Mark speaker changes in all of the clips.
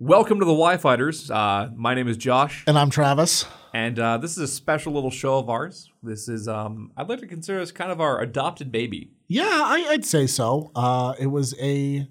Speaker 1: Welcome to the Y Fighters. Uh, my name is Josh,
Speaker 2: And I'm Travis.
Speaker 1: and uh, this is a special little show of ours. This is, um, I'd like to consider this kind of our adopted baby.
Speaker 2: Yeah, I, I'd say so. Uh, it was a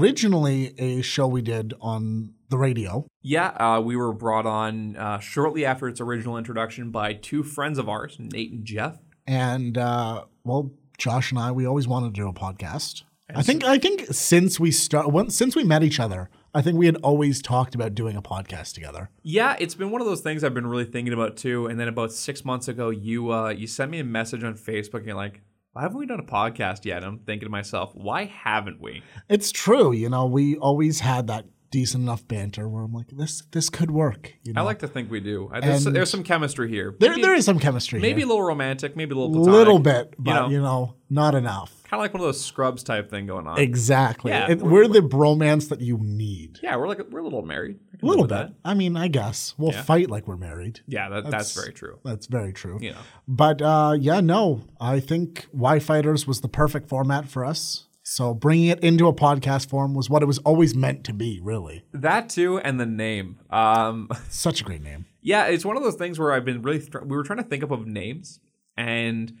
Speaker 2: originally a show we did on the radio.
Speaker 1: Yeah, uh, we were brought on uh, shortly after its original introduction by two friends of ours, Nate and Jeff.
Speaker 2: And uh, well, Josh and I, we always wanted to do a podcast. I think I think since we start once since we met each other, I think we had always talked about doing a podcast together.
Speaker 1: Yeah, it's been one of those things I've been really thinking about too. And then about six months ago, you uh, you sent me a message on Facebook, and you're like, "Why haven't we done a podcast yet?" And I'm thinking to myself, "Why haven't we?"
Speaker 2: It's true, you know, we always had that decent enough banter where I'm like, this this could work. You know,
Speaker 1: I like to think we do. I- There's,
Speaker 2: Uh, And-
Speaker 1: there's some chemistry here.
Speaker 2: there
Speaker 1: Maybe-
Speaker 2: there is some chemistry.
Speaker 1: maybe a
Speaker 2: here.
Speaker 1: little romantic, maybe a little
Speaker 2: a
Speaker 1: platonic,
Speaker 2: little bit, but
Speaker 1: you know,
Speaker 2: you know not enough.
Speaker 1: kind of like one of those scrubs type thing going on.
Speaker 2: Exactly.
Speaker 1: Yeah,
Speaker 2: It-
Speaker 1: we're-
Speaker 2: we're, the bromance that you need.
Speaker 1: yeah, we're like we're a little married, I can
Speaker 2: A little
Speaker 1: live
Speaker 2: bit.
Speaker 1: with that.
Speaker 2: I mean, I guess we'll
Speaker 1: Yeah.
Speaker 2: fight like we're married.
Speaker 1: Yeah, that, that's,
Speaker 2: That's-
Speaker 1: very true.
Speaker 2: That's very true.
Speaker 1: You know,
Speaker 2: But uh, yeah, no, I think Y Fighters was the perfect format for us. So bringing it into a podcast form was what it was always meant to be, really.
Speaker 1: that too, and the name. Um,
Speaker 2: Such a great name.
Speaker 1: yeah, it's one of those things where I've been really. Thr- we were trying to think up of names, and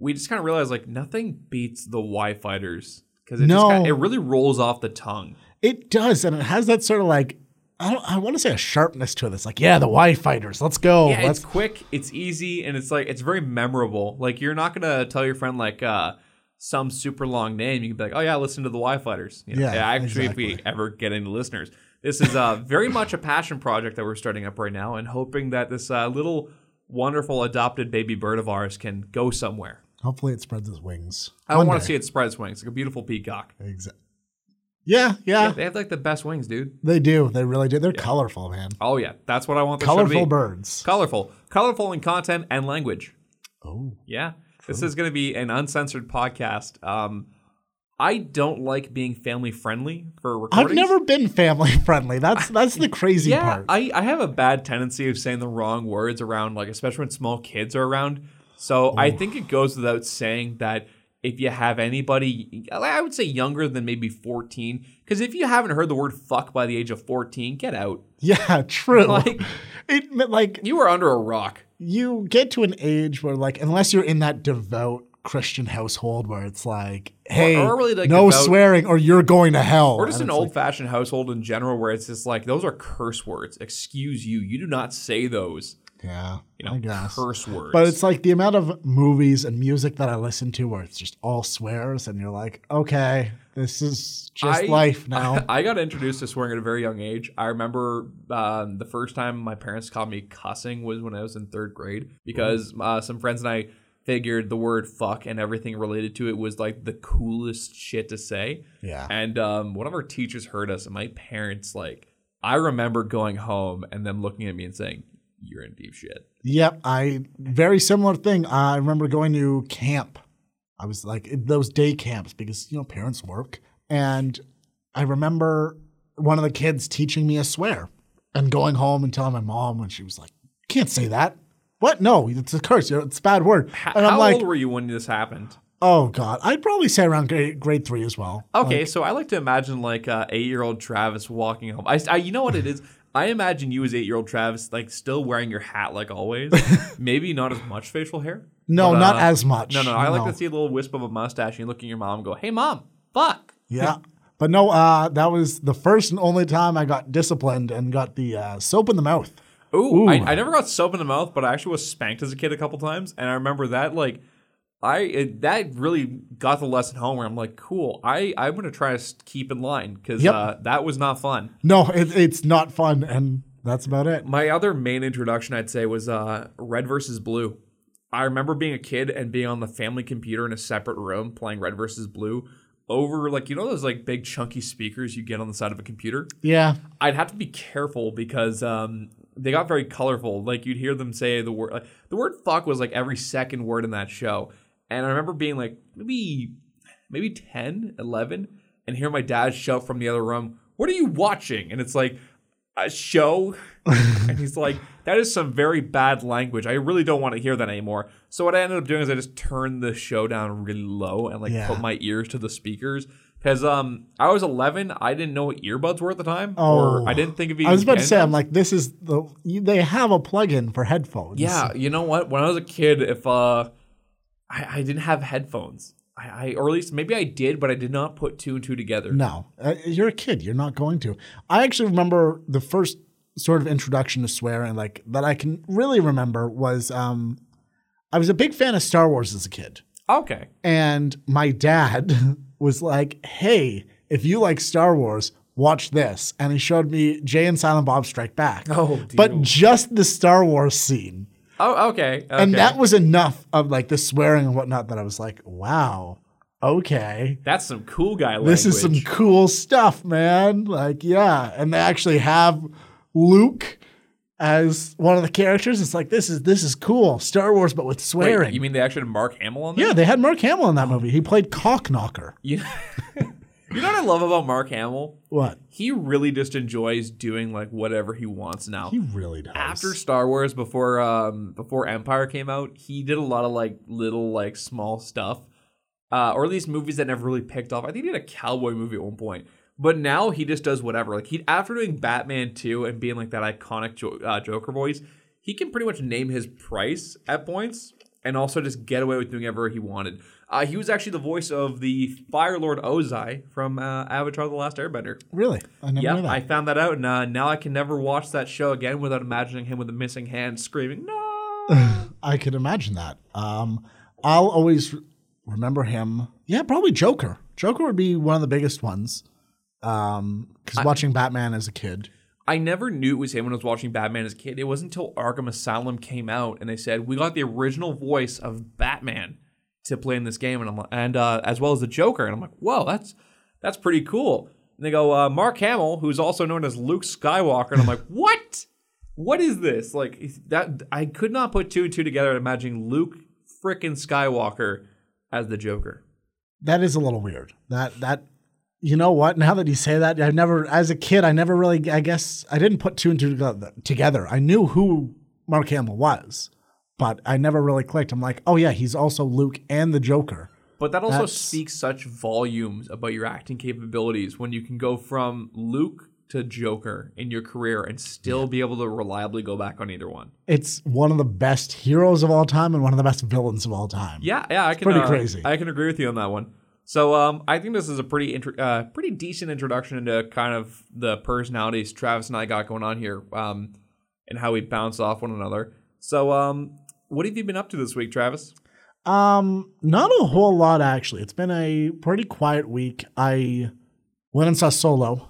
Speaker 1: we just kind of realized like nothing beats the Y fighters because it just
Speaker 2: No.
Speaker 1: kinda, it really rolls off the tongue.
Speaker 2: It does, and it has that sort of like, I, don't, I want to say a sharpness to it. It's like, yeah, the Y Fighters, let's go.
Speaker 1: Yeah,
Speaker 2: let's
Speaker 1: it's quick, it's easy, and it's like it's very memorable. Like you're not gonna tell your friend like uh some super long name. You can be like, oh yeah, listen to the Y Fighters. You know,
Speaker 2: Yeah,
Speaker 1: actually, if we
Speaker 2: exactly.
Speaker 1: ever get any listeners, this is uh very much a passion project that we're starting up right now, and hoping that this uh, little wonderful adopted baby bird of ours can go somewhere.
Speaker 2: Hopefully, it spreads its wings.
Speaker 1: I don't want to see it spread its wings like a beautiful peacock.
Speaker 2: Exactly. Yeah, yeah,
Speaker 1: They have like the best wings, dude.
Speaker 2: they do. They really do. They're colorful, man.
Speaker 1: Oh yeah, that's what I want. This show to be.
Speaker 2: Colorful birds.
Speaker 1: colorful, colorful in content and language.
Speaker 2: Oh.
Speaker 1: Yeah. This is going to be an uncensored podcast. Um, I don't like being family friendly for recordings.
Speaker 2: I've never been family friendly. That's that's the crazy
Speaker 1: Yeah,
Speaker 2: part.
Speaker 1: I, I have a bad tendency of saying the wrong words around, like especially when small kids are around. So I think it goes without saying that if you have anybody, I would say younger than maybe fourteen, because if you haven't heard the word "fuck" by the age of fourteen, get out.
Speaker 2: yeah, true.
Speaker 1: Like-
Speaker 2: it like
Speaker 1: You are under a rock.
Speaker 2: you get to an age where like unless you're in that devout Christian household where it's like, hey,
Speaker 1: or really, like,
Speaker 2: no
Speaker 1: devout-
Speaker 2: swearing or you're going to hell.
Speaker 1: Or just
Speaker 2: And
Speaker 1: an
Speaker 2: it's
Speaker 1: old fashioned household in general where it's just like, those are curse words. Excuse you. You do not say those.
Speaker 2: like, yeah,
Speaker 1: you know,
Speaker 2: I guess.
Speaker 1: curse words.
Speaker 2: But it's like the amount of movies and music that I listen to where it's just all swears and you're like, okay, this is just
Speaker 1: I-
Speaker 2: life now.
Speaker 1: I got introduced to swearing at a very young age. I remember um, the first time my parents called me cussing was when I was in third grade because uh, some friends and I figured the word fuck and everything related to it was like the coolest shit to say.
Speaker 2: yeah.
Speaker 1: And um, one of our teachers heard us, and my parents, like, I remember going home and them looking at me and saying, You're in deep shit.
Speaker 2: Yep, I very similar thing. I remember going to camp. I was like it- those day camps because you know parents work, and I remember one of the kids teaching me a swear, and going home and telling my mom, and she was like, "Can't say that." What? No, it's a curse. you know, It's a bad word.
Speaker 1: H-
Speaker 2: and I'm
Speaker 1: How
Speaker 2: like,
Speaker 1: old were you when this happened?
Speaker 2: "Oh God!" I'd probably say around grade, grade three as well.
Speaker 1: Okay, so I like to imagine like uh, eight year old Travis walking home. I, I, you know what it is. I imagine you as eight year old Travis, like still wearing your hat like always. Maybe not as much facial hair.
Speaker 2: No,
Speaker 1: but,
Speaker 2: not
Speaker 1: uh,
Speaker 2: as much.
Speaker 1: No, no. I like to see a little wisp of a mustache and looking at your mom and go, "Hey, mom, fuck."
Speaker 2: Yeah. But no, uh, that was the first and only time I got disciplined and got the uh, soap in the mouth.
Speaker 1: Ooh, I, I never got soap in the mouth, but I actually was spanked as a kid a couple times, and I remember that like. I it, that really got the lesson home where I'm like, cool. I I'm gonna try to s- keep in line because
Speaker 2: Yep.
Speaker 1: uh, that was not fun.
Speaker 2: No, it, it's not fun, and that's about it.
Speaker 1: My other main introduction, I'd say, was uh, Red versus Blue. I remember being a kid and being on the family computer in a separate room playing Red versus Blue over like you know those like big chunky speakers you get on the side of a computer.
Speaker 2: Yeah,
Speaker 1: I'd have to be careful because um, they got very colorful. Like you'd hear them say the word like, the word fuck was like every second word in that show. And I remember being like maybe maybe 10, 11 and hear my dad shout from the other room, "What are you watching?" And it's like a show and he's like that is some very bad language. I really don't want to hear that anymore. So what I ended up doing is I just turned the show down really low and like
Speaker 2: Yeah.
Speaker 1: put my ears to the speakers Because um, I was 11, I didn't know what earbuds were at the time,
Speaker 2: Oh.
Speaker 1: or I didn't think of. Even
Speaker 2: I was about to
Speaker 1: getting
Speaker 2: say,
Speaker 1: them.
Speaker 2: I'm like, this is the you, they have a plug-in for headphones.
Speaker 1: Yeah, you know what? When I was a kid, if uh, I, I didn't have headphones, I, I or at least maybe I did, but I did not put two and two together.
Speaker 2: No, uh, you're a kid. You're not going to. I actually remember the first sort of introduction to swearing, like that I can really remember was um, I was a big fan of Star Wars as a kid,
Speaker 1: Oh, Okay,
Speaker 2: and my dad was like, "Hey, if you like Star Wars." Watch this, and he showed me Jay and Silent Bob Strike Back.
Speaker 1: Oh, dear.
Speaker 2: but just the Star Wars scene,
Speaker 1: oh okay, okay.
Speaker 2: and that was enough of like the swearing and whatnot that I was like, "Wow, okay,
Speaker 1: that's some cool guy language.
Speaker 2: this is some cool stuff, man. Like, yeah. And they actually have Luke as one of the characters. It's like this is this is cool. Star Wars, but with
Speaker 1: Wait,
Speaker 2: swearing.
Speaker 1: you mean they actually had Mark Hamill on there?
Speaker 2: yeah, they had Mark Hamill in that movie. He played Cockknocker.
Speaker 1: You, you know what I love about Mark Hamill?
Speaker 2: What?
Speaker 1: He really just enjoys doing like whatever he wants now.
Speaker 2: He really does.
Speaker 1: after Star Wars, before um before Empire came out, he did a lot of like little like small stuff, uh, or at least movies that never really picked off. I think he did a cowboy movie at one point, but now he just does whatever. Like he after doing Batman two and being like that iconic jo- uh, Joker voice, he can pretty much name his price at points and also just get away with doing whatever he wanted. Uh, he was actually the voice of the Fire Lord Ozai from uh, Avatar: The Last Airbender.
Speaker 2: really, I never knew
Speaker 1: Yeah,
Speaker 2: that.
Speaker 1: I found that out, and uh, now I can never watch that show again without imagining him with a missing hand screaming, "No!"
Speaker 2: I could imagine that. Um, I'll always re- remember him. Yeah, probably Joker. Joker would be one of the biggest ones. Um, because watching Batman as a kid,
Speaker 1: I never knew it was him when I was watching Batman as a kid. It wasn't until Arkham Asylum came out and they said we got the original voice of Batman to play in this game, and I'm like, and uh, as well as the Joker, and I'm like, whoa, that's that's pretty cool. And they go uh, Mark Hamill, who's also known as Luke Skywalker, and I'm like, what? What is this? Like is that? I could not put two and two together. Imagining Luke frickin' Skywalker as the Joker.
Speaker 2: That is a little weird. That that you know what? Now that you say that, I never as a kid, I never really I guess I didn't put two and two together- together. I knew who Mark Hamill was, but I never really clicked. I'm like, "Oh yeah, he's also Luke and the Joker."
Speaker 1: But that also
Speaker 2: That's-
Speaker 1: speaks such volumes about your acting capabilities when you can go from Luke to Joker in your career and still be able to reliably go back on either one.
Speaker 2: It's one of the best heroes of all time and one of the best villains of all time.
Speaker 1: Yeah, yeah, I can
Speaker 2: pretty
Speaker 1: uh,
Speaker 2: crazy.
Speaker 1: I can agree with you on that one. So um, I think this is a pretty intro- uh, pretty decent introduction into kind of the personalities Travis and I got going on here, um, and how we bounce off one another. So um, what have you been up to this week, Travis?
Speaker 2: Um, not a whole lot actually. It's been a pretty quiet week. I went and saw Solo.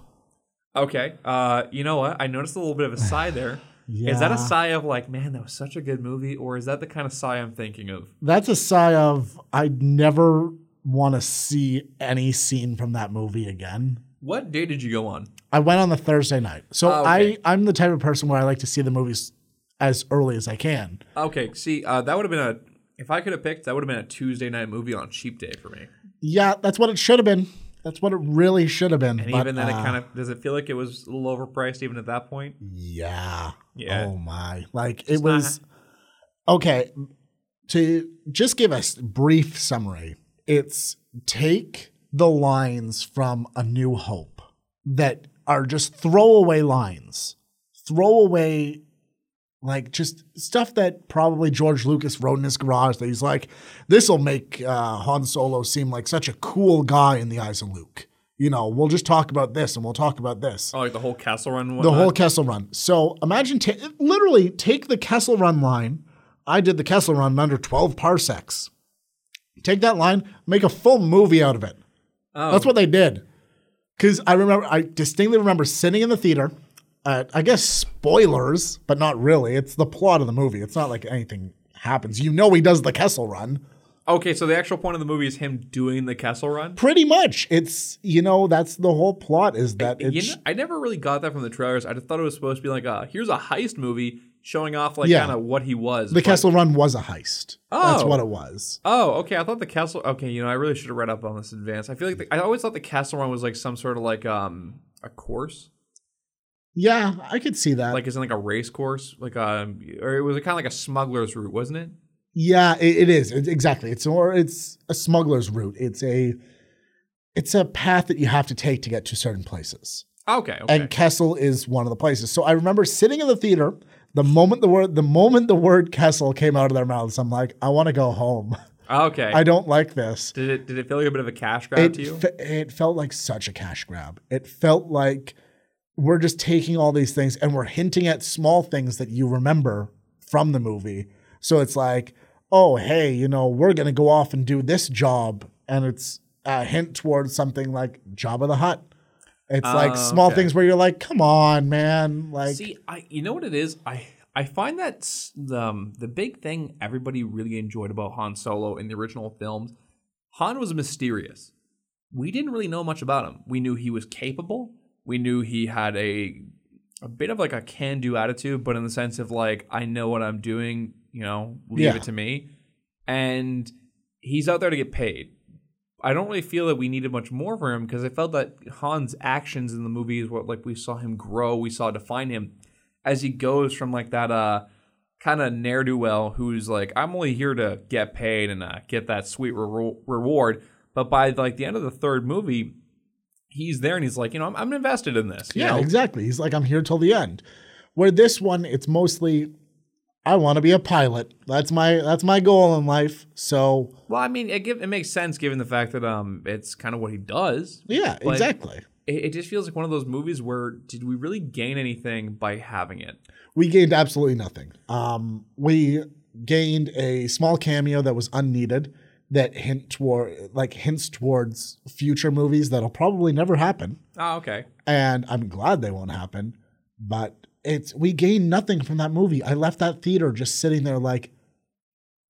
Speaker 1: Okay. Uh, you know what? I noticed a little bit of a sigh there. Is that
Speaker 2: Yeah.
Speaker 1: a sigh of like, man, that was such a good movie, or is that the kind of sigh I'm thinking of?
Speaker 2: That's a sigh of I never want to see any scene from that movie again.
Speaker 1: What day did you go on?
Speaker 2: I went on the Thursday night. So
Speaker 1: Oh, okay.
Speaker 2: I, I'm the type of person where I like to see the movies as early as I can.
Speaker 1: Okay. See, uh, that would have been a if I could have picked, that would have been a Tuesday night movie on cheap day for me.
Speaker 2: Yeah, that's what it should have been. That's what it really should have been.
Speaker 1: And
Speaker 2: But,
Speaker 1: even then, it
Speaker 2: uh, Mm.
Speaker 1: kind of does it feel like it was a little overpriced even at that point?
Speaker 2: Yeah.
Speaker 1: Yeah.
Speaker 2: Oh my. Like it
Speaker 1: It's not-
Speaker 2: was okay. To just give a s- brief summary, it's take the lines from A New Hope that are just throwaway lines, throwaway, like just stuff that probably George Lucas wrote in his garage that he's like, this will make uh, Han Solo seem like such a cool guy in the eyes of Luke. You know, we'll just talk about this and we'll talk about this
Speaker 1: Oh, like the whole Castle Run one.
Speaker 2: the whole Kessel Run. So imagine, ta- literally, take the Kessel Run line. I did the Kessel Run in under 12 parsecs. Take that line, make a full movie out of it.
Speaker 1: Oh.
Speaker 2: That's what they did. Because I remember, I distinctly remember sitting in the theater. At, I guess spoilers, but not really. It's the plot of the movie. It's not like anything happens. You know, he does the Kessel Run.
Speaker 1: Okay, so the actual point of the movie is him doing the Castle Run.
Speaker 2: Pretty much, it's you know that's the whole plot is that it's
Speaker 1: You know, I never really got that from the trailers. I just thought it was supposed to be like, uh, here's a heist movie showing off like
Speaker 2: Yeah.
Speaker 1: kind of what he was.
Speaker 2: the
Speaker 1: but-
Speaker 2: Kessel Run was a heist. that's
Speaker 1: Oh.
Speaker 2: what it was.
Speaker 1: Oh, okay. I thought the castle. Okay, you know, I really should have read up on this in advance. I feel like the, I always thought the castle run was like some sort of like um a course,
Speaker 2: Yeah, I could see that.
Speaker 1: like isn't like a race course, like um, or it was kind of like a smuggler's route, wasn't it?
Speaker 2: Yeah, it, it is It's- exactly. It's or it's a smuggler's route. It's a it's a path that you have to take to get to certain places.
Speaker 1: Okay. Okay.
Speaker 2: And Kessel is one of the places. So I remember sitting in the theater the moment the word the moment the word Kessel came out of their mouths. I'm like, I want to go home.
Speaker 1: okay.
Speaker 2: I don't like this.
Speaker 1: did it did it feel like a bit of a cash grab
Speaker 2: It
Speaker 1: to you?
Speaker 2: fe- it felt like such a cash grab. It felt like we're just taking all these things and we're hinting at small things that you remember from the movie. So it's like, oh hey, you know, we're gonna go off and do this job, and it's a hint towards something like Job of the Hut. It's like
Speaker 1: Oh,
Speaker 2: small
Speaker 1: okay.
Speaker 2: things where you're like, come on, man, like.
Speaker 1: See, I you know what it is? I I find that s- the um, the big thing everybody really enjoyed about Han Solo in the original films, Han was mysterious. We didn't really know much about him. We knew he was capable. We knew he had a a bit of like a can-do attitude, but in the sense of like I know what I'm doing, you know, leave
Speaker 2: Yeah.
Speaker 1: it to me. And he's out there to get paid. I don't really feel that we needed much more for him because I felt that Han's actions in the movie is what like we saw him grow, we saw define him as he goes from like that uh kind of ne'er do well who's like I'm only here to get paid and uh, get that sweet re- reward, but by like the end of the third movie, he's there and he's like you know I'm, I'm invested in this. you
Speaker 2: Yeah,
Speaker 1: know?
Speaker 2: exactly. He's like, I'm here till the end. Where this one, it's mostly, I want to be a pilot. That's my that's my goal in life. So
Speaker 1: Well, I mean it give, it makes sense given the fact that um it's kind of what he does.
Speaker 2: yeah,
Speaker 1: Like,
Speaker 2: exactly.
Speaker 1: It, it just feels like one of those movies where did we really gain anything by having it?
Speaker 2: We gained absolutely nothing. Um, we gained a small cameo that was unneeded. That hint toward like hints towards future movies that'll probably never happen.
Speaker 1: Oh, okay.
Speaker 2: and I'm glad they won't happen. But it's we gained nothing from that movie. I left that theater just sitting there like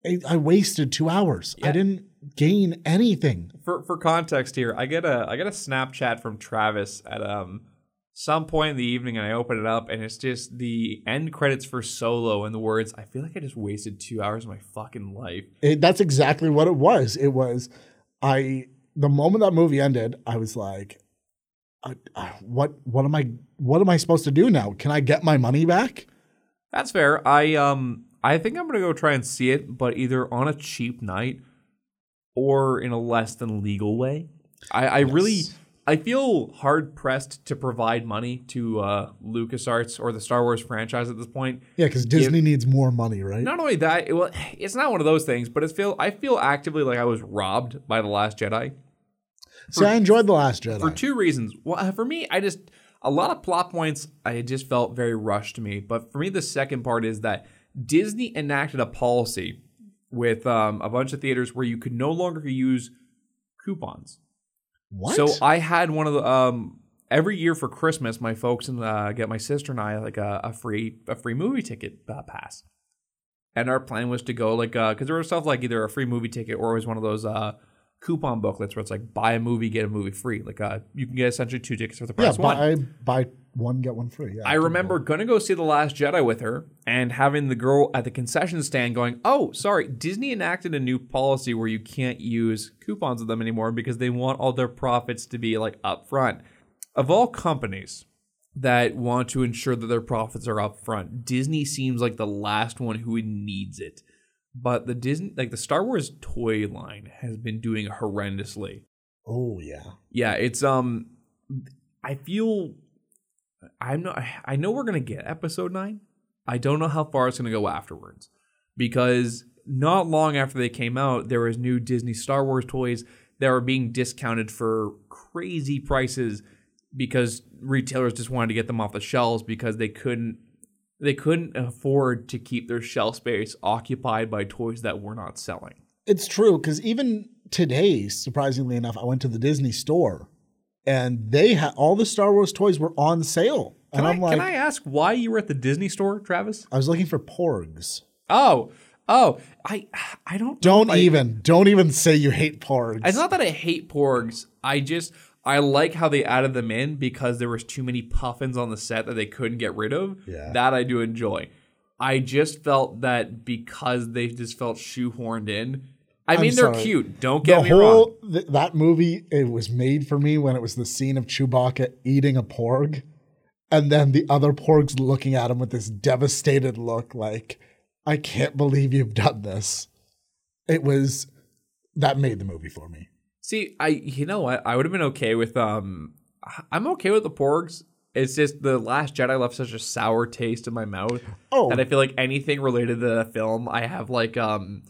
Speaker 2: I, I wasted two hours. I
Speaker 1: Yeah.
Speaker 2: didn't gain anything.
Speaker 1: for for context here, I get a I get a Snapchat from Travis at um some point in the evening, and I open it up, and it's just the end credits for Solo and the words. I feel like I just wasted two hours of my fucking life.
Speaker 2: It, that's exactly what it was. It was I the moment that movie ended, I was like, I, I, what what am I what am I supposed to do now? Can I get my money back?
Speaker 1: That's fair. I um I think I'm gonna go try and see it, but either on a cheap night or in a less than legal way. I, I really I feel hard pressed to provide money to uh, LucasArts or the Star Wars franchise at this point.
Speaker 2: Yeah, because Disney needs more money, right?
Speaker 1: Not only that, it, well, it's not one of those things, but it's feel I feel actively like I was robbed by the Last Jedi
Speaker 2: so I enjoyed the Last Jedi.
Speaker 1: for two reasons. Well, for me, I just a lot of plot points I just felt very rushed to me. But for me, the second part is that Disney enacted a policy with um, a bunch of theaters where you could no longer use coupons.
Speaker 2: what?
Speaker 1: So I had one of the um every year for Christmas, my folks and uh, get my sister and I like a, a free a free movie ticket uh, pass, and our plan was to go like because there was stuff like either a free movie ticket or it was one of those uh coupon booklets where it's like buy a movie get a movie free like uh you can get essentially two tickets for the
Speaker 2: yeah,
Speaker 1: price of one.
Speaker 2: buy, buy one get one free. Yeah,
Speaker 1: I remember gonna go see The Last Jedi with her and having the girl at the concession stand going, Oh, sorry, Disney enacted a new policy where you can't use coupons of them anymore because they want all their profits to be like upfront. Of all companies that want to ensure that their profits are upfront, Disney seems like the last one who needs it. But the Disney like the Star Wars toy line has been doing horrendously.
Speaker 2: Oh yeah.
Speaker 1: Yeah, it's um I feel I'm not I know we're gonna get episode nine. I don't know how far it's gonna go afterwards. Because not long after they came out, there was new Disney Star Wars toys that were being discounted for crazy prices because retailers just wanted to get them off the shelves because they couldn't they couldn't afford to keep their shelf space occupied by toys that were not selling.
Speaker 2: It's true because even today, surprisingly enough, I went to the Disney store, and they had all the Star Wars toys were on sale,
Speaker 1: Can,
Speaker 2: and
Speaker 1: I,
Speaker 2: I'm like,
Speaker 1: can I
Speaker 2: I-,
Speaker 1: ask why you were at the Disney store, Travis?
Speaker 2: was looking for Porgs.
Speaker 1: Oh, oh, I, I don't. know
Speaker 2: Don't
Speaker 1: if I-
Speaker 2: even, don't even say you hate Porgs.
Speaker 1: It's not that I hate porgs. I just I like how they added them in because there was too many puffins on the set that they couldn't get rid of.
Speaker 2: Yeah.
Speaker 1: that I do enjoy. I just felt that because they just felt shoehorned in. I mean, they're
Speaker 2: sorry.
Speaker 1: cute. Don't get
Speaker 2: the
Speaker 1: me wrong.
Speaker 2: whole th- that movie it was made for me when it was the scene of Chewbacca eating a Porg, and then the other Porgs looking at him with this devastated look, like, I can't believe you've done this. It was that made the movie for me.
Speaker 1: See, I you know what? I would have been okay with um I- I'm okay with the porgs. It's just the last Jedi left such a sour taste in my mouth.
Speaker 2: Oh.
Speaker 1: And I feel like anything related to that film, I have like um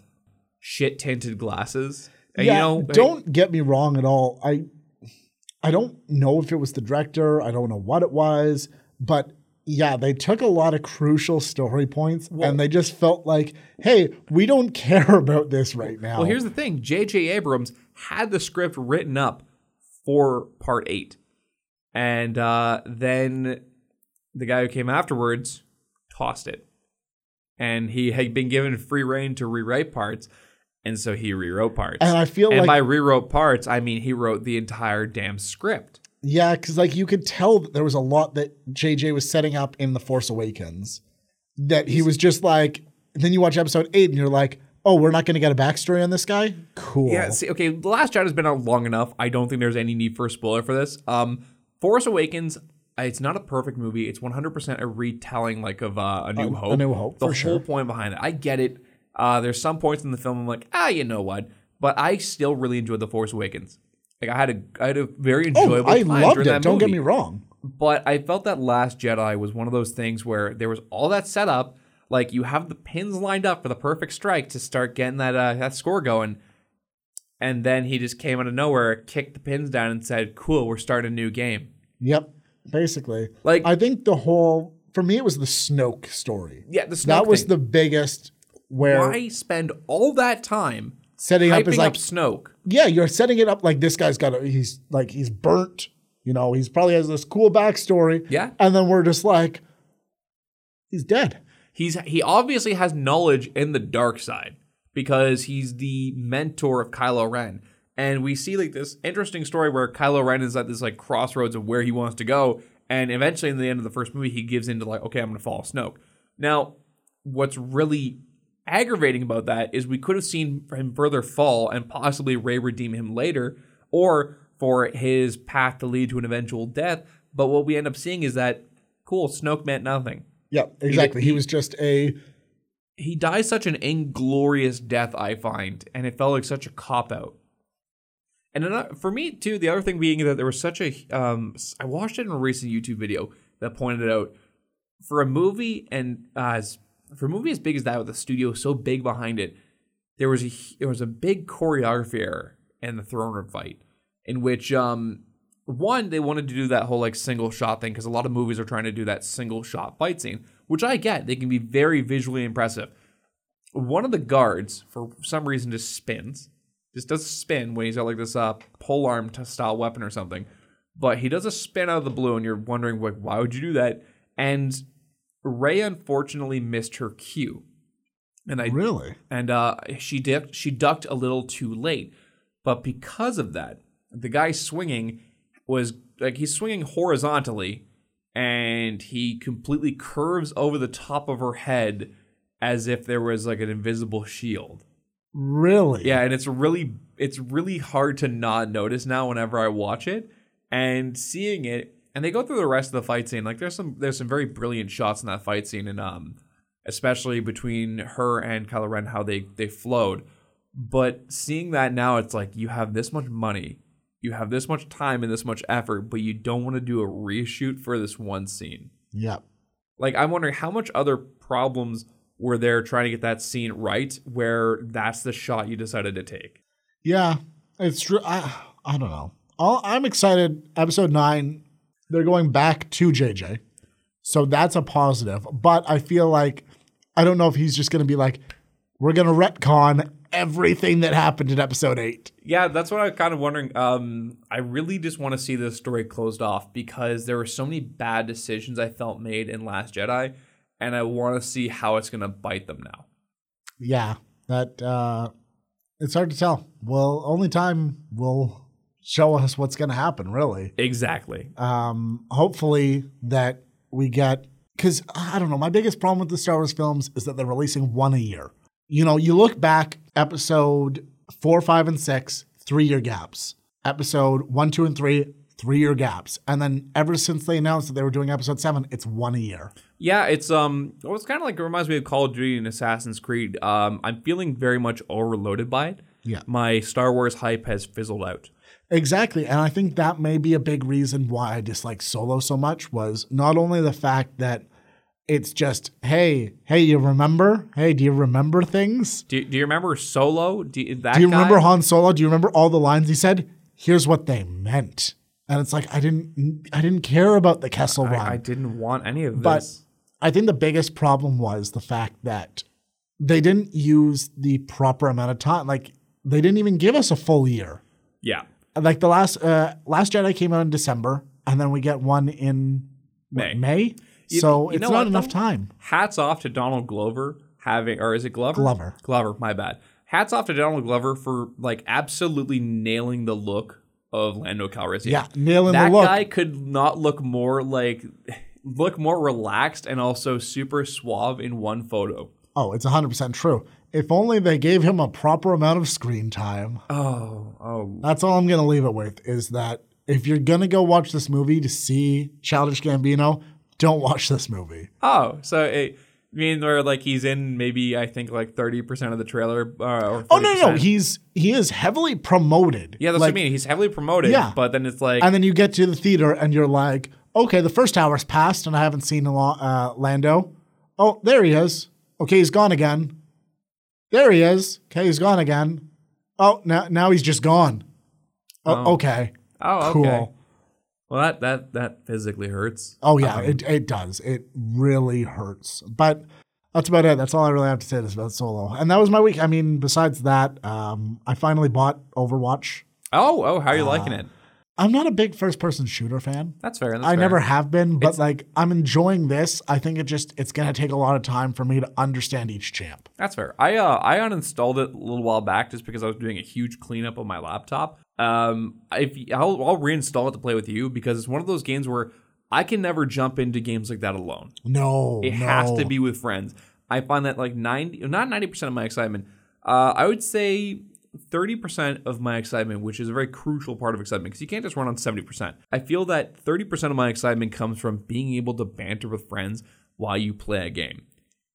Speaker 1: shit tinted glasses. And, you know, I-
Speaker 2: don't get me wrong at all. I I don't know if it was the director. I don't know what it was, but yeah, they took a lot of crucial story points and they just felt like, "Hey, we don't care about this right now."
Speaker 1: Well, here's the thing: J.J. Abrams had the script written up for Part Eight, and uh, then the guy who came afterwards tossed it, and he had been given free reign to rewrite parts, and so he rewrote parts.
Speaker 2: And I feel
Speaker 1: and
Speaker 2: like-
Speaker 1: by rewrote parts, I mean he wrote the entire damn script.
Speaker 2: yeah, cuz like you could tell that there was a lot that JJ was setting up in The Force Awakens that he was just like then you watch episode 8 and you're like, "Oh, we're not going to get a backstory on this guy?" Cool.
Speaker 1: Yeah. See, okay. The Last Jedi has been out long enough. I don't think there's any need for a spoiler for this. Um, Force Awakens. uh, It's not a perfect movie. It's 100% a retelling like of uh, A New Hope.
Speaker 2: New Hope,
Speaker 1: The
Speaker 2: for
Speaker 1: whole point behind it. I get it. Uh, there's some points in the film I'm like, ah, you know what? But I still really enjoyed The Force Awakens. Like I had a I had a very
Speaker 2: oh,
Speaker 1: enjoyable
Speaker 2: I
Speaker 1: time
Speaker 2: loved
Speaker 1: during
Speaker 2: it.
Speaker 1: that
Speaker 2: Don't get
Speaker 1: movie.
Speaker 2: me wrong.
Speaker 1: But I felt that Last Jedi was one of those things where there was all that setup, like you have the pins lined up for the perfect strike to start getting that uh, that score going, and then he just came out of nowhere, kicked the pins down, and said, "Cool, we're starting a new game."
Speaker 2: Yep, basically.
Speaker 1: Like-
Speaker 2: I think the whole for me it was the Snoke story.
Speaker 1: Yeah, the Snoke
Speaker 2: that was
Speaker 1: thing.
Speaker 2: the biggest where
Speaker 1: Why spend all that time
Speaker 2: setting up
Speaker 1: hyping
Speaker 2: is like
Speaker 1: up Snoke?
Speaker 2: yeah, you're setting it up like this guy's got a, he's like he's burnt, you know, he's probably has this cool backstory.
Speaker 1: Yeah.
Speaker 2: And then we're just like he's dead.
Speaker 1: he's he obviously has knowledge in the dark side because he's the mentor of Kylo Ren. And we see like this interesting story where Kylo Ren is at this like crossroads of where he wants to go, and eventually in the end of the first movie, he gives in to like, okay, I'm gonna follow Snoke. Now, what's really aggravating about that is we could have seen him further fall and possibly Ray redeem him later, or for his path to lead to an eventual death. But what we end up seeing is that cool, Snoke meant nothing
Speaker 2: Yeah, exactly. He, was just a
Speaker 1: he dies such an inglorious death, I find, and it felt like such a cop out. And another, for me too, the other thing being that there was such a um, s- I watched it in a recent YouTube video that pointed it out for a movie and uh, as for a movie as big as that with a studio so big behind it, there was a hu- there was a big choreography error in the throne room fight in which um one they wanted to do that whole like single shot thing because a lot of movies are trying to do that single shot fight scene, which I get. They can be very visually impressive. One of the guards for some reason just spins, just does a spin when he's got like this uh pole arm t- style weapon or something, but he does a spin out of the blue, and you're wondering like why would you do that? And Ray unfortunately missed her cue, and I
Speaker 2: really
Speaker 1: and uh, she dipped, she ducked a little too late. But because of that, the guy swinging was like he's swinging horizontally, and he completely curves over the top of her head as if there was like an invisible shield.
Speaker 2: really
Speaker 1: Yeah, and it's really it's really hard to not notice now whenever I watch it and seeing it. And they go through the rest of the fight scene. Like there's some there's some very brilliant shots in that fight scene, and um, especially between her and Kylo Ren, how they they flowed. But seeing that now, it's like you have this much money, you have this much time and this much effort, but you don't want to do a reshoot for this one scene.
Speaker 2: Yeah.
Speaker 1: Like I'm wondering how much other problems were there trying to get that scene right, where that's the shot you decided to take.
Speaker 2: Yeah, it's true. I, I don't know. All, I'm excited. Episode nine, they're going back to JJ, so that's a positive. But I feel like I don't know if he's just going to be like, we're going to retcon everything that happened in episode eight.
Speaker 1: Yeah, that's what I was kind of wondering. Um, I really just want to see this story closed off because there were so many bad decisions I felt made in Last Jedi, and I want to see how it's gonna bite them now.
Speaker 2: Yeah, that uh, it's hard to tell. Well, only time will show us what's going to happen. Really.
Speaker 1: Exactly.
Speaker 2: um, hopefully that we get because I don't know. My biggest problem with the Star Wars films is that they're releasing one a year. You know, you look back episode four, five, and six, three year gaps. Episode one, two, and three, three year gaps. And then ever since they announced that they were doing episode seven, it's one a year.
Speaker 1: Yeah, it's um, well, it's kind of like it reminds me of Call of Duty and Assassin's Creed. Um, I'm feeling very much overloaded by it.
Speaker 2: Yeah.
Speaker 1: my Star Wars hype has fizzled out.
Speaker 2: Exactly. And I think that may be a big reason why I dislike Solo so much was not only the fact that it's just, hey, hey, you remember? Hey, do you remember things?
Speaker 1: Do, do you remember Solo? Do you, that
Speaker 2: Do you
Speaker 1: guy?
Speaker 2: remember Han Solo? Do you remember all the lines he said? Here's what they meant. And it's like I didn't I didn't care about the Kessel Run.
Speaker 1: I didn't want any of
Speaker 2: But
Speaker 1: this.
Speaker 2: I think the biggest problem was the fact that they didn't use the proper amount of time. Like they didn't even give us a full year.
Speaker 1: Yeah,
Speaker 2: Like the last uh, Last Jedi came out in December, and then we get one in what,
Speaker 1: May.
Speaker 2: May. so
Speaker 1: you
Speaker 2: it's
Speaker 1: know
Speaker 2: not
Speaker 1: what,
Speaker 2: enough
Speaker 1: though?
Speaker 2: time.
Speaker 1: hats off to Donald Glover having, or is it Glover?
Speaker 2: Glover.
Speaker 1: Glover, my bad. Hats off to Donald Glover for like absolutely nailing the look of Lando Calrissian.
Speaker 2: Yeah, nailing
Speaker 1: that
Speaker 2: the look.
Speaker 1: guy could not look more like, look more relaxed and also super suave in one photo.
Speaker 2: oh, it's 100% true. If only they gave him a proper amount of screen time.
Speaker 1: Oh, oh,
Speaker 2: That's all I'm going to leave it with is that if you're going to go watch this movie to see Childish Gambino, don't watch this movie.
Speaker 1: oh. So it. I mean, where like he's in maybe I think like thirty percent of the trailer. Uh, or
Speaker 2: Oh no, no,
Speaker 1: 40%.
Speaker 2: he's he is heavily promoted.
Speaker 1: yeah, that's
Speaker 2: like,
Speaker 1: what I mean. He's heavily promoted.
Speaker 2: Yeah.
Speaker 1: but then it's like
Speaker 2: And then you get to the theater and you're like, okay, the first hour's passed and I haven't seen Lo- uh, Lando. Oh, there he is. Okay, he's gone again. There he is. Okay, he's gone again. Oh, now now he's just gone. Oh, okay.
Speaker 1: oh,
Speaker 2: Cool.
Speaker 1: okay. Well, that that that physically hurts.
Speaker 2: Oh yeah, it it does. It really hurts. But that's about it. That's all I really have to say is about Solo. And that was my week. I mean, besides that, um, I finally bought Overwatch.
Speaker 1: Oh, oh, how are you liking it?
Speaker 2: I'm not a big first-person shooter fan.
Speaker 1: That's fair. That's
Speaker 2: Uh, I
Speaker 1: fair.
Speaker 2: never have been, but like I'm enjoying this. I think it just it's gonna take a lot of time for me to understand each champ.
Speaker 1: That's fair. I uh, I uninstalled it a little while back just because I was doing a huge cleanup on my laptop. Um, if I'll, I'll reinstall it to play with you because it's one of those games where I can never jump into games like that alone.
Speaker 2: No,
Speaker 1: It
Speaker 2: Oh, no.
Speaker 1: has to be with friends. I find that like ninety, not ninety percent of my excitement. Uh, I would say thirty percent of my excitement, which is a very crucial part of excitement, because you can't just run on seventy percent. I feel that thirty percent of my excitement comes from being able to banter with friends while you play a game.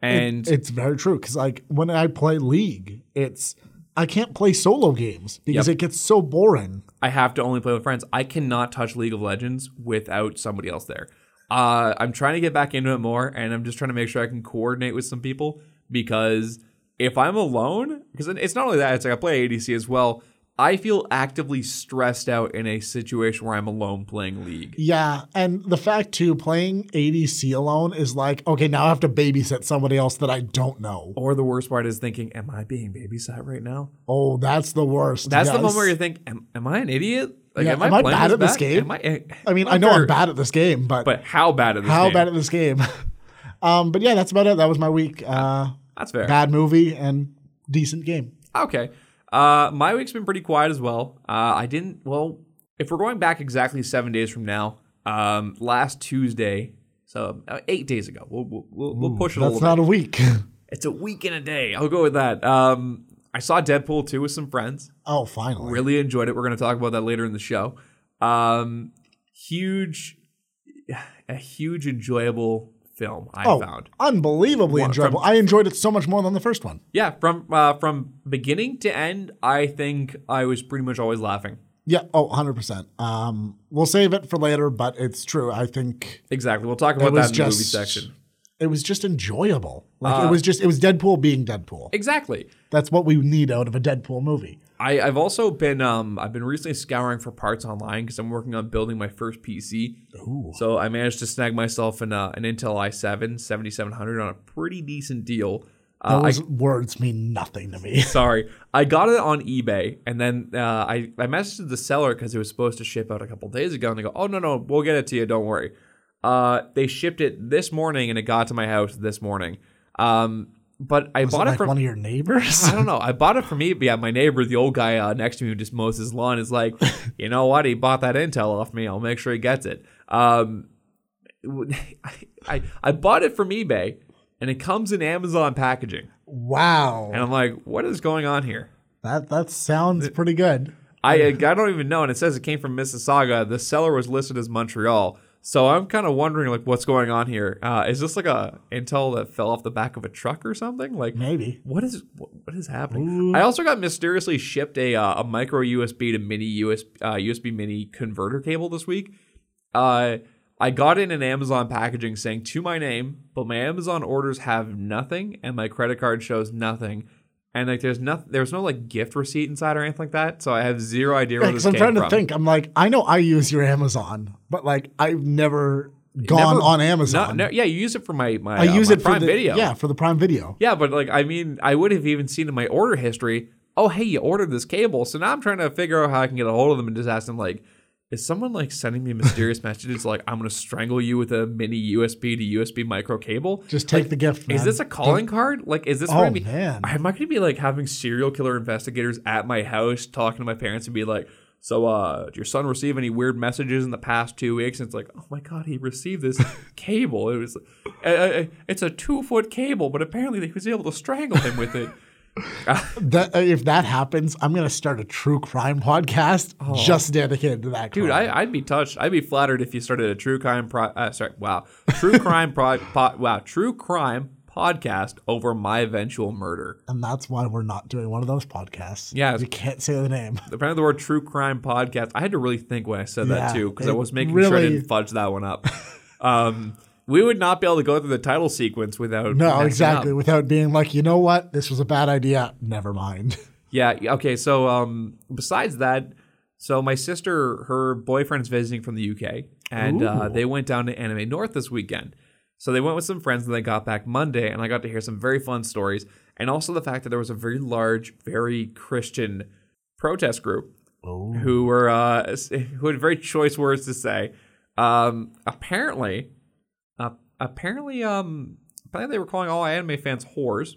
Speaker 1: And
Speaker 2: It's very true because like when I play League, it's I can't play solo games because it gets so boring.
Speaker 1: I have to only play with friends. I cannot touch League of Legends without somebody else there. Uh, I'm trying to get back into it more, and I'm just trying to make sure I can coordinate with some people because if I'm alone, because it's not only that, it's like I play ADC as well. I feel actively stressed out in a situation where I'm alone playing League.
Speaker 2: Yeah, and the fact too, playing ADC alone is like okay, now I have to babysit somebody else that I don't know.
Speaker 1: Or the worst part is thinking, am I being babysat right now?
Speaker 2: Oh, that's the worst.
Speaker 1: That's the
Speaker 2: Yes.
Speaker 1: moment where you think, am, am I an idiot? Like,
Speaker 2: Yeah, am I
Speaker 1: playing
Speaker 2: bad at this
Speaker 1: bad?
Speaker 2: game?
Speaker 1: Am I,
Speaker 2: I mean, I know
Speaker 1: very-
Speaker 2: I'm bad at this game, but,
Speaker 1: But how bad at this
Speaker 2: how
Speaker 1: game?
Speaker 2: bad at this game? um, but yeah, that's about it. That was my week. Uh,
Speaker 1: That's fair.
Speaker 2: bad movie and decent game.
Speaker 1: Okay. Uh, my week's been pretty quiet as well. Uh, I didn't. Well, if we're going back exactly seven days from now, um, last Tuesday, so uh, eight days ago, we'll we'll, we'll, we'll push it a
Speaker 2: That's
Speaker 1: little.
Speaker 2: not a week.
Speaker 1: bit. It's a week and a day. I'll go with that. Um, I saw Deadpool two with some friends.
Speaker 2: oh, finally.
Speaker 1: Really enjoyed it. We're going to talk about that later in the show. Um, huge, a huge enjoyable film. I
Speaker 2: Oh,
Speaker 1: found.
Speaker 2: unbelievably enjoyable. I enjoyed it so much more than the first one.
Speaker 1: Yeah, from uh, from beginning to end, I think I was pretty much always laughing.
Speaker 2: Yeah. Oh, 100%. Um, we'll save it for later, but it's true. I think
Speaker 1: Exactly. We'll talk about that
Speaker 2: was
Speaker 1: in the
Speaker 2: just-
Speaker 1: movie section. Uh,
Speaker 2: it was just enjoyable. Like it was just, it was Deadpool being Deadpool.
Speaker 1: Exactly.
Speaker 2: That's what we need out of a Deadpool movie.
Speaker 1: I, I've also been um I've been recently scouring for parts online because I'm working on building my first PC.
Speaker 2: Ooh.
Speaker 1: So I managed to snag myself an uh, an Intel i7 7700 on a pretty decent deal. Uh, I,
Speaker 2: Those words mean nothing to me.
Speaker 1: sorry, I got it on eBay and then uh, I I messaged the seller because it was supposed to ship out a couple days ago and they go oh no no we'll get it to you don't worry. Uh, they shipped it this morning and it got to my house this morning. Um, but I bought it,
Speaker 2: like
Speaker 1: from
Speaker 2: one of your neighbors?
Speaker 1: I don't know. I bought it from eBay. Yeah, my neighbor, the old guy uh, next to me who just mows his lawn, is like, you know what? He bought that intel off me. I'll make sure he gets it. Um, I, I bought it from eBay, and it comes in Amazon packaging.
Speaker 2: wow.
Speaker 1: And I'm like, what is going on here?
Speaker 2: That that sounds pretty good.
Speaker 1: I I don't even know. And it says it came from Mississauga. The seller was listed as Montreal. So I'm kind of wondering, like, what's going on here? Uh, is this like a intel that fell off the back of a truck or something? Like,
Speaker 2: Maybe.
Speaker 1: what is what, what is happening? I also got mysteriously shipped a uh, a micro USB to mini USB uh, USB mini converter cable this week. Uh, I got in an Amazon packaging saying to my name, but my Amazon orders have nothing, and my credit card shows nothing. And like, there's nothing. There's no like gift receipt inside or anything like that. So I have zero idea where this
Speaker 2: Because I'm
Speaker 1: came
Speaker 2: trying to
Speaker 1: from.
Speaker 2: think. I'm like, I know I use your Amazon, but like I've never gone
Speaker 1: Never-
Speaker 2: on
Speaker 1: No,
Speaker 2: Amazon.
Speaker 1: no, yeah, you use it for my my.
Speaker 2: I use it for
Speaker 1: Prime
Speaker 2: the,
Speaker 1: Video.
Speaker 2: Yeah, for the Prime Video.
Speaker 1: Yeah, but like I mean, I would have even seen in my order history, oh hey, you ordered this cable. So now I'm trying to figure out how I can get a hold of them and just ask them like, is someone like sending me mysterious messages like I'm gonna strangle you with a mini USB to USB micro cable?
Speaker 2: Just take the gift. Man.
Speaker 1: Is this a calling card? Like, is this
Speaker 2: Oh,
Speaker 1: gonna be?
Speaker 2: man.
Speaker 1: Am I gonna be like having serial killer investigators at my house talking to my parents and be like, "So, uh, did your son receive any weird messages in the past two weeks?" And it's like, "Oh my god, he received this cable. It was, uh, uh, it's a two foot cable, but apparently he was able to strangle him with it."
Speaker 2: That- uh, if that happens, I'm gonna start a true crime podcast just dedicated to that.
Speaker 1: Oh. Dude,
Speaker 2: crime.
Speaker 1: I, I'd be touched. I'd be flattered if you started a true crime pro. Uh, sorry, wow, true crime pro. po- wow, true crime podcast over my eventual murder.
Speaker 2: and that's why we're not doing one of those podcasts.
Speaker 1: Yeah.
Speaker 2: you can't say the name.
Speaker 1: Apparently, the word "true crime podcast." I had to really think when I said that
Speaker 2: Yeah,
Speaker 1: too, because I
Speaker 2: it
Speaker 1: was making sure I
Speaker 2: really-
Speaker 1: didn't fudge that one up. um, we would not be able to go through the title sequence without
Speaker 2: No,
Speaker 1: messing up.
Speaker 2: exactly. Without being like, you know what, this was a bad idea. Never mind.
Speaker 1: Yeah. Okay. So, um, besides that, so my sister, her boyfriend's visiting from the UK, and uh, they went down to Anime North this weekend. So they went with some friends, and they got back Monday, and I got to hear some very fun stories, and also the fact that there was a very large, very Christian protest group
Speaker 2: Oh.
Speaker 1: who were uh, s- who had very choice words to say. Um, apparently, uh, apparently, um, apparently they were calling all anime fans whores.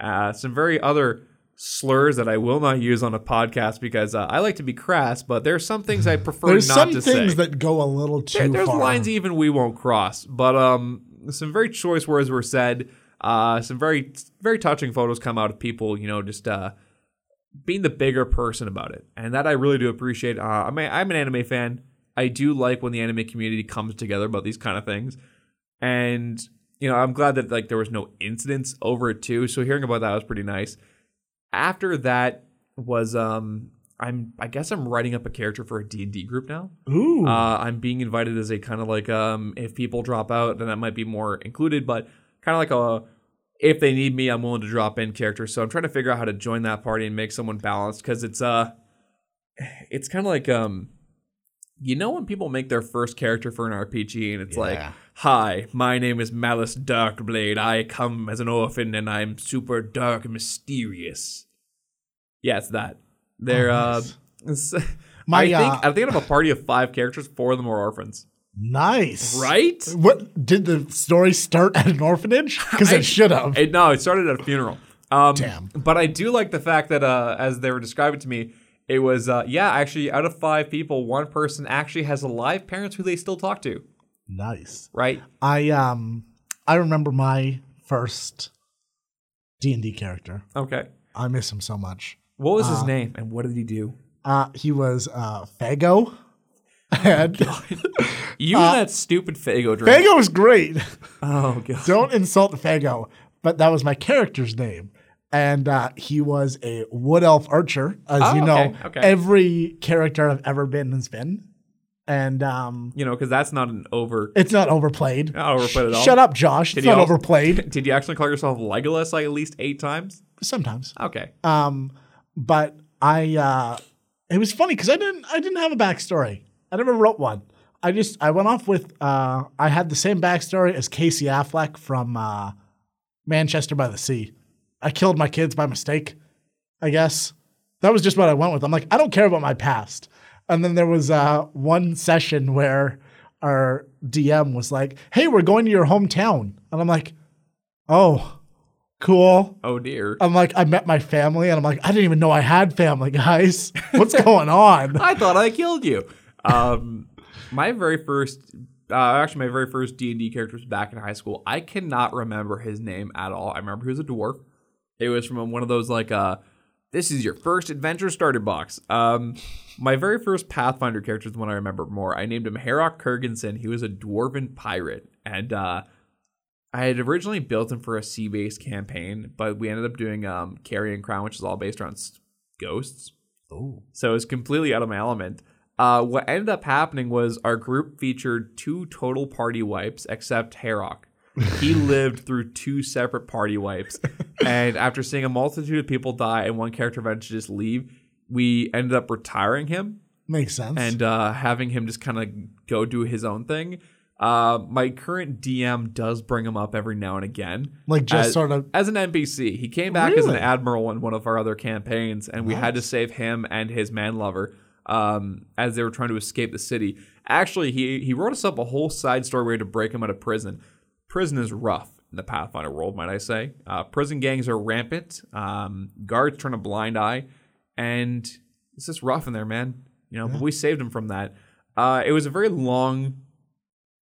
Speaker 1: Uh, some very other slurs that I will not use on a podcast because uh, I like to be crass, but there are some things I prefer
Speaker 2: There's
Speaker 1: not
Speaker 2: some
Speaker 1: to
Speaker 2: things
Speaker 1: say.
Speaker 2: that go a little too
Speaker 1: There's
Speaker 2: far.
Speaker 1: lines even we won't cross, but um, some very choice words were said. Uh, some very very touching photos come out of people, you know, just uh, being the bigger person about it, and that I really do appreciate. Uh, I mean, I'm an anime fan. I do like when the anime community comes together about these kind of things, and you know, I'm glad that like there was no incidents over it too. So hearing about that was pretty nice. After that was um, I'm I guess I'm writing up a character for a D&D group now.
Speaker 2: Ooh,
Speaker 1: Uh, I'm being invited as a kind of like um, if people drop out, then that might be more included, but kind of like a if they need me, I'm willing to drop in character. So I'm trying to figure out how to join that party and make someone balanced because it's uh, it's kind of like um, you know when people make their first character for an RPG and it's like,
Speaker 2: Yeah.
Speaker 1: hi, my name is Malice Darkblade. I come as an orphan and I'm super dark and mysterious. Yeah, it's that. They're uh, it's-
Speaker 2: Oh, My,
Speaker 1: I think
Speaker 2: uh,
Speaker 1: I think I have a party of five characters. Four of them are orphans,
Speaker 2: nice.
Speaker 1: right?
Speaker 2: What did the story start at an orphanage? Because it should have.
Speaker 1: It, no, it started at a funeral. Um,
Speaker 2: Damn.
Speaker 1: But I do like the fact that uh, as they were describing to me, it was uh, yeah, actually, out of five people, one person actually has alive parents who they still talk to,
Speaker 2: Nice.
Speaker 1: right?
Speaker 2: I um I remember my first D and D character.
Speaker 1: Okay.
Speaker 2: I miss him so much.
Speaker 1: What was his name and what did he do?
Speaker 2: Uh, he was uh, Fago, and
Speaker 1: Oh You and that stupid Fago drink.
Speaker 2: uh, Fago was great.
Speaker 1: Oh god.
Speaker 2: Don't insult Fago, but that was my character's name. And uh, he was a wood elf archer, as
Speaker 1: Oh,
Speaker 2: you know.
Speaker 1: okay, okay.
Speaker 2: Every character I've ever been has been, and um,
Speaker 1: You know, because that's not an over.
Speaker 2: it's not overplayed.
Speaker 1: Not overplayed at all.
Speaker 2: Shut up, Josh. It's
Speaker 1: he
Speaker 2: not
Speaker 1: also-
Speaker 2: overplayed.
Speaker 1: Did you actually call yourself Legolas like at least eight times?
Speaker 2: Sometimes.
Speaker 1: Okay.
Speaker 2: Um, but I, uh, it was funny because I didn't, I didn't have a backstory. I never wrote one. I just, I went off with, uh, I had the same backstory as Casey Affleck from uh, Manchester by the Sea. I killed my kids by mistake, I guess. That was just what I went with. I'm like, I don't care about my past. And then there was uh, one session where our DM was like, "Hey, we're going to your hometown," and I'm like, "Oh, cool."
Speaker 1: Oh dear.
Speaker 2: I'm like, I met my family, and I'm like, I didn't even know I had family, guys. What's going on?
Speaker 1: I thought I killed you. Um, my very first, uh, actually, my very first D and D character was back in high school. I cannot remember his name at all. I remember he was a dwarf. It was from one of those like uh, This is your first adventure starter box. Um, my very first Pathfinder character is the one I remember more. I named him Herok Kurgensen. He was a dwarven pirate, and uh, I had originally built him for a sea-based campaign, but we ended up doing um, Carrion Crown, which is all based around s- ghosts.
Speaker 2: Oh.
Speaker 1: So it was completely out of my element. Uh, what ended up happening was our group featured two total party wipes, except Herok. He lived through two separate party wipes. And after seeing a multitude of people die and one character eventually just leave, we ended up retiring him
Speaker 2: Makes sense.
Speaker 1: and uh, having him just kind of go do his own thing. Uh, my current DM does bring him up every now and again.
Speaker 2: like just
Speaker 1: as-
Speaker 2: sort of
Speaker 1: as an NPC. He came back as an
Speaker 2: Really?
Speaker 1: admiral in one of our other campaigns, and we had to save him and his man lover um, as they were trying to escape the city. Actually, he he wrote us up a whole side story where he had to break him out of prison. Prison is rough in the Pathfinder world, might I say. Uh, prison gangs are rampant. Um, guards turn a blind eye, and it's just rough in there, man. You know, but we saved him from that. Uh, it was a very long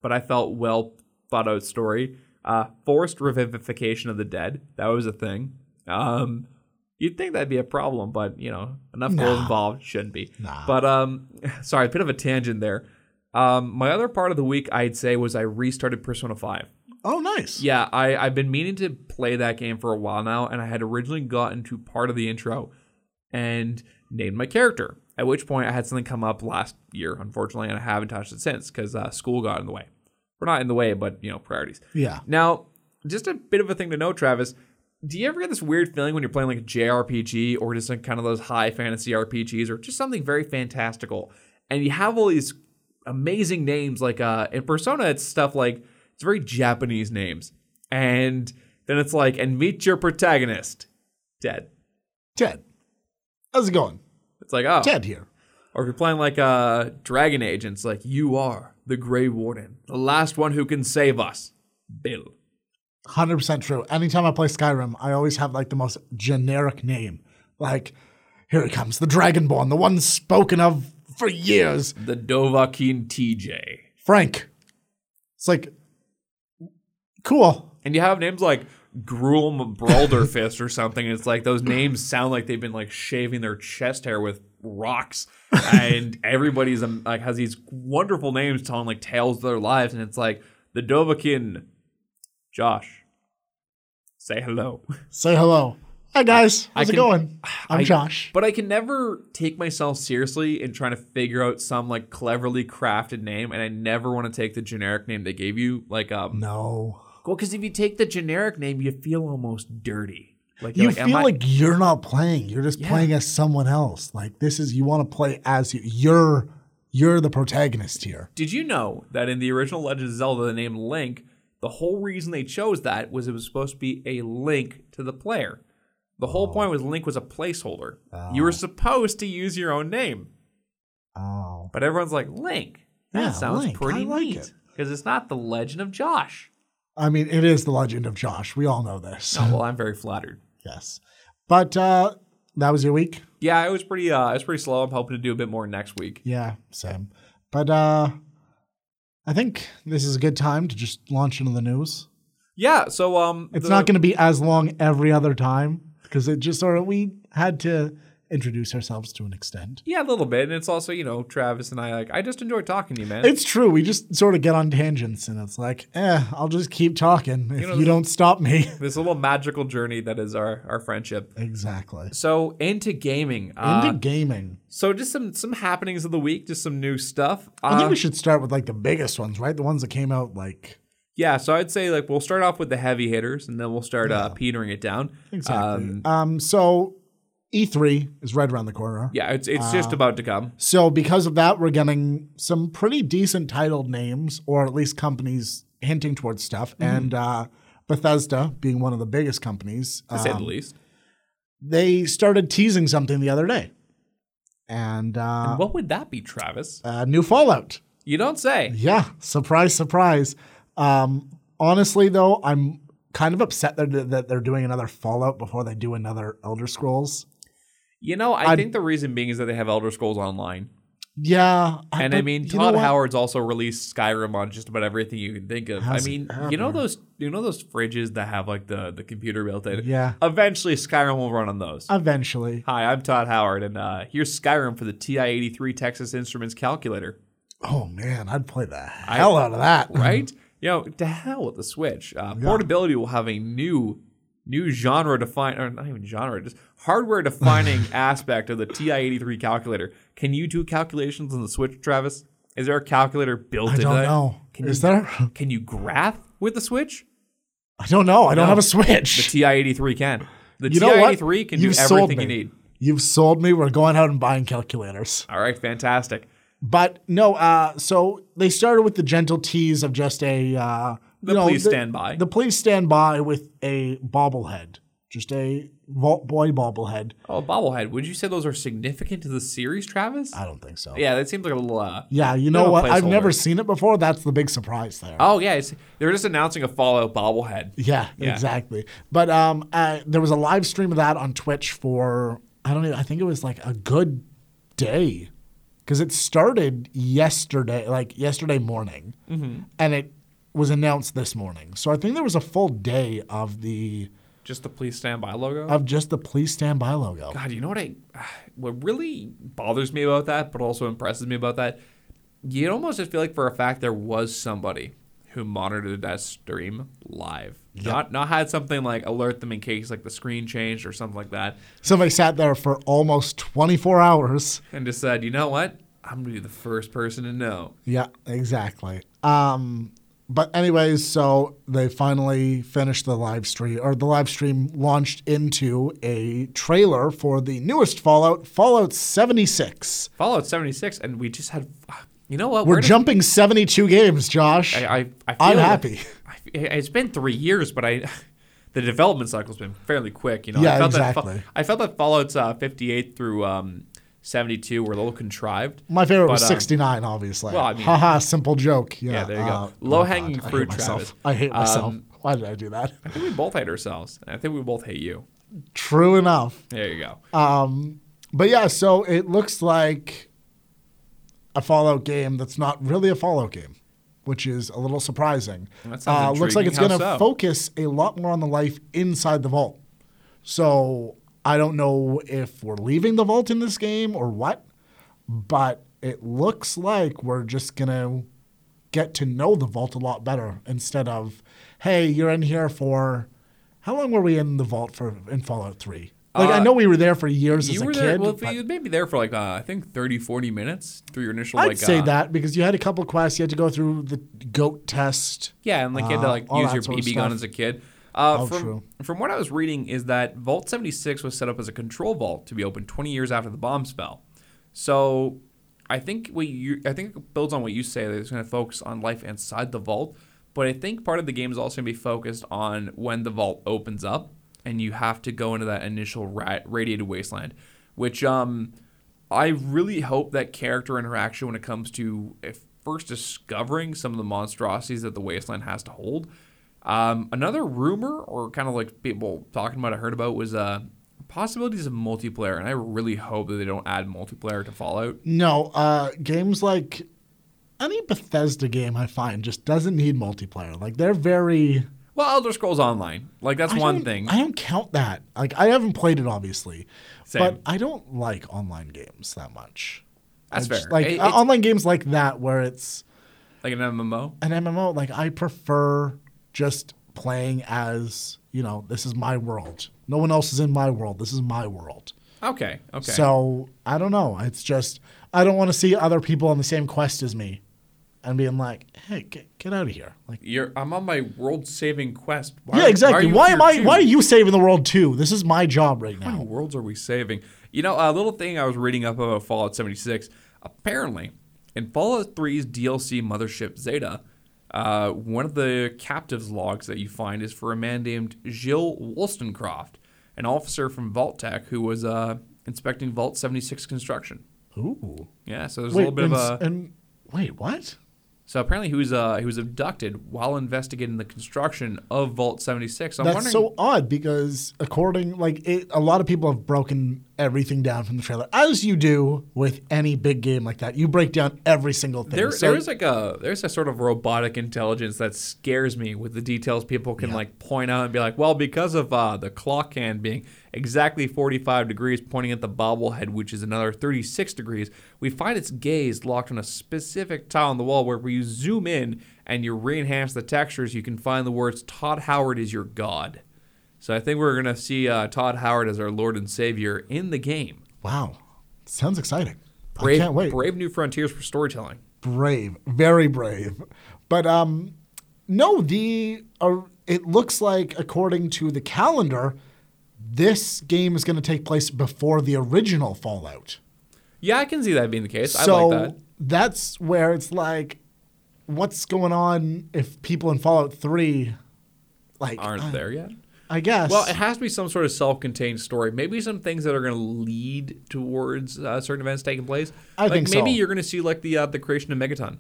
Speaker 1: but I felt well thought out story. Uh, forced revivification of the dead. That was a thing. Um, you'd think that'd be a problem, but you know, enough goals involved shouldn't be.
Speaker 2: Nah.
Speaker 1: But um, sorry, a bit of a tangent there. Um, my other part of the week, I'd say, was I restarted Persona Five.
Speaker 2: oh nice.
Speaker 1: Yeah, I, I've been meaning to play that game for a while now, and I had originally gotten to part of the intro and named my character. At which point, I had something come up last year, unfortunately, and I haven't touched it since because uh, school got in the way. We're not in the way, but you know, priorities.
Speaker 2: Yeah.
Speaker 1: Now, just a bit of a thing to know, Travis. Do you ever get this weird feeling when you're playing like a JRPG or just like kind of those high fantasy RPGs or just something very fantastical? And you have all these amazing names, like uh, in Persona, it's stuff like it's very Japanese names. And then it's like, and meet your protagonist, dead.
Speaker 2: Ted. How's it going?
Speaker 1: It's like, oh,
Speaker 2: Ted here.
Speaker 1: or if you're playing like uh, Dragon Age, and it's like, you are the Grey Warden, the last one who can save us, Bill.
Speaker 2: Hundred percent true. Anytime I play Skyrim, I always have like the most generic name. Like, here it comes, the Dragonborn, the one spoken of for years.
Speaker 1: The Dovahkiin TJ.
Speaker 2: Frank. It's like cool.
Speaker 1: And you have names like Gruel Bralderfist or something. and It's like those names sound like they've been like shaving their chest hair with rocks. And everybody's um, like has these wonderful names telling like tales of their lives. And it's like the Dovahkiin, Josh, say hello.
Speaker 2: Say hello. Hi guys. How's
Speaker 1: can-
Speaker 2: it going? I'm
Speaker 1: I-
Speaker 2: Josh.
Speaker 1: But I can never take myself seriously in trying to figure out some like cleverly crafted name. And I never want to take the generic name they gave you. Like, um,
Speaker 2: No.
Speaker 1: well, because if you take the generic name, you feel almost dirty. Like
Speaker 2: You
Speaker 1: you're like, am
Speaker 2: feel
Speaker 1: I-
Speaker 2: like you're not playing. You're just playing as someone else. Like this is you want to play as you. You're you're the protagonist here.
Speaker 1: Did you know that in the original Legend of Zelda, the name Link, the whole reason they chose that was it was supposed to be a link to the player. The whole point was Link was a placeholder. You were supposed to use your own name,
Speaker 2: Oh.
Speaker 1: but everyone's like Link. That
Speaker 2: Yeah,
Speaker 1: sounds
Speaker 2: Link.
Speaker 1: pretty
Speaker 2: I like
Speaker 1: neat
Speaker 2: it.
Speaker 1: because it's not the Legend of Josh.
Speaker 2: I mean, it is the legend of Josh. We all know this.
Speaker 1: Oh well, I'm very flattered.
Speaker 2: Yes. But uh that was your week.
Speaker 1: Yeah, it was pretty. Uh, it was pretty slow. I'm hoping to do a bit more next week.
Speaker 2: Yeah, same. But uh I think this is a good time to just launch into the news.
Speaker 1: Yeah, so um,
Speaker 2: It's
Speaker 1: the-
Speaker 2: not going to be as long every other time because it just sort of we had to introduce ourselves to an extent.
Speaker 1: Yeah, a little bit, and it's also you know Travis and I like I just enjoy talking to you, man.
Speaker 2: It's true. We just sort of get on tangents and it's like, eh, I'll just keep talking if you,
Speaker 1: know,
Speaker 2: don't stop me.
Speaker 1: this little magical journey that is our our friendship.
Speaker 2: exactly.
Speaker 1: So into gaming. Uh,
Speaker 2: Into gaming.
Speaker 1: so just some some happenings of the week, just some new stuff.
Speaker 2: I
Speaker 1: Uh,
Speaker 2: think we should start with like the biggest ones, right? The ones that came out like
Speaker 1: yeah, so I'd say like we'll start off with the heavy hitters, and then we'll start uh, petering it down.
Speaker 2: exactly.
Speaker 1: Um,
Speaker 2: Um, so E3 is right around the corner.
Speaker 1: yeah, it's it's
Speaker 2: Uh,
Speaker 1: just about to come.
Speaker 2: So because of that, we're getting some pretty decent titled names, or at least companies hinting towards stuff.
Speaker 1: Mm-hmm.
Speaker 2: And uh, Bethesda, being one of the biggest companies,
Speaker 1: To say the
Speaker 2: um,
Speaker 1: least.
Speaker 2: they started teasing something the other day, and, uh,
Speaker 1: What would that be, Travis?
Speaker 2: uh, new Fallout.
Speaker 1: You don't say.
Speaker 2: Yeah, surprise, surprise. Um, honestly, though, I'm kind of upset that that they're doing another Fallout before they do another Elder Scrolls.
Speaker 1: You know, I think the reason being is that they have Elder Scrolls Online.
Speaker 2: Yeah.
Speaker 1: And I
Speaker 2: but
Speaker 1: mean,
Speaker 2: you know
Speaker 1: Todd
Speaker 2: what?
Speaker 1: Howard's also released Skyrim on just about everything you can think of.
Speaker 2: How's
Speaker 1: I
Speaker 2: it
Speaker 1: mean,
Speaker 2: out
Speaker 1: you know
Speaker 2: there?
Speaker 1: those you know those fridges that have like the the computer built in.
Speaker 2: Yeah.
Speaker 1: Eventually, Skyrim will run on those.
Speaker 2: Eventually.
Speaker 1: Hi, I'm Todd Howard, and uh, here's Skyrim for the TI-83 Texas Instruments calculator.
Speaker 2: Oh man, I'd play the hell out of that.
Speaker 1: Right? you know, to hell with the Switch. Uh, Portability will have a new new genre define or not even genre, just hardware defining aspect of the TI-83 calculator. Can you do calculations on the Switch, Travis? Is there a calculator built
Speaker 2: I
Speaker 1: in?
Speaker 2: don't
Speaker 1: that?
Speaker 2: know.
Speaker 1: Can
Speaker 2: Is
Speaker 1: you,
Speaker 2: there?
Speaker 1: Can you graph with the Switch?
Speaker 2: I don't know. I don't
Speaker 1: No.
Speaker 2: have a
Speaker 1: The
Speaker 2: switch.
Speaker 1: TI-83 can. The
Speaker 2: You know what?
Speaker 1: TI-83 can
Speaker 2: You've
Speaker 1: do
Speaker 2: sold
Speaker 1: everything you
Speaker 2: me.
Speaker 1: need.
Speaker 2: You've sold me. We're going out and buying calculators.
Speaker 1: All right, fantastic.
Speaker 2: But no, uh, so they started with the gentle tease of just a uh,
Speaker 1: The
Speaker 2: you know,
Speaker 1: please stand by.
Speaker 2: The please stand by with a bobblehead, just a Vault Boy bobblehead.
Speaker 1: Oh, bobblehead. Would you say those are significant to the series, Travis?
Speaker 2: I don't think so.
Speaker 1: yeah, that seems like a little. Uh,
Speaker 2: Yeah, you know
Speaker 1: Little
Speaker 2: what? I've
Speaker 1: placeholder.
Speaker 2: never seen it before. That's the big surprise there.
Speaker 1: Oh yeah, it's, they're just announcing a Fallout bobblehead.
Speaker 2: Yeah, exactly. But um, uh, there was a live stream of that on Twitch for I don't know. I think it was like a good day because it started yesterday, like yesterday morning, and it was announced this morning. So I think there was a full day of the
Speaker 1: Just the please stand by logo.
Speaker 2: of just the please stand by logo.
Speaker 1: God, you know what I? What really bothers me about that, but also impresses me about that, you almost just feel like for a fact there was somebody who monitored that stream live, not not had something like alert them in case like the screen changed or something like that,
Speaker 2: Somebody sat there for almost 24 hours.
Speaker 1: and just said, you know what, I'm gonna be the first person to know.
Speaker 2: Yeah, exactly. Um, but anyways, so they finally finished the live stream, or the live stream launched into a trailer for the newest Fallout, Fallout 76.
Speaker 1: Fallout 76, and we just had, you know what,
Speaker 2: We're
Speaker 1: gonna-
Speaker 2: jumping 72 games, Josh.
Speaker 1: I, I, I feel
Speaker 2: I'm happy.
Speaker 1: I, it's been three years, but I, the development cycle's been fairly quick. You know, I
Speaker 2: Yeah,
Speaker 1: felt That,
Speaker 2: exactly.
Speaker 1: Fa- I felt that Fallout's uh, 58 through um, 72 were a little contrived.
Speaker 2: My favorite was
Speaker 1: But, um,
Speaker 2: 69, obviously.
Speaker 1: well, I mean-
Speaker 2: Haha, simple joke. Yeah,
Speaker 1: Yeah, there you go.
Speaker 2: uh, oh
Speaker 1: Low-hanging
Speaker 2: God, I hate
Speaker 1: fruit,
Speaker 2: myself.
Speaker 1: Travis.
Speaker 2: I hate myself.
Speaker 1: Um,
Speaker 2: Why did I do that?
Speaker 1: I think we both hate ourselves, and I think we both hate you.
Speaker 2: True enough.
Speaker 1: There you go.
Speaker 2: Um, but yeah, so it looks like a Fallout game that's not really a Fallout game, which is a little surprising. Uh,
Speaker 1: That sounds
Speaker 2: looks like
Speaker 1: intriguing.
Speaker 2: it's going to
Speaker 1: How so?
Speaker 2: focus a lot more on the life inside the vault. So I don't know if we're leaving the vault in this game or what, but it looks like we're just going to get to know the vault a lot better instead of, hey, you're in here for how long were we in the vault for in Fallout 3? Like I
Speaker 1: Uh,
Speaker 2: know we were there for years as
Speaker 1: you
Speaker 2: a
Speaker 1: were
Speaker 2: kid.
Speaker 1: there. well,
Speaker 2: but-
Speaker 1: you maybe there for like uh, I think 30, 40 minutes through your initial.
Speaker 2: I'd
Speaker 1: like,
Speaker 2: say
Speaker 1: uh,
Speaker 2: that because you had a couple quests. You had to go through the goat test.
Speaker 1: Yeah, and like you had to
Speaker 2: Uh,
Speaker 1: like
Speaker 2: all
Speaker 1: use
Speaker 2: that
Speaker 1: your
Speaker 2: sort of
Speaker 1: BB gun
Speaker 2: stuff.
Speaker 1: as a kid. Uh,
Speaker 2: Oh,
Speaker 1: from,
Speaker 2: true.
Speaker 1: from what I was reading is that Vault 76 was set up as a control vault to be opened 20 years after the bomb spell. So I think what you I think it builds on what you say that it's going to focus on life inside the vault, but I think part of the game is also going to be focused on when the vault opens up and you have to go into that initial ra- radiated wasteland, which um I really hope that character interaction when it comes to if first discovering some of the monstrosities that the wasteland has to hold. Um, another rumor, or kind of like people talking about, I heard about was uh, possibilities of multiplayer, and I really hope that they don't add multiplayer to Fallout.
Speaker 2: No, uh, games like any Bethesda game I find just doesn't need multiplayer. Like they're very
Speaker 1: Well, Elder Scrolls Online, like that's
Speaker 2: I
Speaker 1: one
Speaker 2: don't-
Speaker 1: thing.
Speaker 2: I don't count that. Like I haven't played it obviously,
Speaker 1: Same.
Speaker 2: but I don't like online games that much.
Speaker 1: That's
Speaker 2: I just-
Speaker 1: fair.
Speaker 2: Like
Speaker 1: It-
Speaker 2: uh,
Speaker 1: it's-
Speaker 2: online games like that where it's
Speaker 1: like an MMO.
Speaker 2: an MMO, like I prefer just playing as you know this is my world. No one else is in my world. This is my world.
Speaker 1: Okay, okay.
Speaker 2: So I don't know. It's just I don't want to see other people on the same quest as me, and being like, "Hey, get, get out of here!" Like,
Speaker 1: You're, I'm on my world-saving quest. Why,
Speaker 2: yeah, exactly.
Speaker 1: you
Speaker 2: Why,
Speaker 1: here
Speaker 2: am I?
Speaker 1: too?
Speaker 2: Why are you saving the world too? This is my job right
Speaker 1: What
Speaker 2: now.
Speaker 1: worlds are we saving? You know, a little thing I was reading up about Fallout 76. Apparently, in Fallout 3's DLC Mothership Zeta, uh, one of the captives' logs that you find is for a man named Jill Wollstonecroft, an officer from Vault Tech who was uh, inspecting Vault 76 construction.
Speaker 2: Ooh.
Speaker 1: Yeah, so there's
Speaker 2: Wait,
Speaker 1: a little bit
Speaker 2: and,
Speaker 1: of a.
Speaker 2: s- uh, and wait, what?
Speaker 1: So apparently, he was uh, he was abducted while investigating the construction of Vault 76. I'm
Speaker 2: That's
Speaker 1: wondering,
Speaker 2: so odd because according, like, it, a lot of people have broken everything down from the trailer, as you do with any big game like that. You break down every single thing.
Speaker 1: There,
Speaker 2: So-
Speaker 1: there is like a there's a sort of robotic intelligence that scares me with the details people can like point out and be like, well, because of uh, the clock hand being exactly 45 degrees pointing at the bobblehead, which is another 36 degrees, we find its gaze locked on a specific tile on the wall where if you zoom in and you re-enhance the textures, you can find the words "Todd Howard is your god." So I think we're gonna see uh, Todd Howard as our Lord and Savior in the game.
Speaker 2: wow, sounds exciting.
Speaker 1: Brave,
Speaker 2: I can't wait.
Speaker 1: brave new frontiers for storytelling.
Speaker 2: brave, very brave. But um, no, the uh, it looks like according to the calendar, this game is going to take place before the original Fallout.
Speaker 1: Yeah, I can see that being the case. I
Speaker 2: so
Speaker 1: like that.
Speaker 2: that's where it's like, what's going on if people in Fallout Three, like,
Speaker 1: aren't
Speaker 2: I,
Speaker 1: there yet.
Speaker 2: I guess.
Speaker 1: Well, it has to be some sort of self-contained story. Maybe some things that are going to lead towards uh, certain events taking place.
Speaker 2: I
Speaker 1: like
Speaker 2: think so.
Speaker 1: maybe you're going to see like the uh, the creation of Megaton.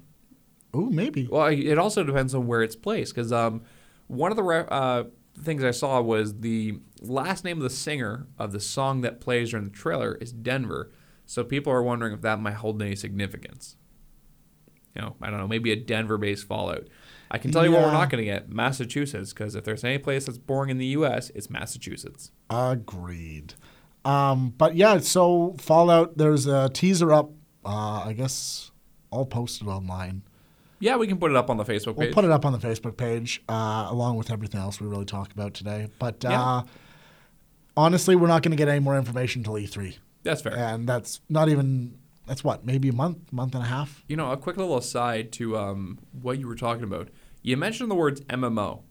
Speaker 2: Ooh, maybe.
Speaker 1: Well, I- it also depends on where it's placed because um, one of the re- uh, things I saw was the last name of the singer of the song that plays during the trailer is Denver. So people are wondering if that might hold any significance. You know, I don't know. Maybe a Denver-based Fallout. I can tell you what we're
Speaker 2: Yeah.
Speaker 1: not going to get: Massachusetts, because if there's any place that's boring in the U.S., it's Massachusetts.
Speaker 2: Agreed. Um, but yeah, so Fallout, there's a teaser up, uh, I guess, all posted online.
Speaker 1: Yeah, we can put it up on the Facebook
Speaker 2: We'll
Speaker 1: page.
Speaker 2: put it up on the Facebook page uh, along with everything else we really talk about today. But uh,
Speaker 1: Yeah.
Speaker 2: honestly, we're not going to get any more information until E3.
Speaker 1: That's fair.
Speaker 2: And that's not even, that's what, maybe a month, month and a half?
Speaker 1: You know, a quick little aside to um, what you were talking about. You mentioned the words MMO.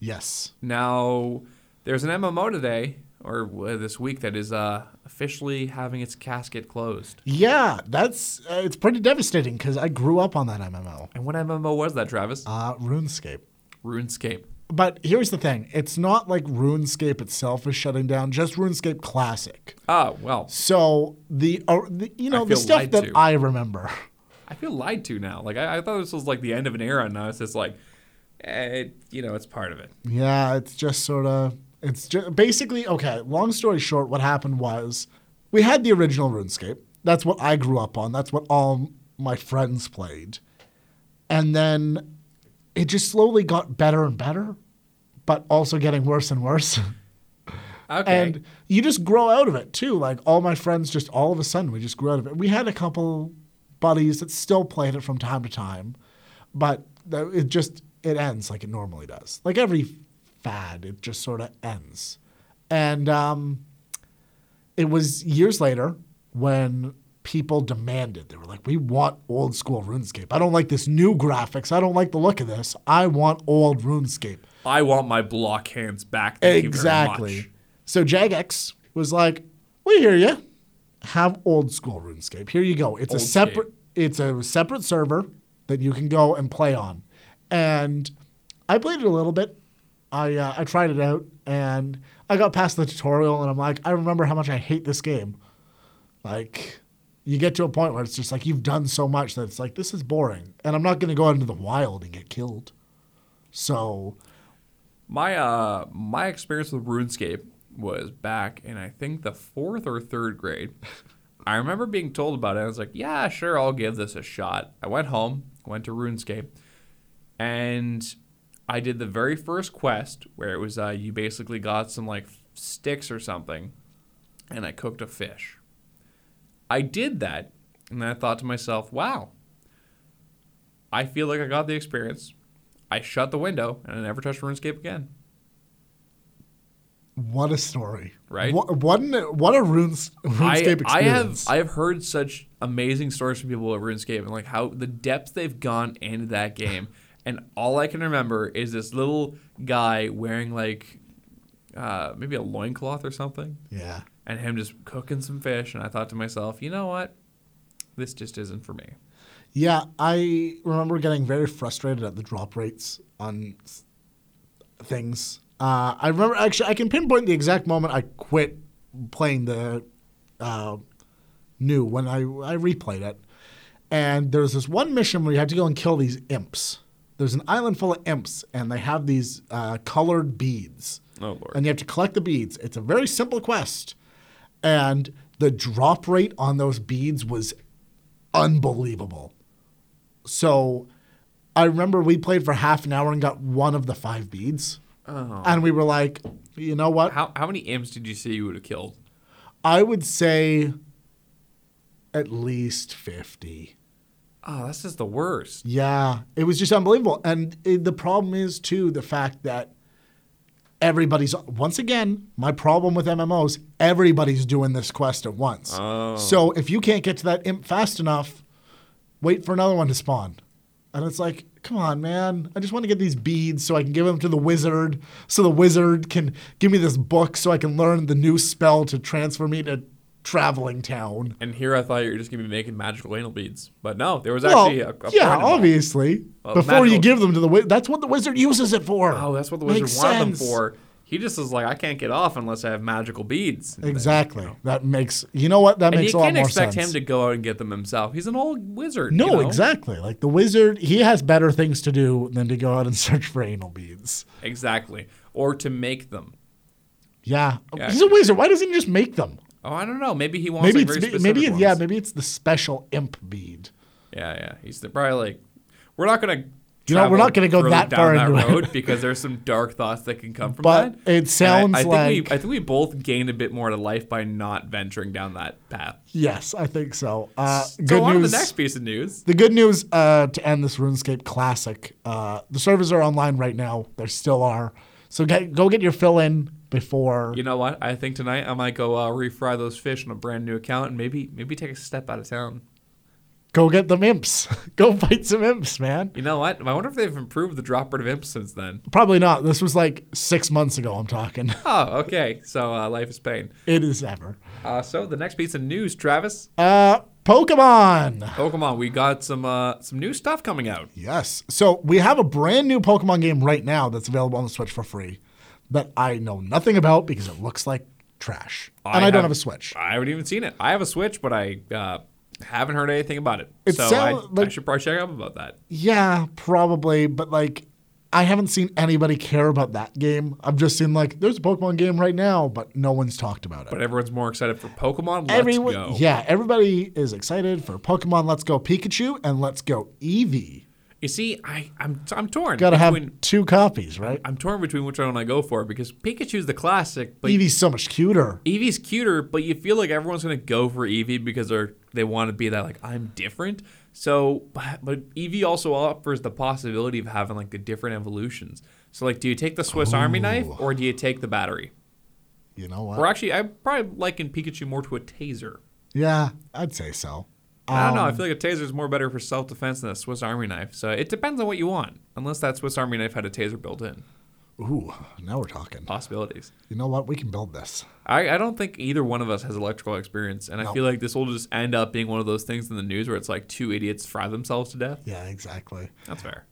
Speaker 2: Yes.
Speaker 1: Now, there's an MMO today or uh, this week that is uh, officially having its casket closed.
Speaker 2: Yeah, that's, uh, it's pretty devastating because I grew up on that MMO,
Speaker 1: And what MMO was that, Travis?
Speaker 2: uh, RuneScape.
Speaker 1: RuneScape.
Speaker 2: But here's the thing it's not like RuneScape itself is shutting down, just RuneScape Classic.
Speaker 1: Ah, well,
Speaker 2: So the, uh, the you know, the
Speaker 1: feel
Speaker 2: stuff
Speaker 1: lied
Speaker 2: that
Speaker 1: to.
Speaker 2: I remember.
Speaker 1: I feel lied to now. Like I, I thought this was like the end of an era, and now it's just like, eh, it, you know, it's part of it.
Speaker 2: Yeah, it's just sort of it's just basically okay. Long story short, what happened was we had the original RuneScape. That's what I grew up on. That's what all my friends played, and then it just slowly got better and better, but also getting worse and worse.
Speaker 1: Okay.
Speaker 2: and you just grow out of it too. Like all my friends, just all of a sudden, we just grew out of it. We had a couple buddies that still played it from time to time, but th- it just it ends like it normally does. Like every fad, it just sort of ends. And um, it was years later when people demanded they were like, "We want old school RuneScape. I don't like this new graphics. I don't like the look of this. I want old RuneScape."
Speaker 1: I want my block hands back. Thank you very much.
Speaker 2: Exactly. So Jagex was like, "We hear you. Have old school RuneScape. Here you go. It's a
Speaker 1: Oldscape.
Speaker 2: separate. It's a separate server that you can go and play on." And I played it a little bit. I uh, I tried it out and I got past the tutorial and I'm like, I remember how much I hate this game. Like, you get to a point where it's just like you've done so much that it's like this is boring, and I'm not going to go out into the wild and get killed. So
Speaker 1: My uh my experience with RuneScape was back in I think the fourth or third grade. I remember being told about it. I was like, yeah, sure, I'll give this a shot. I went home, went to RuneScape, and I did the very first quest where it was uh, you basically got some like sticks or something, and I cooked a fish. I did that, and I thought to myself, wow, I feel like I got the experience. I shut the window and I never touched RuneScape again.
Speaker 2: What a story,
Speaker 1: Right?
Speaker 2: What what, an, what a runes,
Speaker 1: I,
Speaker 2: RuneScape
Speaker 1: I have
Speaker 2: experience.
Speaker 1: I have heard such amazing stories from people at RuneScape and like how the depths they've gone into that game. And all I can remember is this little guy wearing like uh, maybe a loincloth or something,
Speaker 2: yeah,
Speaker 1: and him just cooking some fish. And I thought to myself, you know what, this just isn't for me.
Speaker 2: yeah. I remember getting very frustrated at the drop rates on s- things. Uh, I remember actually I can pinpoint the exact moment I quit playing the uh, new when I I replayed it. And there's this one mission where you have to go and kill these imps. There's an island full of imps, and they have these uh, colored beads.
Speaker 1: Oh lord.
Speaker 2: and you have to collect the beads. It's a very simple quest. and the drop rate on those beads was unbelievable. So I remember we played for half an hour and got one of the five beads. And we were like, you know what?
Speaker 1: How how many imps did you say you would have killed?
Speaker 2: I would say at least 50.
Speaker 1: Oh, that's just the worst.
Speaker 2: Yeah, it was just unbelievable. And it, the problem is, too, the fact that everybody's, once again, my problem with MMOs, everybody's doing this quest at once. So if you can't get to that imp fast enough, wait for another one to spawn. And it's like, come on, man. I just want to get these beads so I can give them to the wizard, so the wizard can give me this book so I can learn the new spell to transfer me to traveling town.
Speaker 1: And here I thought you were just gonna be making magical anal beads, but no, there was
Speaker 2: Well,
Speaker 1: actually a, a
Speaker 2: yeah,
Speaker 1: point involved.
Speaker 2: obviously.
Speaker 1: Well,
Speaker 2: Before you
Speaker 1: magical-
Speaker 2: give them to the wizard, that's what the wizard uses it for.
Speaker 1: Oh, that's what the wizard
Speaker 2: Makes
Speaker 1: wanted them
Speaker 2: sense.
Speaker 1: for. He just is like, I can't get off unless I have magical beads. And
Speaker 2: Exactly. That makes you know what that
Speaker 1: you
Speaker 2: makes a lot
Speaker 1: can't
Speaker 2: more
Speaker 1: expect
Speaker 2: sense.
Speaker 1: him to go out and get them himself. He's an old wizard.
Speaker 2: no,
Speaker 1: you know?
Speaker 2: exactly. Like the wizard, he has better things to do than to go out and search for anal beads.
Speaker 1: Exactly. Or to make them.
Speaker 2: Yeah,
Speaker 1: Yeah.
Speaker 2: he's a wizard. Why doesn't he just make them?
Speaker 1: Oh, I don't know. Maybe he wants
Speaker 2: Maybe
Speaker 1: like, very
Speaker 2: it's
Speaker 1: specific
Speaker 2: maybe it's,
Speaker 1: ones.
Speaker 2: yeah, maybe it's the special imp bead.
Speaker 1: Yeah, yeah. He's the, probably like, we're not gonna.
Speaker 2: You know,
Speaker 1: travel
Speaker 2: we're not gonna go
Speaker 1: further
Speaker 2: that
Speaker 1: down
Speaker 2: far
Speaker 1: that
Speaker 2: into it.
Speaker 1: road because there's some dark thoughts that can come from
Speaker 2: But
Speaker 1: that.
Speaker 2: it
Speaker 1: And I-
Speaker 2: sounds
Speaker 1: I, think
Speaker 2: like-
Speaker 1: we, I think we both gained a bit more to life by not venturing down that path.
Speaker 2: Yes, I think so. Uh, good
Speaker 1: so on to
Speaker 2: news.
Speaker 1: the next piece of news.
Speaker 2: The good news uh, to end this RuneScape Classic, uh, the servers are online right now. There still are. So get, go get your fill in before.
Speaker 1: You know what? I think tonight I might go uh, refry those fish on a brand new account and maybe maybe take a step out of town.
Speaker 2: Go get them imps. go fight some imps, man.
Speaker 1: You know what? I wonder if they've improved the drop rate of imps since then.
Speaker 2: Probably not. This was like six months ago, I'm talking.
Speaker 1: Oh, okay. So uh, life is pain.
Speaker 2: it is ever.
Speaker 1: Uh, so the next piece of news, Travis,
Speaker 2: Uh, Pokemon.
Speaker 1: Pokemon. We got some uh, some new stuff coming out.
Speaker 2: Yes. So we have a brand new Pokemon game right now that's available on the Switch for free that I know nothing about because it looks like trash. and I don't have a Switch.
Speaker 1: I haven't even seen it. I have a Switch, but I uh, haven't heard anything about it.
Speaker 2: It
Speaker 1: so I,
Speaker 2: sound-
Speaker 1: I
Speaker 2: like-
Speaker 1: should probably check up about that.
Speaker 2: Yeah, probably, but like I haven't seen anybody care about that game. I've just seen like there's a Pokemon game right now, but no one's talked about it.
Speaker 1: But everyone's more excited for Pokemon. Let's go.
Speaker 2: yeah, everybody is excited for Pokemon Let's Go Pikachu and Let's Go Eevee.
Speaker 1: You see, I I'm I'm torn.
Speaker 2: Got to have
Speaker 1: between-
Speaker 2: two copies, right?
Speaker 1: I'm torn between which one I go for because Pikachu's the classic, but
Speaker 2: Eevee's so much cuter.
Speaker 1: Eevee's cuter, but you feel like everyone's gonna go for Eevee because they're they want to be that like I'm different. So, but, but Eevee also offers the possibility of having like the different evolutions. So, like, do you take the Swiss Army knife or do you take the battery?
Speaker 2: You know
Speaker 1: Or
Speaker 2: what?
Speaker 1: actually, I probably liken Pikachu more to a taser.
Speaker 2: Yeah, I'd say so. Um,
Speaker 1: I don't know. I feel like a taser is more better for self defense than a Swiss Army knife. So it depends on what you want. Unless that Swiss Army knife had a taser built in.
Speaker 2: Ooh, now we're talking.
Speaker 1: Uh, Possibilities.
Speaker 2: You know what? We can build this.
Speaker 1: I, I don't think either one of us has electrical experience, and I feel like this will just end up being one of those things in the news where it's like two idiots fry themselves to death. Uh,
Speaker 2: Yeah, exactly. Um,
Speaker 1: That's fair.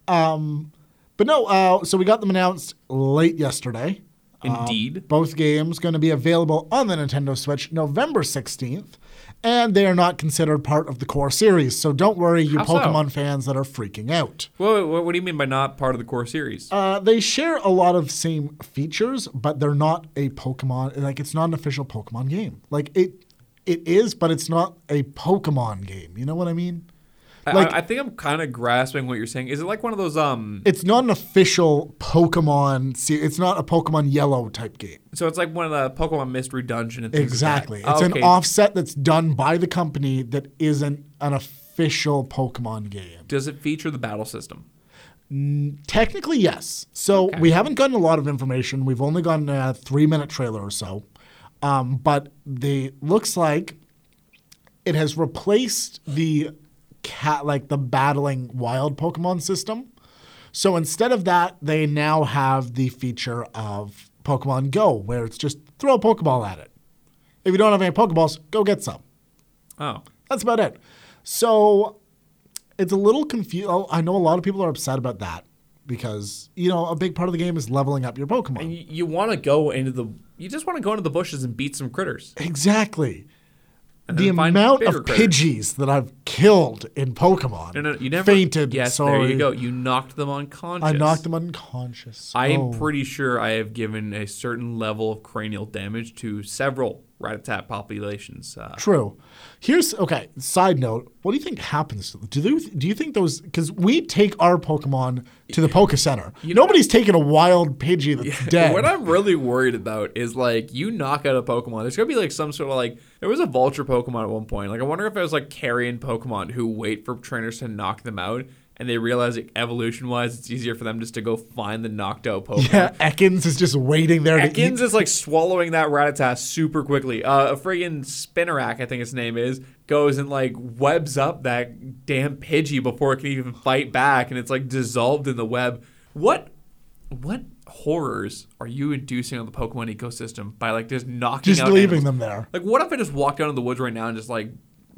Speaker 2: But no, uh, so we got them announced late yesterday. Um,
Speaker 1: Indeed.
Speaker 2: Both games going to be available on the Nintendo Switch November 16th, and they are not considered part of the core series. So don't worry, you
Speaker 1: How so?
Speaker 2: Pokemon fans that are freaking out.
Speaker 1: Whoa, what, what do you mean by not part of the core series?
Speaker 2: Uh, they share a lot of same features, but they're not a Pokemon. Like it's not an official Pokemon game. Like it, it is, but it's not a Pokemon game. You know what I mean?
Speaker 1: I-
Speaker 2: like-
Speaker 1: I, I think I'm kind of grasping what you're saying. Is it like one of those um?
Speaker 2: It's not an official Pokemon. Se- it's not a Pokemon Yellow type game.
Speaker 1: So it's like one of the Pokemon Mystery Dungeon. And things like that.
Speaker 2: Exactly. It's
Speaker 1: Okay.
Speaker 2: an offset that's done by the company that isn't an official Pokemon game.
Speaker 1: Does it feature the battle system?
Speaker 2: Technically, yes. So we haven't gotten a lot of information. We've only gotten a three minute trailer or so. Um, but they looks like it has replaced the cat like the battling wild Pokemon system. So instead of that, they now have the feature of Pokemon Go, where it's just throw a Pokeball at it. If you don't have any Pokeballs, go get some.
Speaker 1: Oh,
Speaker 2: That's about it. So it's a little confused. I know a lot of people are upset about that because you know a big part of the game is leveling up your Pokemon.
Speaker 1: you, you want to go into the you just want to go into the bushes and beat some critters.
Speaker 2: exactly. The
Speaker 1: then find
Speaker 2: amount
Speaker 1: bigger
Speaker 2: of
Speaker 1: critters.
Speaker 2: Pidgeys that I've killed in Pokemon.
Speaker 1: No, no, you never
Speaker 2: fainted.
Speaker 1: Yes,
Speaker 2: sorry.
Speaker 1: there you go. You knocked them unconscious.
Speaker 2: I knocked them unconscious.
Speaker 1: I am
Speaker 2: Oh.
Speaker 1: pretty sure I have given a certain level of cranial damage to several rat-a-tat populations. Uh,
Speaker 2: True. Here's okay. Side note: What do you think happens? to them? Do they, do you think those? Because we take our Pokemon to the Poke Center. Nobody's taking a wild Pidgey that's dead.
Speaker 1: What I'm really worried about is like you knock out a Pokemon. There's gonna be like some sort of like there was a vulture Pokemon at one point. Like I wonder if it was like carrion Pokemon who wait for trainers to knock them out and they realize like, evolution wise it's easier for them just to go find the knocked out Pokemon.
Speaker 2: yeah, Ekans is just waiting there to eat.
Speaker 1: Ekins is like swallowing that Rattata super quickly. Uh, a friggin' Spinarak, I think its name is, goes and like webs up that damn Pidgey before it can even fight back, and it's like dissolved in the web. What, what horrors are you inducing on the Pokemon ecosystem by like just knocking
Speaker 2: Just
Speaker 1: out
Speaker 2: leaving
Speaker 1: animals?
Speaker 2: them there.
Speaker 1: Like, what if I just walked out in the woods right now and just like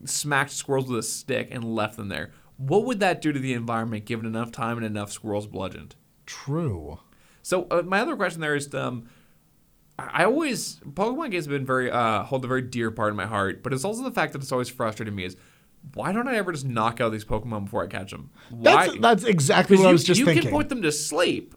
Speaker 1: smacked squirrels with a stick and left them there? What would that do to the environment given enough time and enough squirrels bludgeoned?
Speaker 2: True.
Speaker 1: So uh, my other question there is, um, I I always Pokemon games have been very uh, hold a very dear part in my heart, but it's also the fact that it's always frustrating me is why don't I ever just knock out these Pokemon before I catch them? Why?
Speaker 2: That's that's exactly
Speaker 1: 'Cause
Speaker 2: what
Speaker 1: you,
Speaker 2: I was just
Speaker 1: you
Speaker 2: thinking.
Speaker 1: can put them to sleep,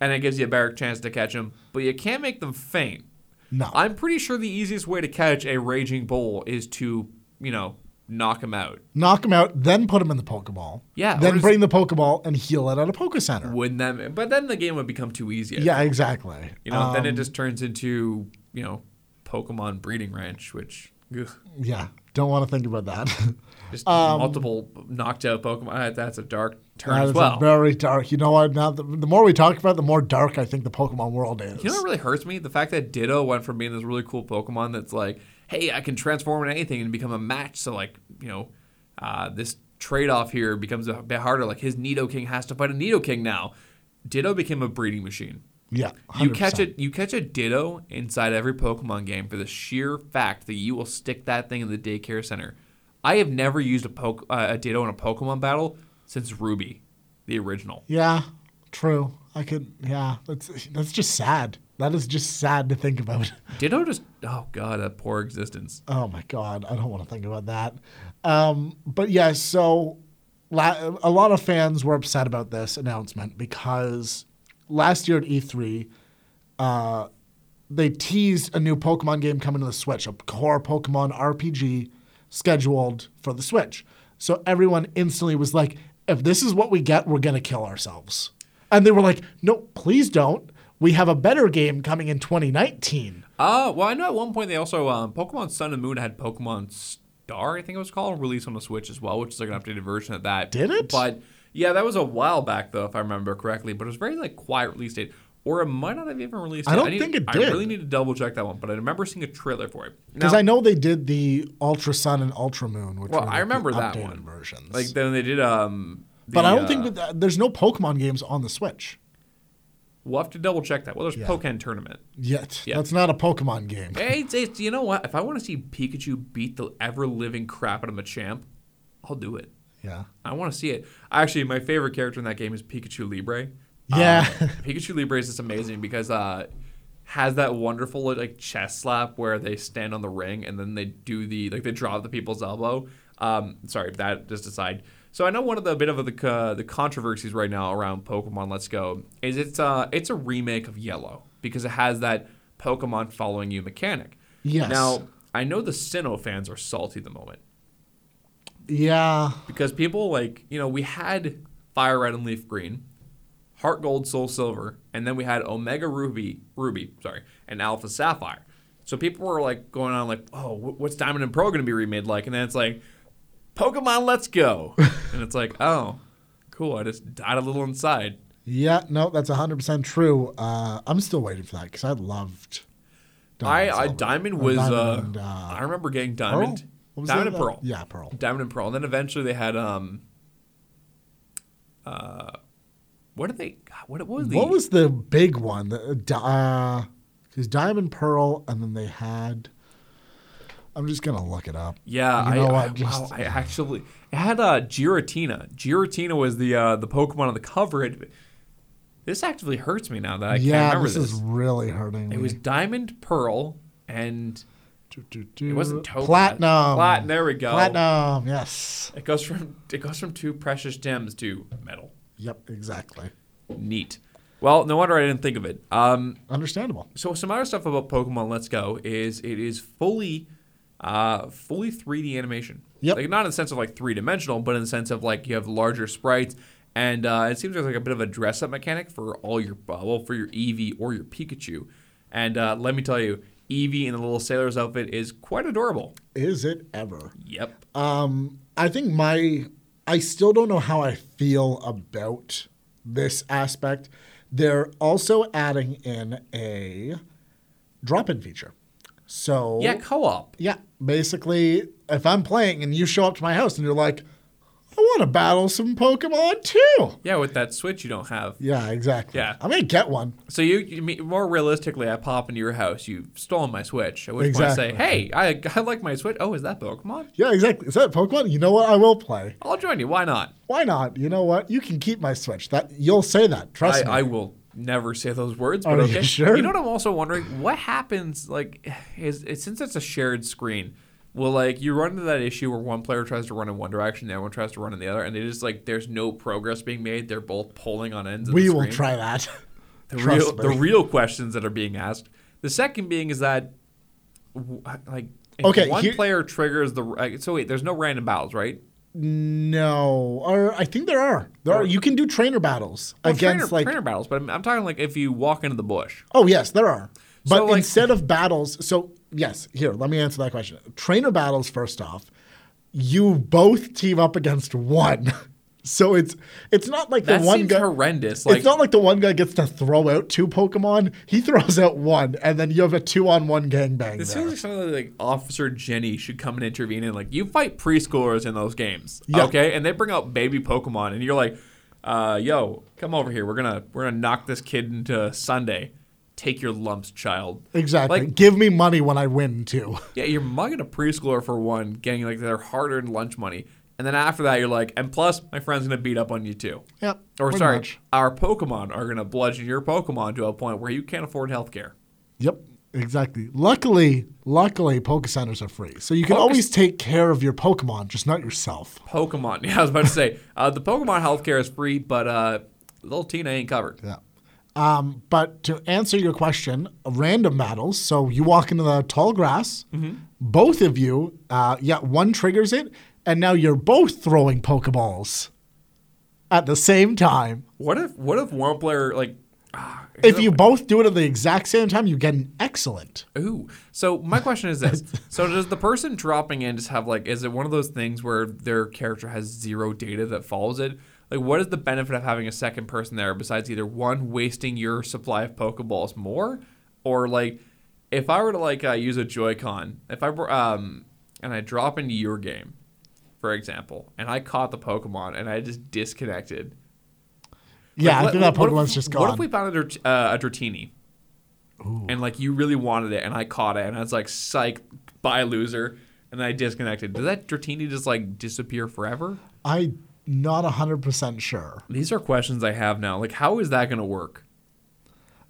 Speaker 1: and it gives you a better chance to catch them, but you can't make them faint.
Speaker 2: No.
Speaker 1: I'm pretty sure the easiest way to catch a raging bull is to you know knock him out.
Speaker 2: Knock him out, then put him in the Pokeball.
Speaker 1: Yeah, or
Speaker 2: Then
Speaker 1: just-
Speaker 2: bring the Pokeball and heal it at a Poke Center.
Speaker 1: Wouldn't that? But then the game would become too easy. I
Speaker 2: Yeah, exactly.
Speaker 1: You know,
Speaker 2: Um,
Speaker 1: then it just turns into, you know, Pokemon breeding ranch, which ugh,
Speaker 2: yeah. Don't want to think about that.
Speaker 1: just multiple knocked out Pokemon. Uh, That's a dark turn
Speaker 2: Um, That
Speaker 1: as
Speaker 2: is
Speaker 1: well.
Speaker 2: a very dark. You know what? Now the, the more we talk about, it, the more dark I think the Pokemon world is.
Speaker 1: you know what really hurts me? The fact that Ditto went from being this really cool Pokemon that's like, hey, I can transform into anything and become a match. So like, you know, uh, this trade off here becomes a bit harder. Like his Nido King has to fight a Nido King now. Ditto became a breeding machine.
Speaker 2: yeah,
Speaker 1: You catch
Speaker 2: 100%.
Speaker 1: a you catch a Ditto inside every Pokemon game for the sheer fact that you will stick that thing in the daycare center. I have never used a poke uh, a Ditto in a Pokemon battle since Ruby, the original.
Speaker 2: Yeah, true. I could. Yeah, that's that's just sad. That is just sad to think about.
Speaker 1: Ditto just oh god, a poor existence.
Speaker 2: Oh my god, I don't want to think about that. Um, but yeah, so la- a lot of fans were upset about this announcement because last year at E3, uh, they teased a new Pokemon game coming to the Switch, a core Pokemon RPG scheduled for the Switch. So everyone instantly was like, if this is what we get, we're going to kill ourselves. And they were like, no, please don't. We have a better game coming in 2019.
Speaker 1: Uh well, I know at one point they also um, Pokemon Sun and Moon had Pokemon Star, I think it was called, released on the Switch as well, which is like an updated version of that.
Speaker 2: Did it?
Speaker 1: But yeah, that was a while back though, if I remember correctly. But it was very like quiet release date, or it might not have even released.
Speaker 2: I
Speaker 1: yet.
Speaker 2: don't
Speaker 1: need-
Speaker 2: think it
Speaker 1: I
Speaker 2: did.
Speaker 1: really need to double check that one, but I remember seeing a trailer for it.
Speaker 2: Because
Speaker 1: Now-
Speaker 2: I know they did the Ultra Sun and Ultra Moon, which
Speaker 1: Well,
Speaker 2: were
Speaker 1: I
Speaker 2: like
Speaker 1: remember
Speaker 2: the
Speaker 1: that
Speaker 2: updated
Speaker 1: one.
Speaker 2: versions.
Speaker 1: like then they did um. the,
Speaker 2: but I don't
Speaker 1: uh,
Speaker 2: think that, that- there's no Pokemon games on the Switch
Speaker 1: we'll have to double check that. Well, there's
Speaker 2: Yeah.
Speaker 1: Pokemon Tournament.
Speaker 2: yet.
Speaker 1: Yeah.
Speaker 2: That's not a Pokemon game.
Speaker 1: Hey, it's, it's, you know what? If I want to see Pikachu beat the ever living crap out of Machamp, I'll do it.
Speaker 2: Yeah.
Speaker 1: I want to see it. Actually, my favorite character in that game is Pikachu Libre.
Speaker 2: Yeah.
Speaker 1: Um, Pikachu Libre is just amazing because uh has that wonderful like chest slap where they stand on the ring and then they do the like they drop the people's elbow. Um, sorry, that just aside. So I know one of the bit of the uh, the controversies right now around Pokemon Let's Go is it's uh it's a remake of Yellow because it has that Pokemon following you mechanic.
Speaker 2: Yes.
Speaker 1: Now I know the Sinnoh fans are salty at the moment
Speaker 2: Yeah.
Speaker 1: because people like you know we had fire red and leaf green heart gold soul silver and then we had omega ruby ruby sorry and alpha sapphire so people were like going on like oh wh- what's diamond and pearl going to be remade like and then it's like pokemon let's go and it's like oh cool i just died a little inside
Speaker 2: Yeah. No, that's 100% true. Uh, I'm still waiting for that because I loved
Speaker 1: I,
Speaker 2: Diamond
Speaker 1: I
Speaker 2: Silver.
Speaker 1: diamond
Speaker 2: Or
Speaker 1: was
Speaker 2: Oh, Diamond
Speaker 1: uh,
Speaker 2: and,
Speaker 1: I remember getting diamond
Speaker 2: Pearl? What was the
Speaker 1: diamond and
Speaker 2: other-
Speaker 1: pearl
Speaker 2: Yeah, Pearl.
Speaker 1: Diamond and Pearl. And then eventually they had um uh what did they God, what, what was the
Speaker 2: What was the uh, big one? Because Diamond Pearl, and then they had. I'm just going to look it up.
Speaker 1: Yeah,
Speaker 2: You know
Speaker 1: I,
Speaker 2: what,
Speaker 1: I- wow,
Speaker 2: just-
Speaker 1: I actually it had uh Giratina. Giratina was the uh the Pokemon on the cover. It, this actively hurts me now that I
Speaker 2: yeah,
Speaker 1: can't remember
Speaker 2: this, is really hurting me.
Speaker 1: It was Diamond Pearl and
Speaker 2: It
Speaker 1: wasn't topaz.
Speaker 2: Platinum.
Speaker 1: Platin- there we go.
Speaker 2: Platinum. Yes.
Speaker 1: it goes from it goes from two precious gems to metal.
Speaker 2: Yep. Exactly.
Speaker 1: Neat. Well, no wonder I didn't think of it. Um,
Speaker 2: Understandable.
Speaker 1: so some other stuff about Pokemon Let's Go is it is fully, uh, fully 3D animation.
Speaker 2: Yep.
Speaker 1: Like not in the sense of like three dimensional, but in the sense of like you have larger sprites, and uh, it seems there's like a bit of a dress up mechanic for all your uh, well for your Eevee or your Pikachu, and uh, let me tell you, Eevee in the little sailor's outfit is quite adorable. Oh.
Speaker 2: Is it ever?
Speaker 1: Yep.
Speaker 2: Um, I think my I still don't know how I feel about this aspect. They're also adding in a drop-in feature. So
Speaker 1: Yeah, co-op.
Speaker 2: yeah, basically, if I'm playing and you show up to my house and you're like, I want to battle some Pokemon too.
Speaker 1: Yeah, with that Switch you don't have.
Speaker 2: Yeah, exactly.
Speaker 1: Yeah.
Speaker 2: I'm gonna get one.
Speaker 1: So you, you mean, more realistically, I pop into your house. You've stolen my Switch. At which point I say, "Hey, I, I like my Switch. Oh, is that Pokemon?
Speaker 2: Yeah, exactly. Is that Pokemon? You know what? I will play.
Speaker 1: I'll join you. Why not?
Speaker 2: Why not? You know what? You can keep my Switch. That you'll say that. Trust
Speaker 1: I,
Speaker 2: me.
Speaker 1: I will never say those words. But
Speaker 2: Are you
Speaker 1: okay.
Speaker 2: Oh, sure?
Speaker 1: know what I'm also wondering? What happens? Like, is, is since it's a shared screen, will like you run into that issue where one player tries to run in one direction, the other one tries to run in the other, and they just like there's no progress being made. They're both pulling on ends. Of
Speaker 2: we
Speaker 1: the
Speaker 2: will
Speaker 1: screen?
Speaker 2: try that.
Speaker 1: the
Speaker 2: Trust
Speaker 1: real
Speaker 2: me.
Speaker 1: the real questions that are being asked. The second being is that w- like if
Speaker 2: Okay,
Speaker 1: one
Speaker 2: here-
Speaker 1: player triggers the uh, so wait, there's no random battles, right?
Speaker 2: No, or I think there are. There are. You can do trainer battles
Speaker 1: Well,
Speaker 2: against
Speaker 1: Oh, trainer,
Speaker 2: like.
Speaker 1: trainer battles, but I'm, I'm talking like if you walk into the bush.
Speaker 2: Oh yes, there are. But
Speaker 1: So, like-
Speaker 2: instead of battles, so yes, here let me answer that question. Trainer battles first off, you both team up against one. So it's it's not like
Speaker 1: That
Speaker 2: the one
Speaker 1: seems
Speaker 2: guy.
Speaker 1: horrendous. Like
Speaker 2: it's not like the one guy gets to throw out two Pokemon. He throws out one, and then you have a two-on-one gangbang.
Speaker 1: It
Speaker 2: there.
Speaker 1: seems like something like Officer Jenny should come and intervene and like you fight preschoolers in those games,
Speaker 2: Yeah.
Speaker 1: okay? And they bring out baby Pokemon, and you're like, uh, "Yo, come over here. We're gonna we're gonna knock this kid into Sunday. Take your lumps, child."
Speaker 2: exactly.
Speaker 1: Like,
Speaker 2: Give me money when I win too.
Speaker 1: yeah, you're mugging a preschooler for one, getting like their hard-earned lunch money, and then after that, you're like, "And plus, my friend's gonna beat up on you too."
Speaker 2: Yep.
Speaker 1: Or
Speaker 2: pretty
Speaker 1: sorry,
Speaker 2: much.
Speaker 1: our Pokemon are gonna bludgeon your Pokemon to a point where you can't afford healthcare.
Speaker 2: Yep, exactly. Luckily, luckily, Poke Centers are free, so you can
Speaker 1: Poke-
Speaker 2: always take care of your Pokemon, just not yourself.
Speaker 1: Pokemon. Yeah, I was about to say uh, the Pokemon healthcare is free, but uh, little Tina ain't covered.
Speaker 2: Yeah. Um, but to answer your question, random battles. So you walk into the tall grass,
Speaker 1: Mm-hmm.
Speaker 2: both of you. Uh, yeah, one triggers it, and now you're both throwing Pokeballs at the same time.
Speaker 1: What if what if one player like ah,
Speaker 2: If you both do it at the exact same time, you get an excellent.
Speaker 1: ooh? So my question is this: So does the person dropping in just have like? Is it one of those things where their character has zero data that follows it? Like, what is the benefit of having a second person there besides either one wasting your supply of Pokeballs more, or like, if I were to like uh, use a Joy-Con, if I were, um and I drop into your game, for example, and I caught the Pokemon and I just disconnected.
Speaker 2: Yeah,
Speaker 1: Like,
Speaker 2: I think
Speaker 1: what-
Speaker 2: that
Speaker 1: what if-
Speaker 2: Pokemon's just gone.
Speaker 1: What if we found a, Drat- uh, a Dratini? And like you really wanted it, and I caught it, and I was like, "Psych, bye, loser," and I disconnected. Does that Dratini just like disappear forever?
Speaker 2: I'm not hundred percent sure.
Speaker 1: These are questions I have now. Like, how is that going to work?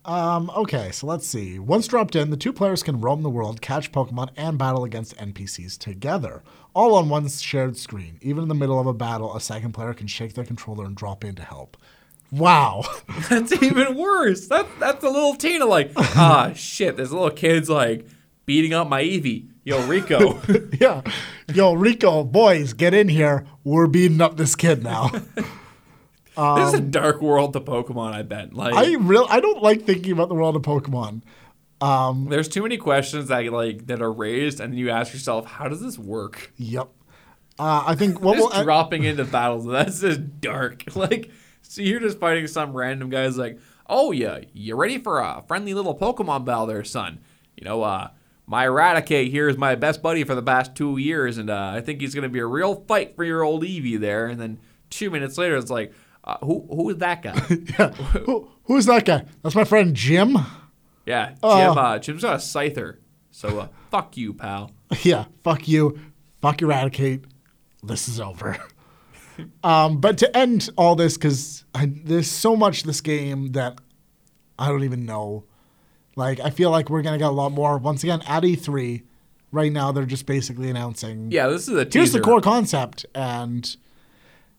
Speaker 2: Um, okay, so let's see. Once dropped in, the two players can roam the world, catch Pokemon, and battle against NPCs together, all on one shared screen. Even in the middle of a battle, a second player can shake their controller and drop in to help. Wow.
Speaker 1: That's even worse. That that's a little Tina like, ah, shit. This little kid's like beating up my Eevee. Yo, Rico.
Speaker 2: yeah. Yo, Rico, boys, get in here. We're beating up this kid now.
Speaker 1: this is a dark world to Pokemon. I bet. Like,
Speaker 2: Um, I real I don't like thinking about the world of Pokemon.
Speaker 1: there's too many questions that like that are raised, and you ask yourself, how does this work?
Speaker 2: Yep. Uh, I think what
Speaker 1: just
Speaker 2: will
Speaker 1: dropping into battles. That's just dark. Like, so you're just fighting some random guys. Like, oh yeah, you ready for a friendly little Pokemon battle, there, son? You know, uh, my Eradicate here is my best buddy for the past two years, and uh, I think he's gonna be a real fight for your old Eevee there. And then two minutes later, it's like, uh, who who is that guy?
Speaker 2: who, who's that guy? That's my friend Jim.
Speaker 1: yeah, Jim. uh, Jim's got a Scyther, so uh, fuck you, pal.
Speaker 2: yeah, fuck you, fuck eradicate. This is over. um, but to end all this, because there's so much this game that I don't even know. Like, I feel like we're gonna get a lot more. Once again, at E3, right now they're just basically announcing
Speaker 1: Yeah, this is a
Speaker 2: here's the
Speaker 1: teaser.
Speaker 2: core concept and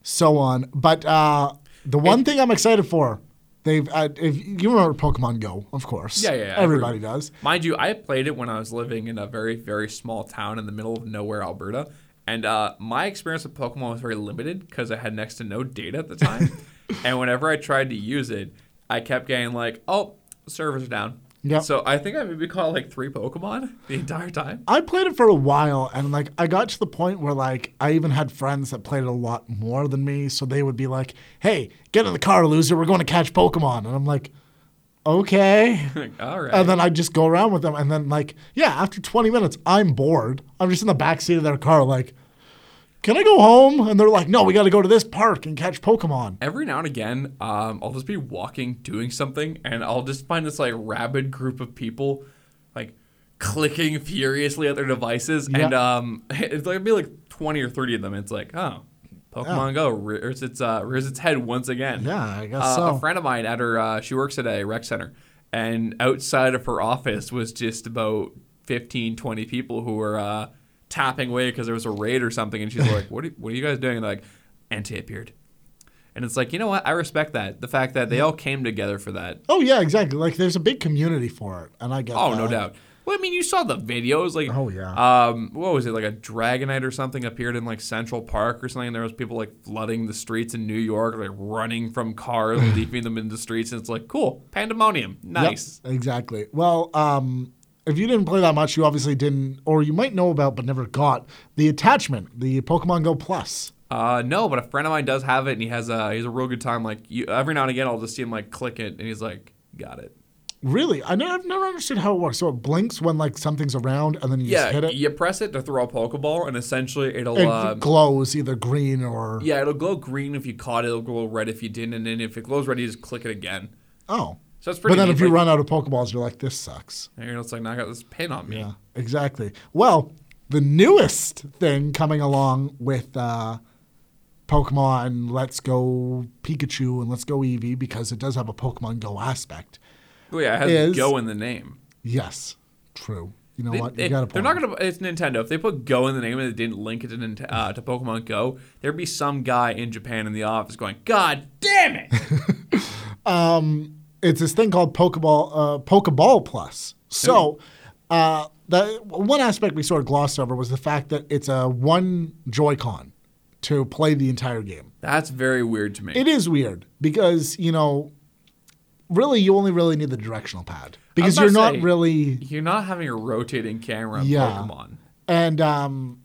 Speaker 2: so on. But uh, the one thing I'm excited for They've uh, if you remember Pokemon Go, of course.
Speaker 1: Yeah, yeah, yeah.
Speaker 2: Everybody does.
Speaker 1: Mind you, I played it when I was living in a very, very small town in the middle of nowhere, Alberta. And uh, my experience with Pokemon was very limited because I had next to no data at the time. and whenever I tried to use it, I kept getting like, oh, servers down.
Speaker 2: Yep.
Speaker 1: So I think I maybe caught like three Pokemon the entire time.
Speaker 2: I played it for a while and like I got to the point where like I even had friends that played it a lot more than me, so they would be like, "Hey, get in the car, loser. We're going to catch Pokemon." And I'm like, "Okay."
Speaker 1: Like, all right.
Speaker 2: And then I just go around with them and then like, yeah, after 20 minutes, I'm bored. I'm just in the back seat of their car like, "Can I go home?" And they're like, "No, we got to go to this park and catch Pokemon."
Speaker 1: Every now and again, um, I'll just be walking, doing something, and I'll just find this like rabid group of people, like clicking furiously at their devices, and um, it's like it'd be like twenty or thirty of them. It's like, oh, Pokemon Go rears its uh, rears its head once again.
Speaker 2: Yeah, I guess
Speaker 1: Uh,
Speaker 2: so.
Speaker 1: A friend of mine at her, uh, she works at a rec center, and outside of her office was just about 15, 20 people who were uh, tapping away because there was a raid or something. And she's like, what, are, what are you guys doing? And they're like, anti appeared. And it's like, you know what? I respect that. The fact that they
Speaker 2: Mm-hmm.
Speaker 1: all came together for that.
Speaker 2: Oh yeah, exactly. Like there's a big community for it, and I get
Speaker 1: Oh,
Speaker 2: that.
Speaker 1: no doubt. Well, I mean, you saw the videos, like
Speaker 2: Um, Oh, yeah.
Speaker 1: Um, what was it like a Dragonite or something appeared in like Central Park or something? And there was people like flooding the streets in New York, like running from cars, leaving them in the streets, and it's like cool pandemonium,
Speaker 2: Yep,
Speaker 1: nice.
Speaker 2: exactly. Well, um, if you didn't play that much, you obviously didn't, or you might know about but never got the attachment, the Pokemon Go Plus.
Speaker 1: Uh, no, but a friend of mine does have it, and he has a he has a real good time. Like you, every now and again, I'll just see him like click it, and he's like, got it.
Speaker 2: Really, I never, I've never understood how it works. So it blinks when like something's around, and then you just hit
Speaker 1: Yeah,
Speaker 2: it.
Speaker 1: you press it to throw a Pokeball, and essentially it'll
Speaker 2: It
Speaker 1: um,
Speaker 2: glows either green or
Speaker 1: yeah it'll glow green if you caught it, it'll glow red if you didn't, and then if it glows red, you just click it again.
Speaker 2: oh.
Speaker 1: So it's pretty.
Speaker 2: But then
Speaker 1: neat,
Speaker 2: if you
Speaker 1: like-
Speaker 2: run out of Pokeballs, you're like, this sucks.
Speaker 1: And you're just like, now I got this pin on me.
Speaker 2: Yeah, exactly. Well, the newest thing coming along with uh, Pokemon Let's Go Pikachu and Let's Go Eevee, because it does have a Pokemon Go aspect.
Speaker 1: Oh yeah, it has
Speaker 2: Is-
Speaker 1: Go in the name.
Speaker 2: Yes, true. You know
Speaker 1: They,
Speaker 2: what?
Speaker 1: they,
Speaker 2: You got a point.
Speaker 1: are not gonna. It's Nintendo. If they put Go in the name and they didn't link it to, Nint- uh, to Pokemon Go, there'd be some guy in Japan in the office going, "God damn it!"
Speaker 2: it's this thing called Pokeball, uh, Pokeball Plus. So, uh, the one aspect we sort of glossed over was the fact that it's a one Joy-Con to play the entire game.
Speaker 1: That's very weird to me.
Speaker 2: It is weird because you know, really, you only really need the directional pad because
Speaker 1: about
Speaker 2: you're
Speaker 1: to
Speaker 2: not
Speaker 1: say-
Speaker 2: really
Speaker 1: You're not having a rotating camera on
Speaker 2: Yeah.
Speaker 1: Pokemon.
Speaker 2: and um.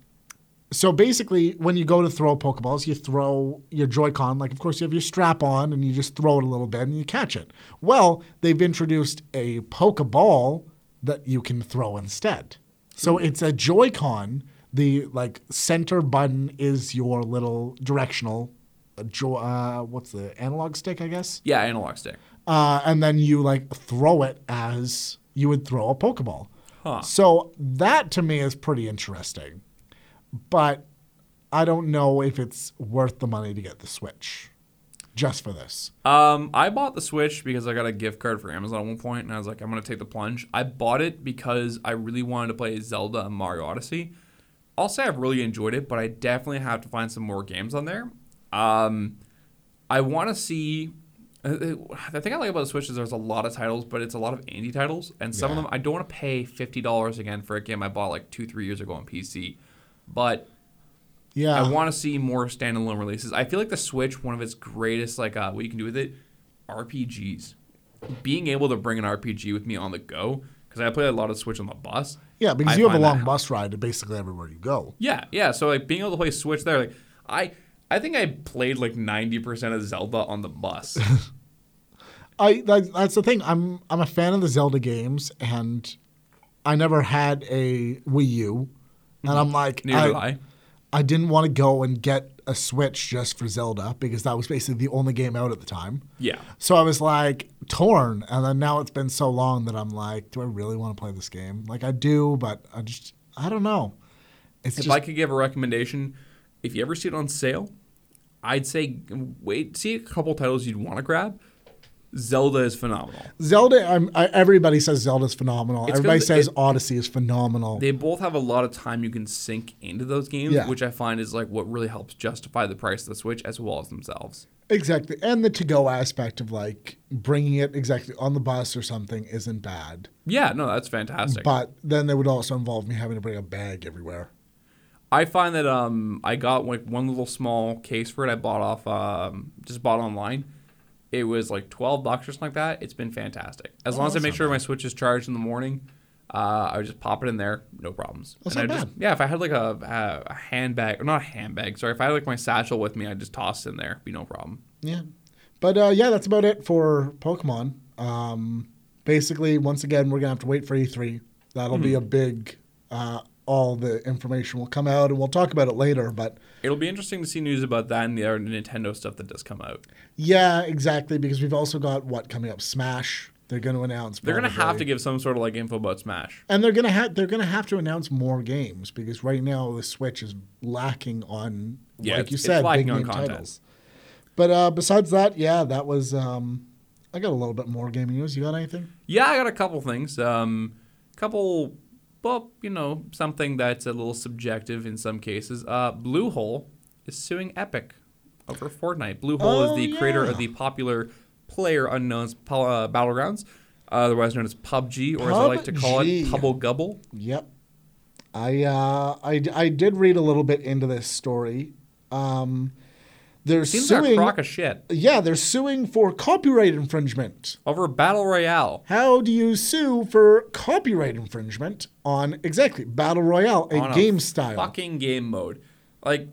Speaker 2: So basically, when you go to throw Pokeballs, you throw your Joy-Con. Like, of course, you have your strap on, and you just throw it a little bit, and you catch it. Well, they've introduced a Pokeball that you can throw instead. So it's a Joy-Con. The like center button is your little directional, uh, jo- uh, what's the analog stick, I guess.
Speaker 1: Yeah, analog stick.
Speaker 2: uh, and then you like throw it as you would throw a Pokeball.
Speaker 1: Huh.
Speaker 2: So that to me is pretty interesting, but I don't know if it's worth the money to get the Switch just for this.
Speaker 1: Um, I bought the Switch because I got a gift card for Amazon at one point, and I was like, I'm gonna take the plunge. I bought it because I really wanted to play Zelda and Mario Odyssey. I'll say I've really enjoyed it, but I definitely have to find some more games on there. Um, I want to see. uh, uh, The thing I like about the Switch is there's a lot of titles, but it's a lot of indie titles, and some of them I don't want to pay fifty dollars again for a game I bought like two, three years ago on PC. But
Speaker 2: Yeah,
Speaker 1: I want to see more standalone releases. I feel like the Switch, one of its greatest, like uh, what you can do with it, RPGs. Being able to bring an RPG with me on the go, because I play a lot of Switch on the bus.
Speaker 2: yeah, because
Speaker 1: I
Speaker 2: you have a
Speaker 1: find that
Speaker 2: long
Speaker 1: help-
Speaker 2: bus ride to basically everywhere you go.
Speaker 1: Yeah, yeah. So like being able to play Switch there, like I, I think I played like ninety percent of Zelda on the bus.
Speaker 2: I that, that's the thing. I'm I'm a fan of the Zelda games, and I never had a Wii U, and I'm like,
Speaker 1: Mm-hmm. Neither did I.
Speaker 2: I didn't want to go and get a Switch just for Zelda because that was basically the only game out at the time.
Speaker 1: Yeah.
Speaker 2: So I was like torn, and then now it's been so long that I'm like, do I really want to play this game? Like I do, but I just I don't know. It's
Speaker 1: If
Speaker 2: just
Speaker 1: I could give a recommendation, if you ever see it on sale, I'd say wait, see a couple titles you'd want to grab, Zelda is phenomenal.
Speaker 2: Zelda. I'm, I, everybody says Zelda's phenomenal. everybody
Speaker 1: 'cause
Speaker 2: says
Speaker 1: it-
Speaker 2: Odyssey is phenomenal.
Speaker 1: They both have a lot of time you can sink into those games,
Speaker 2: Yeah.
Speaker 1: which I find is like what really helps justify the price of the Switch as well as themselves.
Speaker 2: exactly, and the to-go aspect of like bringing it exactly on the bus or something isn't bad.
Speaker 1: Yeah, no, that's fantastic.
Speaker 2: But then that would also involve me having to bring a bag everywhere.
Speaker 1: I find that um I got like one little small case for it. I bought off um just bought online. It was like twelve bucks or something like that. It's been fantastic. As long as I make sure my Switch is charged in the morning, uh, I would just pop it in there, no problems.
Speaker 2: That's
Speaker 1: and
Speaker 2: not
Speaker 1: I just yeah, if I had like a, a a handbag or not a handbag, sorry, if I had like my satchel with me, I'd just toss it in there, be no problem.
Speaker 2: Yeah. But uh, yeah, that's about it for Pokemon. Um, basically, once again, we're going to have to wait for E3. That'll
Speaker 1: Hmm.
Speaker 2: be a big, uh, all the information will come out and we'll talk about it later. But
Speaker 1: It'll be interesting to see news about that and the other Nintendo stuff that does come out.
Speaker 2: yeah, exactly. Because we've also got what coming up? Smash. They're going to announce.
Speaker 1: They're gonna have
Speaker 2: probably.
Speaker 1: to give some sort of like info about Smash.
Speaker 2: And they're gonna have they're gonna have to announce more games because right now the Switch is lacking on
Speaker 1: Yeah,
Speaker 2: like
Speaker 1: it's-
Speaker 2: you
Speaker 1: it's
Speaker 2: said big
Speaker 1: lacking on
Speaker 2: name
Speaker 1: content.
Speaker 2: titles. But uh, besides that, yeah, that was um, I got a little bit more gaming news. You got anything?
Speaker 1: Yeah, I got a couple things. Um, couple, well, you know, something that's a little subjective in some cases. Uh, Bluehole is suing Epic over Fortnite. Bluehole is
Speaker 2: Oh,
Speaker 1: the creator
Speaker 2: yeah.
Speaker 1: of the popular Player Unknown's Pal- uh, Battlegrounds, otherwise known as PUBG, or as I like to call it,
Speaker 2: PUBG.
Speaker 1: Pubble Gubble.
Speaker 2: Yep. I, uh, I, I did read a little bit into this story. Um, they're
Speaker 1: Seems like a
Speaker 2: suing.
Speaker 1: crock of shit
Speaker 2: yeah, they're suing for copyright infringement.
Speaker 1: over Battle Royale.
Speaker 2: How do you sue for copyright infringement on exactly battle royale, a
Speaker 1: on a
Speaker 2: game style?
Speaker 1: Fucking game mode. Like,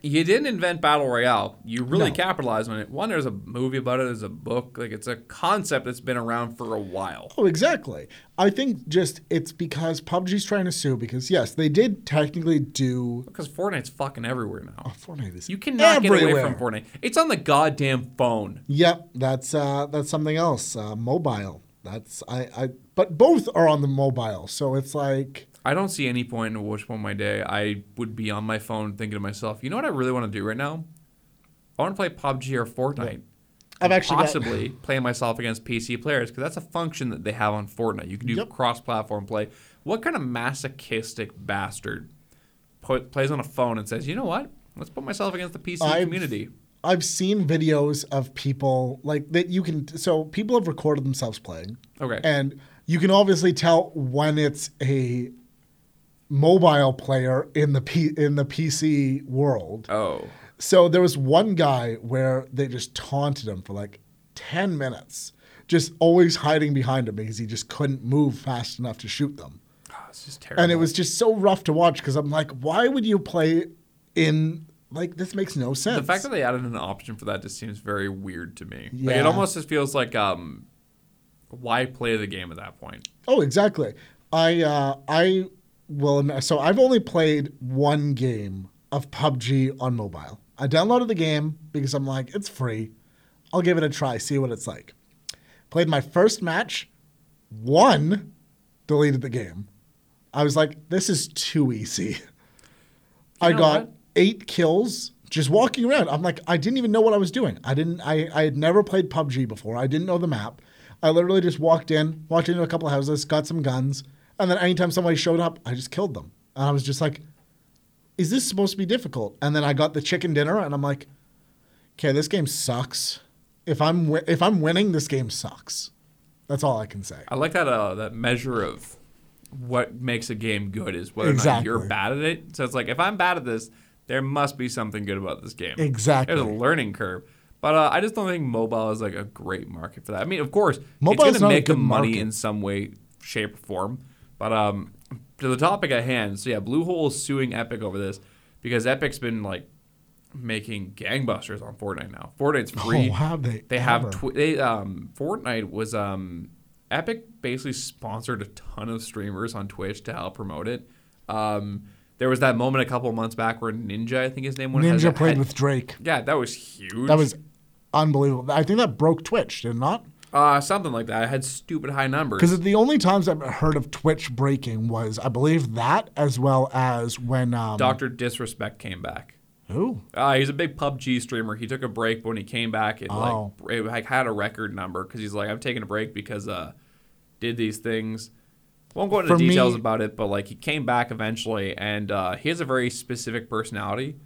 Speaker 1: you didn't invent Battle Royale. You really
Speaker 2: No.
Speaker 1: capitalized on it. One, there's a movie about it, there's a book. Like, it's a concept that's been around for a while.
Speaker 2: Oh, exactly. I think just it's because PUBG's trying to sue because yes, they did technically do
Speaker 1: Because Fortnite's fucking everywhere now.
Speaker 2: oh, Fortnite is
Speaker 1: You cannot get away
Speaker 2: everywhere.
Speaker 1: from Fortnite. It's on the goddamn phone.
Speaker 2: Yep, that's uh, that's something else. Uh, mobile. That's I, I. But both are on the mobile, so it's like
Speaker 1: I don't see any point in which one my day I would be on my phone thinking to myself, you know what I really want to do right now? I want to play PUBG or Fortnite.
Speaker 2: I've actually got-
Speaker 1: possibly play myself against PC players because that's a function that they have on Fortnite. You can do
Speaker 2: Yep.
Speaker 1: cross-platform play. What kind of masochistic bastard put, plays on a phone and says, you know what? Let's put myself against the PC
Speaker 2: I've-
Speaker 1: community.
Speaker 2: I've seen videos of people like that. You can so people have recorded themselves playing.
Speaker 1: Okay.
Speaker 2: And you can obviously tell when it's a mobile player in the P, in the PC world.
Speaker 1: Oh.
Speaker 2: So there was one guy where they just taunted him for like 10 minutes, just always hiding behind him because he just couldn't move fast enough to shoot them.
Speaker 1: Ah, it's just terrible.
Speaker 2: And it was just so rough to watch because I'm like, why would you play in like this makes no sense.
Speaker 1: the fact that they added an option for that just seems very weird to me. Like
Speaker 2: Yeah.
Speaker 1: it almost just feels like um why play the game at that point?
Speaker 2: oh, exactly. I uh, I will admit- so I've only played one game of PUBG on mobile. I downloaded the game because I'm like, it's free. I'll give it a try, see what it's like. Played my first match, won, deleted the game. I was like, this is too easy. I
Speaker 1: know
Speaker 2: got
Speaker 1: what?
Speaker 2: eight kills just walking around. I'm like, I didn't even know what I was doing. I didn't I, I had never played PUBG before. I didn't know the map. I literally just walked in, walked into a couple of houses, got some guns, and then anytime somebody showed up, I just killed them. And I was just like, is this supposed to be difficult? And then I got the chicken dinner and I'm like, okay, this game sucks. If I'm wi- if I'm winning, this game sucks. That's all I can say.
Speaker 1: I like that uh, that measure of what makes a game good is whether
Speaker 2: Exactly.
Speaker 1: or not you're bad at it. So it's like if I'm bad at this, there must be something good about this game.
Speaker 2: Exactly.
Speaker 1: There's a learning curve. But uh, I just don't think mobile is like a great market for that. I mean, of course,
Speaker 2: Mobile's
Speaker 1: it's
Speaker 2: not
Speaker 1: going
Speaker 2: a
Speaker 1: to make
Speaker 2: good
Speaker 1: them money
Speaker 2: market.
Speaker 1: in some way, shape, or form. But um, to the topic at hand, so yeah, Bluehole is suing Epic over this because Epic's been like making gangbusters on Fortnite now. Fortnite's free.
Speaker 2: Oh, have they
Speaker 1: They have
Speaker 2: ever.
Speaker 1: tw- they um Fortnite was um Epic basically sponsored a ton of streamers on Twitch to help promote it. Um, there was that moment a couple months back where Ninja, I think his name was
Speaker 2: Ninja
Speaker 1: had-
Speaker 2: played
Speaker 1: had-
Speaker 2: with Drake.
Speaker 1: Yeah, that was huge.
Speaker 2: That was unbelievable. I think that broke Twitch, did it not?
Speaker 1: uh, something like that. It had stupid high numbers.
Speaker 2: Because the only times I've heard of Twitch breaking was, I believe, that as well as when um,
Speaker 1: Doctor Disrespect came back.
Speaker 2: Who?
Speaker 1: Uh, he's a big PUBG streamer. He took a break, but when he came back, it
Speaker 2: Oh.
Speaker 1: like it, like had a record number because he's like, I'm taking a break because uh, did these things. Won't go into
Speaker 2: For me-
Speaker 1: details about it, but like he came back eventually, and uh, he has a very specific personality,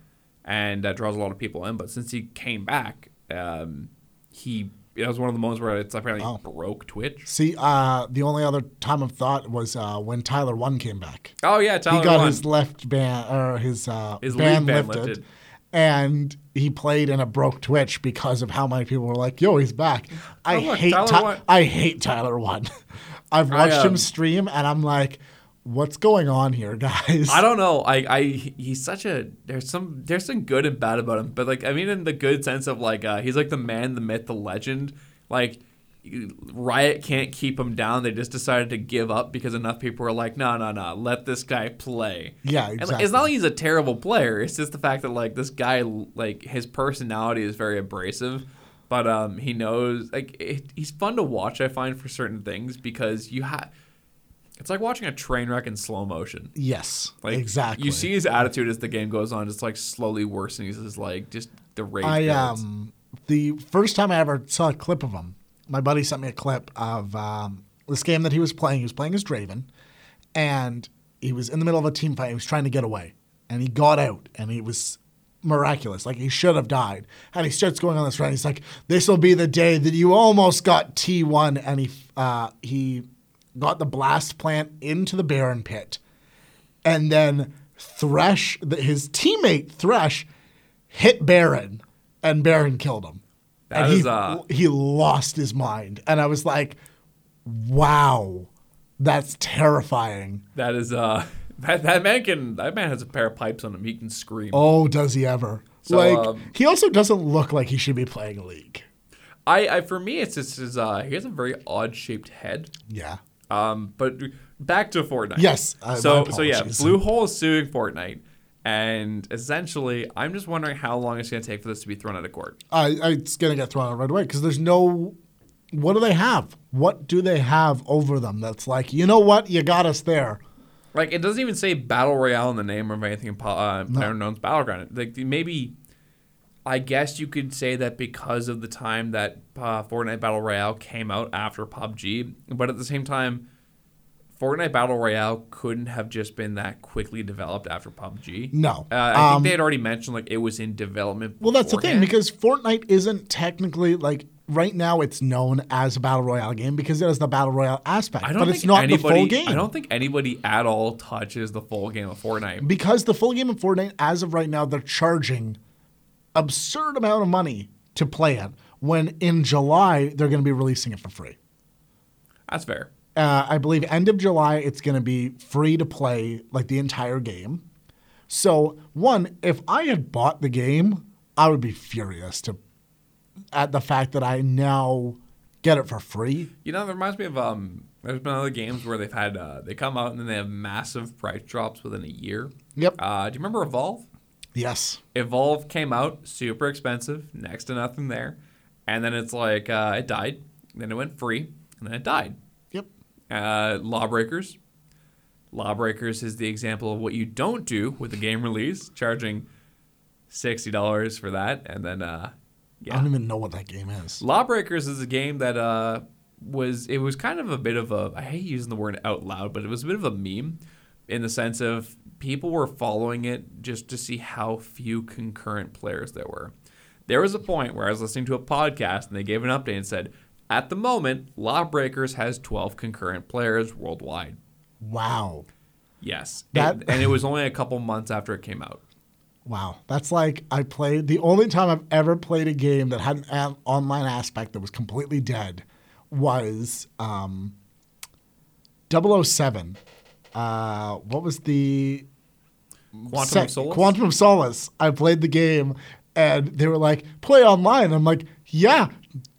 Speaker 1: and that draws a lot of people in. But since he came back, um, he it was one of the moments where it's apparently
Speaker 2: Oh.
Speaker 1: broke Twitch.
Speaker 2: See, uh, the only other time of thought was uh, when Tyler One came back.
Speaker 1: Oh yeah,
Speaker 2: He
Speaker 1: Tyler
Speaker 2: got
Speaker 1: won.
Speaker 2: his left band or his uh,
Speaker 1: His
Speaker 2: band,
Speaker 1: lead band
Speaker 2: lifted,
Speaker 1: lifted.
Speaker 2: and he played in a broke Twitch because of how many people were like, "Yo, he's back." I
Speaker 1: Oh, look,
Speaker 2: hate
Speaker 1: Tyler
Speaker 2: Ty-
Speaker 1: One-
Speaker 2: I hate Tyler One. I've watched
Speaker 1: um,
Speaker 2: him stream, and I'm like, "What's going on here, guys?"
Speaker 1: I don't know. I, I he's such a there's some there's some good and bad about him, but like I mean in the good sense of like uh, he's like the man, the myth, the legend. Like you- Riot can't keep him down. They just decided to give up because enough people were like, no, no, no, let this guy play.
Speaker 2: Yeah,
Speaker 1: And, like,
Speaker 2: exactly.
Speaker 1: it's not like he's a terrible player. It's just the fact that like this guy, like his personality is very abrasive. But um, he knows like it, he's fun to watch. I find for certain things because you have. It's like watching a train wreck in slow motion.
Speaker 2: Yes,
Speaker 1: Like
Speaker 2: exactly.
Speaker 1: You see his attitude as the game goes on, just like slowly worsening. His like just the rage.
Speaker 2: I
Speaker 1: builds.
Speaker 2: um the first time I ever saw a clip of him, my buddy sent me a clip of um, this game that he was playing. He was playing as Draven, and he was in the middle of a team fight. He was trying to get away, and he got out, and he was miraculous. Like he should have died. And he starts going on this run. He's like, "This will be the day that you almost got T1," and he uh, he got the blast plant into the Baron pit and then Thresh, th- his teammate Thresh, hit Baron, and Baron killed him.
Speaker 1: That
Speaker 2: and
Speaker 1: is,
Speaker 2: he,
Speaker 1: uh,
Speaker 2: he lost his mind, and I was like, "Wow, that's terrifying."
Speaker 1: that is uh that, that man can that man has a pair of pipes on him. He can scream.
Speaker 2: Oh, does he ever? like
Speaker 1: um,
Speaker 2: he also doesn't look like he should be playing league.
Speaker 1: I, I for me it's just his uh he has a very odd shaped head.
Speaker 2: Yeah,
Speaker 1: Um, but back to Fortnite.
Speaker 2: Yes, uh, my
Speaker 1: so so yeah,
Speaker 2: apologies.
Speaker 1: Blue Hole is suing Fortnite, and essentially, I'm just wondering how long it's going to take for this to be thrown out of court.
Speaker 2: I, I, it's gonna get thrown out right away because there's no. What do they have? What do they have over them? That's like, you know what? You got us there.
Speaker 1: Like it doesn't even say battle royale in the name of anything. po- Uh, PlayerUnknown's battleground. Like maybe, I guess you could say that because of the time that uh, Fortnite battle royale came out after PUBG, but at the same time, Fortnite battle royale couldn't have just been that quickly developed after PUBG.
Speaker 2: No.
Speaker 1: uh, I
Speaker 2: Um,
Speaker 1: think they had already mentioned like it was in development.
Speaker 2: Well, that's the thing
Speaker 1: beforehand.
Speaker 2: because Fortnite isn't technically like right now it's known as a battle royale game because it has the battle royale aspect,
Speaker 1: I don't
Speaker 2: but
Speaker 1: think
Speaker 2: it's not
Speaker 1: anybody,
Speaker 2: the full game.
Speaker 1: I don't think anybody at all touches the full game of Fortnite.
Speaker 2: because the full game of Fortnite as of right now they're charging absurd amount of money to play it when in July they're going to be releasing it for free.
Speaker 1: That's fair.
Speaker 2: uh, I believe end of July, it's going to be free to play like the entire game. So one, if I had bought the game, I would be furious to at the fact that I now get it for free.
Speaker 1: You know, that reminds me of um. There's been other games where they've had uh, they come out and then they have massive price drops within a year.
Speaker 2: Yep.
Speaker 1: Uh, do you remember Evolve?
Speaker 2: Yes.
Speaker 1: Evolve came out super expensive, next to nothing there, and then it's like uh, it died, then it went free, and then it died.
Speaker 2: Yep.
Speaker 1: Uh, Lawbreakers. Lawbreakers is the example of what you don't do with a game release, charging sixty dollars for that, and then uh,
Speaker 2: I
Speaker 1: yeah,
Speaker 2: don't even know what that game is.
Speaker 1: Lawbreakers is a game that uh, was it was kind of a bit of a I hate using the word out loud, but it was a bit of a meme in the sense of people were following it just to see how few concurrent players there were. There was a point where I was listening to a podcast and they gave an update and said, at the moment, Lawbreakers has 12 concurrent players worldwide.
Speaker 2: Wow.
Speaker 1: Yes.
Speaker 2: That-
Speaker 1: and, and it was only a couple months after it came out.
Speaker 2: Wow. That's like I played the only time I've ever played a game that had an an online aspect that was completely dead was um 007. Uh what was the
Speaker 1: Quantum
Speaker 2: Sa-
Speaker 1: of Solace?
Speaker 2: Quantum of Solace. I played the game and they were like, play online. I'm like, yeah,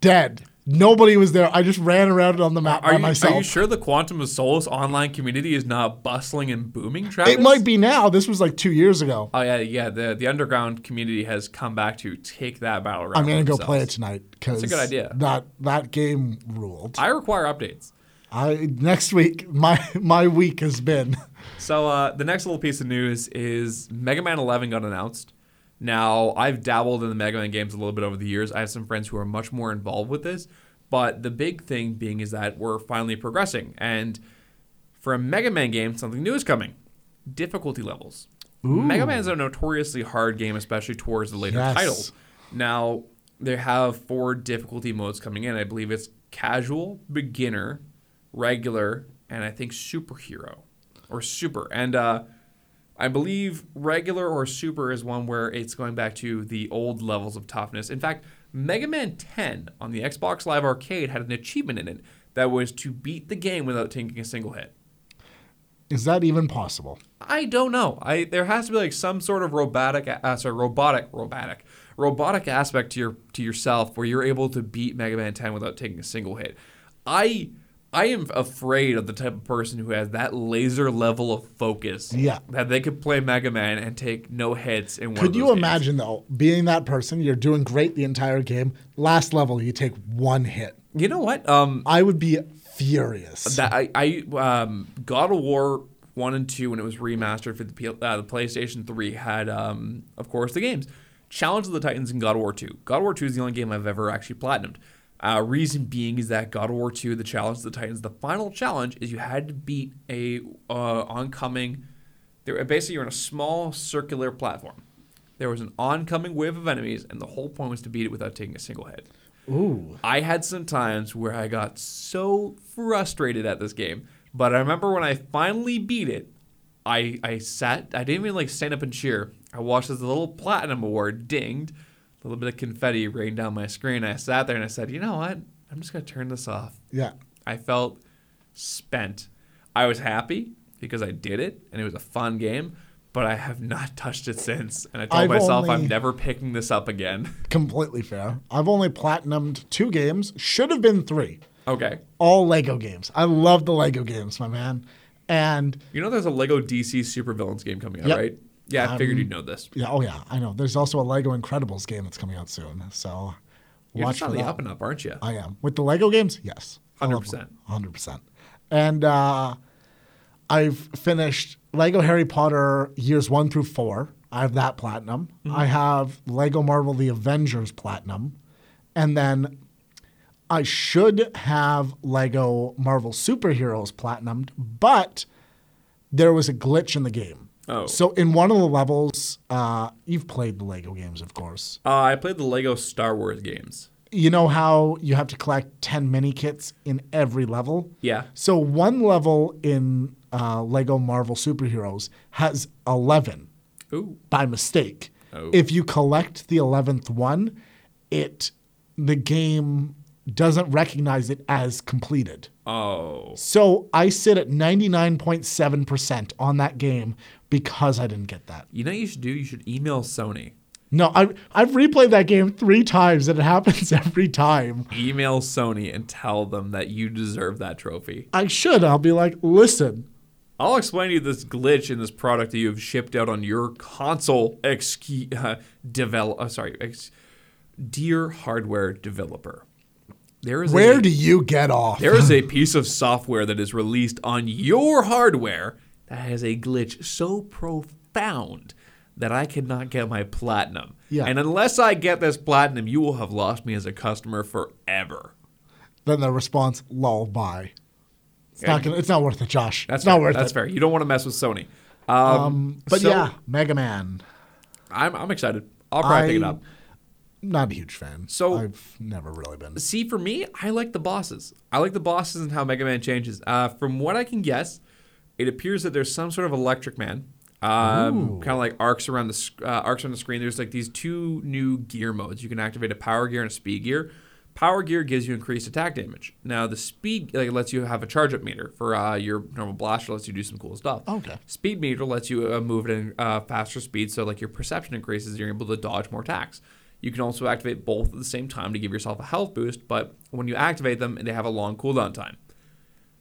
Speaker 2: dead. Nobody was there. I just ran around on the map
Speaker 1: Are
Speaker 2: by
Speaker 1: you,
Speaker 2: myself.
Speaker 1: are you sure the Quantum of Solace online community is not bustling and booming, Travis?
Speaker 2: It might be now. This was like two years ago.
Speaker 1: Oh yeah, yeah. The the underground community has come back to take that battle royale.
Speaker 2: I'm gonna
Speaker 1: for
Speaker 2: go play it
Speaker 1: themselves.
Speaker 2: tonight because
Speaker 1: good idea.
Speaker 2: That that game ruled.
Speaker 1: I require updates.
Speaker 2: I next week my my week has been
Speaker 1: So uh, the next little piece of news is Mega Man 11 got announced. Now, I've dabbled in the Mega Man games a little bit over the years. I have some friends who are much more involved with this, but the big thing being is that we're finally progressing. And for a Mega Man game, something new is coming difficulty levels. Mega Man is a notoriously hard game, especially towards the later
Speaker 2: Yes.
Speaker 1: titles. Now, they have four difficulty modes coming in. I believe it's casual, beginner, regular, and I think superhero or super. And uh, I believe regular or super is one where it's going back to the old levels of toughness. In fact, Mega Man 10 on the Xbox Live Arcade had an achievement in it that was to beat the game without taking a single hit.
Speaker 2: Is that even possible?
Speaker 1: I don't know. I there has to be like some sort of robotic, uh, sorry, robotic, robotic, robotic aspect to your to yourself where you're able to beat Mega Man 10 without taking a single hit. I I am afraid of the type of person who has that laser level of focus.
Speaker 2: Yeah.
Speaker 1: that they could play Mega Man and take no hits in one. of
Speaker 2: Could you
Speaker 1: those games.
Speaker 2: imagine though, being that person, you're doing great the entire game. Last level, you take one hit.
Speaker 1: You know what? Um,
Speaker 2: I would be furious.
Speaker 1: That I, I um, God of War one and two when it was remastered for the, P- uh, the PlayStation three had um, of course the games Challenge of the Titans and God of War two. God of War two is the only game I've ever actually platinumed. Uh, reason being is that God of War two, the Challenge of the Titans, the final challenge is you had to beat a uh, oncoming. There, basically, you're in a small circular platform. There was an oncoming wave of enemies, and the whole point was to beat it without taking a single hit.
Speaker 2: Ooh.
Speaker 1: I had some times where I got so frustrated at this game, but I remember when I finally beat it, I I sat, I didn't even like stand up and cheer. I watched as the little platinum award dinged, a little bit of confetti rained down my screen. I sat there and I said, you know what? I'm just gonna turn this off.
Speaker 2: Yeah.
Speaker 1: I felt spent. I was happy because I did it and it was a fun game, but I have not touched it since. And I told
Speaker 2: I've
Speaker 1: myself
Speaker 2: only-
Speaker 1: I'm never picking this up again.
Speaker 2: Completely fair. I've only platinumed two games, should have been three.
Speaker 1: okay.
Speaker 2: All Lego games. I love the Lego games, my man. And
Speaker 1: You know, there's a Lego DC supervillains game coming out,
Speaker 2: Yep.
Speaker 1: right? Yeah, I figured you'd know this.
Speaker 2: yeah, oh yeah, I know. There's also a Lego Incredibles game that's coming out soon. So
Speaker 1: You're
Speaker 2: watch
Speaker 1: just on
Speaker 2: for
Speaker 1: the
Speaker 2: that.
Speaker 1: up and up, aren't you? Uh,
Speaker 2: I am. With the Lego games, yes. I love
Speaker 1: 100%.
Speaker 2: them. 100%. And uh, I've finished Lego Harry Potter years one through four. I have that platinum. I have Lego Marvel The Avengers platinum. And then I should have Lego Marvel Superheroes platinumed, but there was a glitch in the game.
Speaker 1: Oh.
Speaker 2: So in one of the levels, uh, you've played the Lego games, of course
Speaker 1: Uh, I played the Lego Star Wars games.
Speaker 2: you know how you have to collect 10 mini kits in every level?
Speaker 1: Yeah.
Speaker 2: So one level in uh, Lego Marvel Superheroes has 11
Speaker 1: Ooh.
Speaker 2: by mistake.
Speaker 1: Oh.
Speaker 2: If you collect the 11th one, it the game doesn't recognize it as completed.
Speaker 1: Oh.
Speaker 2: So I sit at 99.7% on that game because I didn't get that.
Speaker 1: You know what you should do? You should email Sony.
Speaker 2: No, I I've replayed that game 3 times and it happens every time.
Speaker 1: Email Sony and tell them that you deserve that trophy.
Speaker 2: I should. I'll be like, "Listen,
Speaker 1: I'll explain to you this glitch in this product that you have shipped out on your console exque- uh, develop. Uh, sorry, ex- dear hardware developer. There is a
Speaker 2: Where do you get off?
Speaker 1: There is a piece of software that is released on your hardware that has a glitch so profound that I cannot get my platinum.
Speaker 2: Yeah.
Speaker 1: And unless I get this platinum, you will have lost me as a customer forever.
Speaker 2: then the response, lol, bye. It's not
Speaker 1: Okay.
Speaker 2: gonna, It's not worth it, Josh.
Speaker 1: That's
Speaker 2: it's not
Speaker 1: fair.
Speaker 2: worth
Speaker 1: That's
Speaker 2: it.
Speaker 1: fair. You don't want to mess with Sony. Um,
Speaker 2: But
Speaker 1: so-
Speaker 2: yeah, Mega Man.
Speaker 1: I'm, I'm excited. I'll probably pick it
Speaker 2: I-
Speaker 1: up.
Speaker 2: Not a huge fan.
Speaker 1: So-
Speaker 2: I've never really been.
Speaker 1: See, for me, I like the bosses. I like the bosses and how Mega Man changes. Uh, from what I can guess, it appears that there's some sort of Electric Man, um, kind of like arcs around the sc- uh, arcs around the screen. There's like these two new gear modes. You can activate a power gear and a speed gear. Power gear gives you increased attack damage. Now the speed like lets you have a charge up meter for uh, your normal blaster. Lets you do some cool stuff.
Speaker 2: Okay.
Speaker 1: Speed meter lets you uh, move at a uh, faster speed, so like your perception increases, you're able to dodge more attacks. You can also activate both at the same time to give yourself a health boost, but when you activate them, they have a long cooldown time.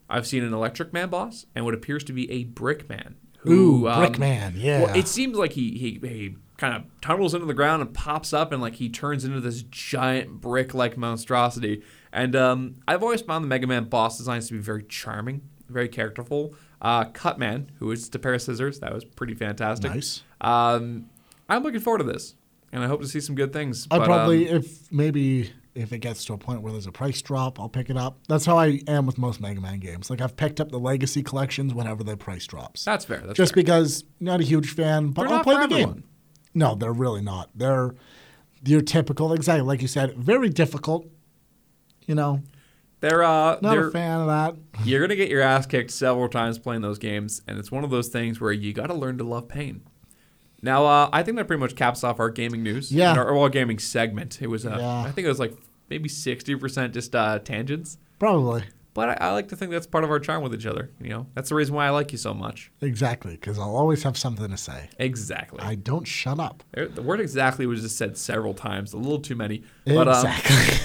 Speaker 1: I've seen an Electric Man boss and what appears to be a Brick Man. um,
Speaker 2: Ooh, Brick Man,
Speaker 1: Well,
Speaker 2: yeah.
Speaker 1: it seems like he he, he kind of tunnels into the ground and pops up and like he turns into this giant brick-like monstrosity. And um, I've always found the Mega Man boss designs to be very charming, very characterful. Uh, Cut Man, who is just a pair of scissors, that was pretty fantastic.
Speaker 2: Nice.
Speaker 1: Um, I'm looking forward to this. and I hope to see some good things.
Speaker 2: I
Speaker 1: But, um,
Speaker 2: probably, if maybe if it gets to a point where there's a price drop, I'll pick it up. That's how I am with most Mega Man games. Like I've picked up the Legacy collections whenever the price drops,
Speaker 1: that's fair. That's
Speaker 2: just
Speaker 1: fair.
Speaker 2: because not a huge fan, but
Speaker 1: They're
Speaker 2: I'll
Speaker 1: not
Speaker 2: play
Speaker 1: for
Speaker 2: the game.
Speaker 1: everyone.
Speaker 2: No, they're really not. They're your typical, exactly like you said, very difficult. You know,
Speaker 1: they're uh,
Speaker 2: not
Speaker 1: they're
Speaker 2: a fan of that.
Speaker 1: you're gonna get your ass kicked several times playing those games, and it's one of those things where you gotta learn to love pain. Now, uh, I think that pretty much caps off our gaming news.
Speaker 2: Yeah.
Speaker 1: and our well, gaming segment. It was, uh,
Speaker 2: Yeah.
Speaker 1: I think it was like maybe sixty percent just uh, tangents,
Speaker 2: Probably
Speaker 1: but I, I like to think that's part of our charm with each other. You know, that's the reason why I like you so much.
Speaker 2: exactly because I'll always have something to say.
Speaker 1: Exactly.
Speaker 2: I don't shut up.
Speaker 1: There- The word exactly was just said several times, a little too many.
Speaker 2: Exactly.
Speaker 1: But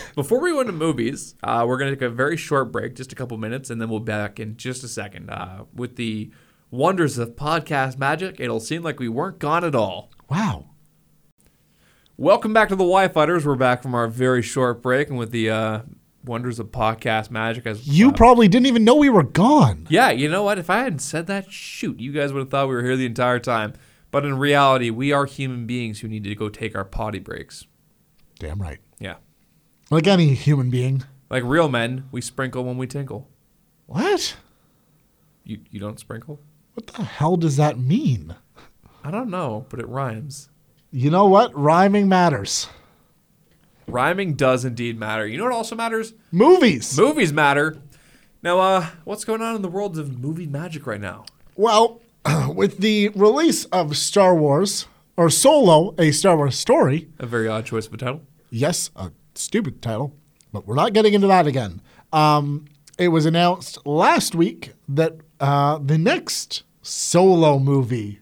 Speaker 1: um, before we go into movies, uh, we're going to take a very short break, just a couple minutes, and then we'll be back in just a second. Uh, with the wonders of podcast magic, it'll seem like we weren't gone at all.
Speaker 2: Wow.
Speaker 1: Welcome back to the Y Fighters. We're back from our very short break, and with the uh, wonders of podcast magic, as
Speaker 2: You
Speaker 1: uh,
Speaker 2: probably didn't even know we were gone.
Speaker 1: yeah, you know what? If I hadn't said that, shoot, you guys would have thought we were here the entire time. But in reality, we are human beings who need to go take our potty breaks.
Speaker 2: Damn right.
Speaker 1: Yeah.
Speaker 2: Like any human being.
Speaker 1: Like real men, we sprinkle when we tinkle.
Speaker 2: What?
Speaker 1: You you don't sprinkle?
Speaker 2: What the hell does that mean?
Speaker 1: I don't know, but it rhymes.
Speaker 2: You know what? Rhyming matters.
Speaker 1: Rhyming does indeed matter. You know what also matters?
Speaker 2: Movies.
Speaker 1: Movies matter. Now, uh, what's going on in the world of movie magic right now?
Speaker 2: Well, with the release of Star Wars or Solo, a Star Wars story,
Speaker 1: A very odd choice of a title.
Speaker 2: yes, a stupid title, but we're not getting into that again. Um, it was announced last week that uh, the next Solo movie,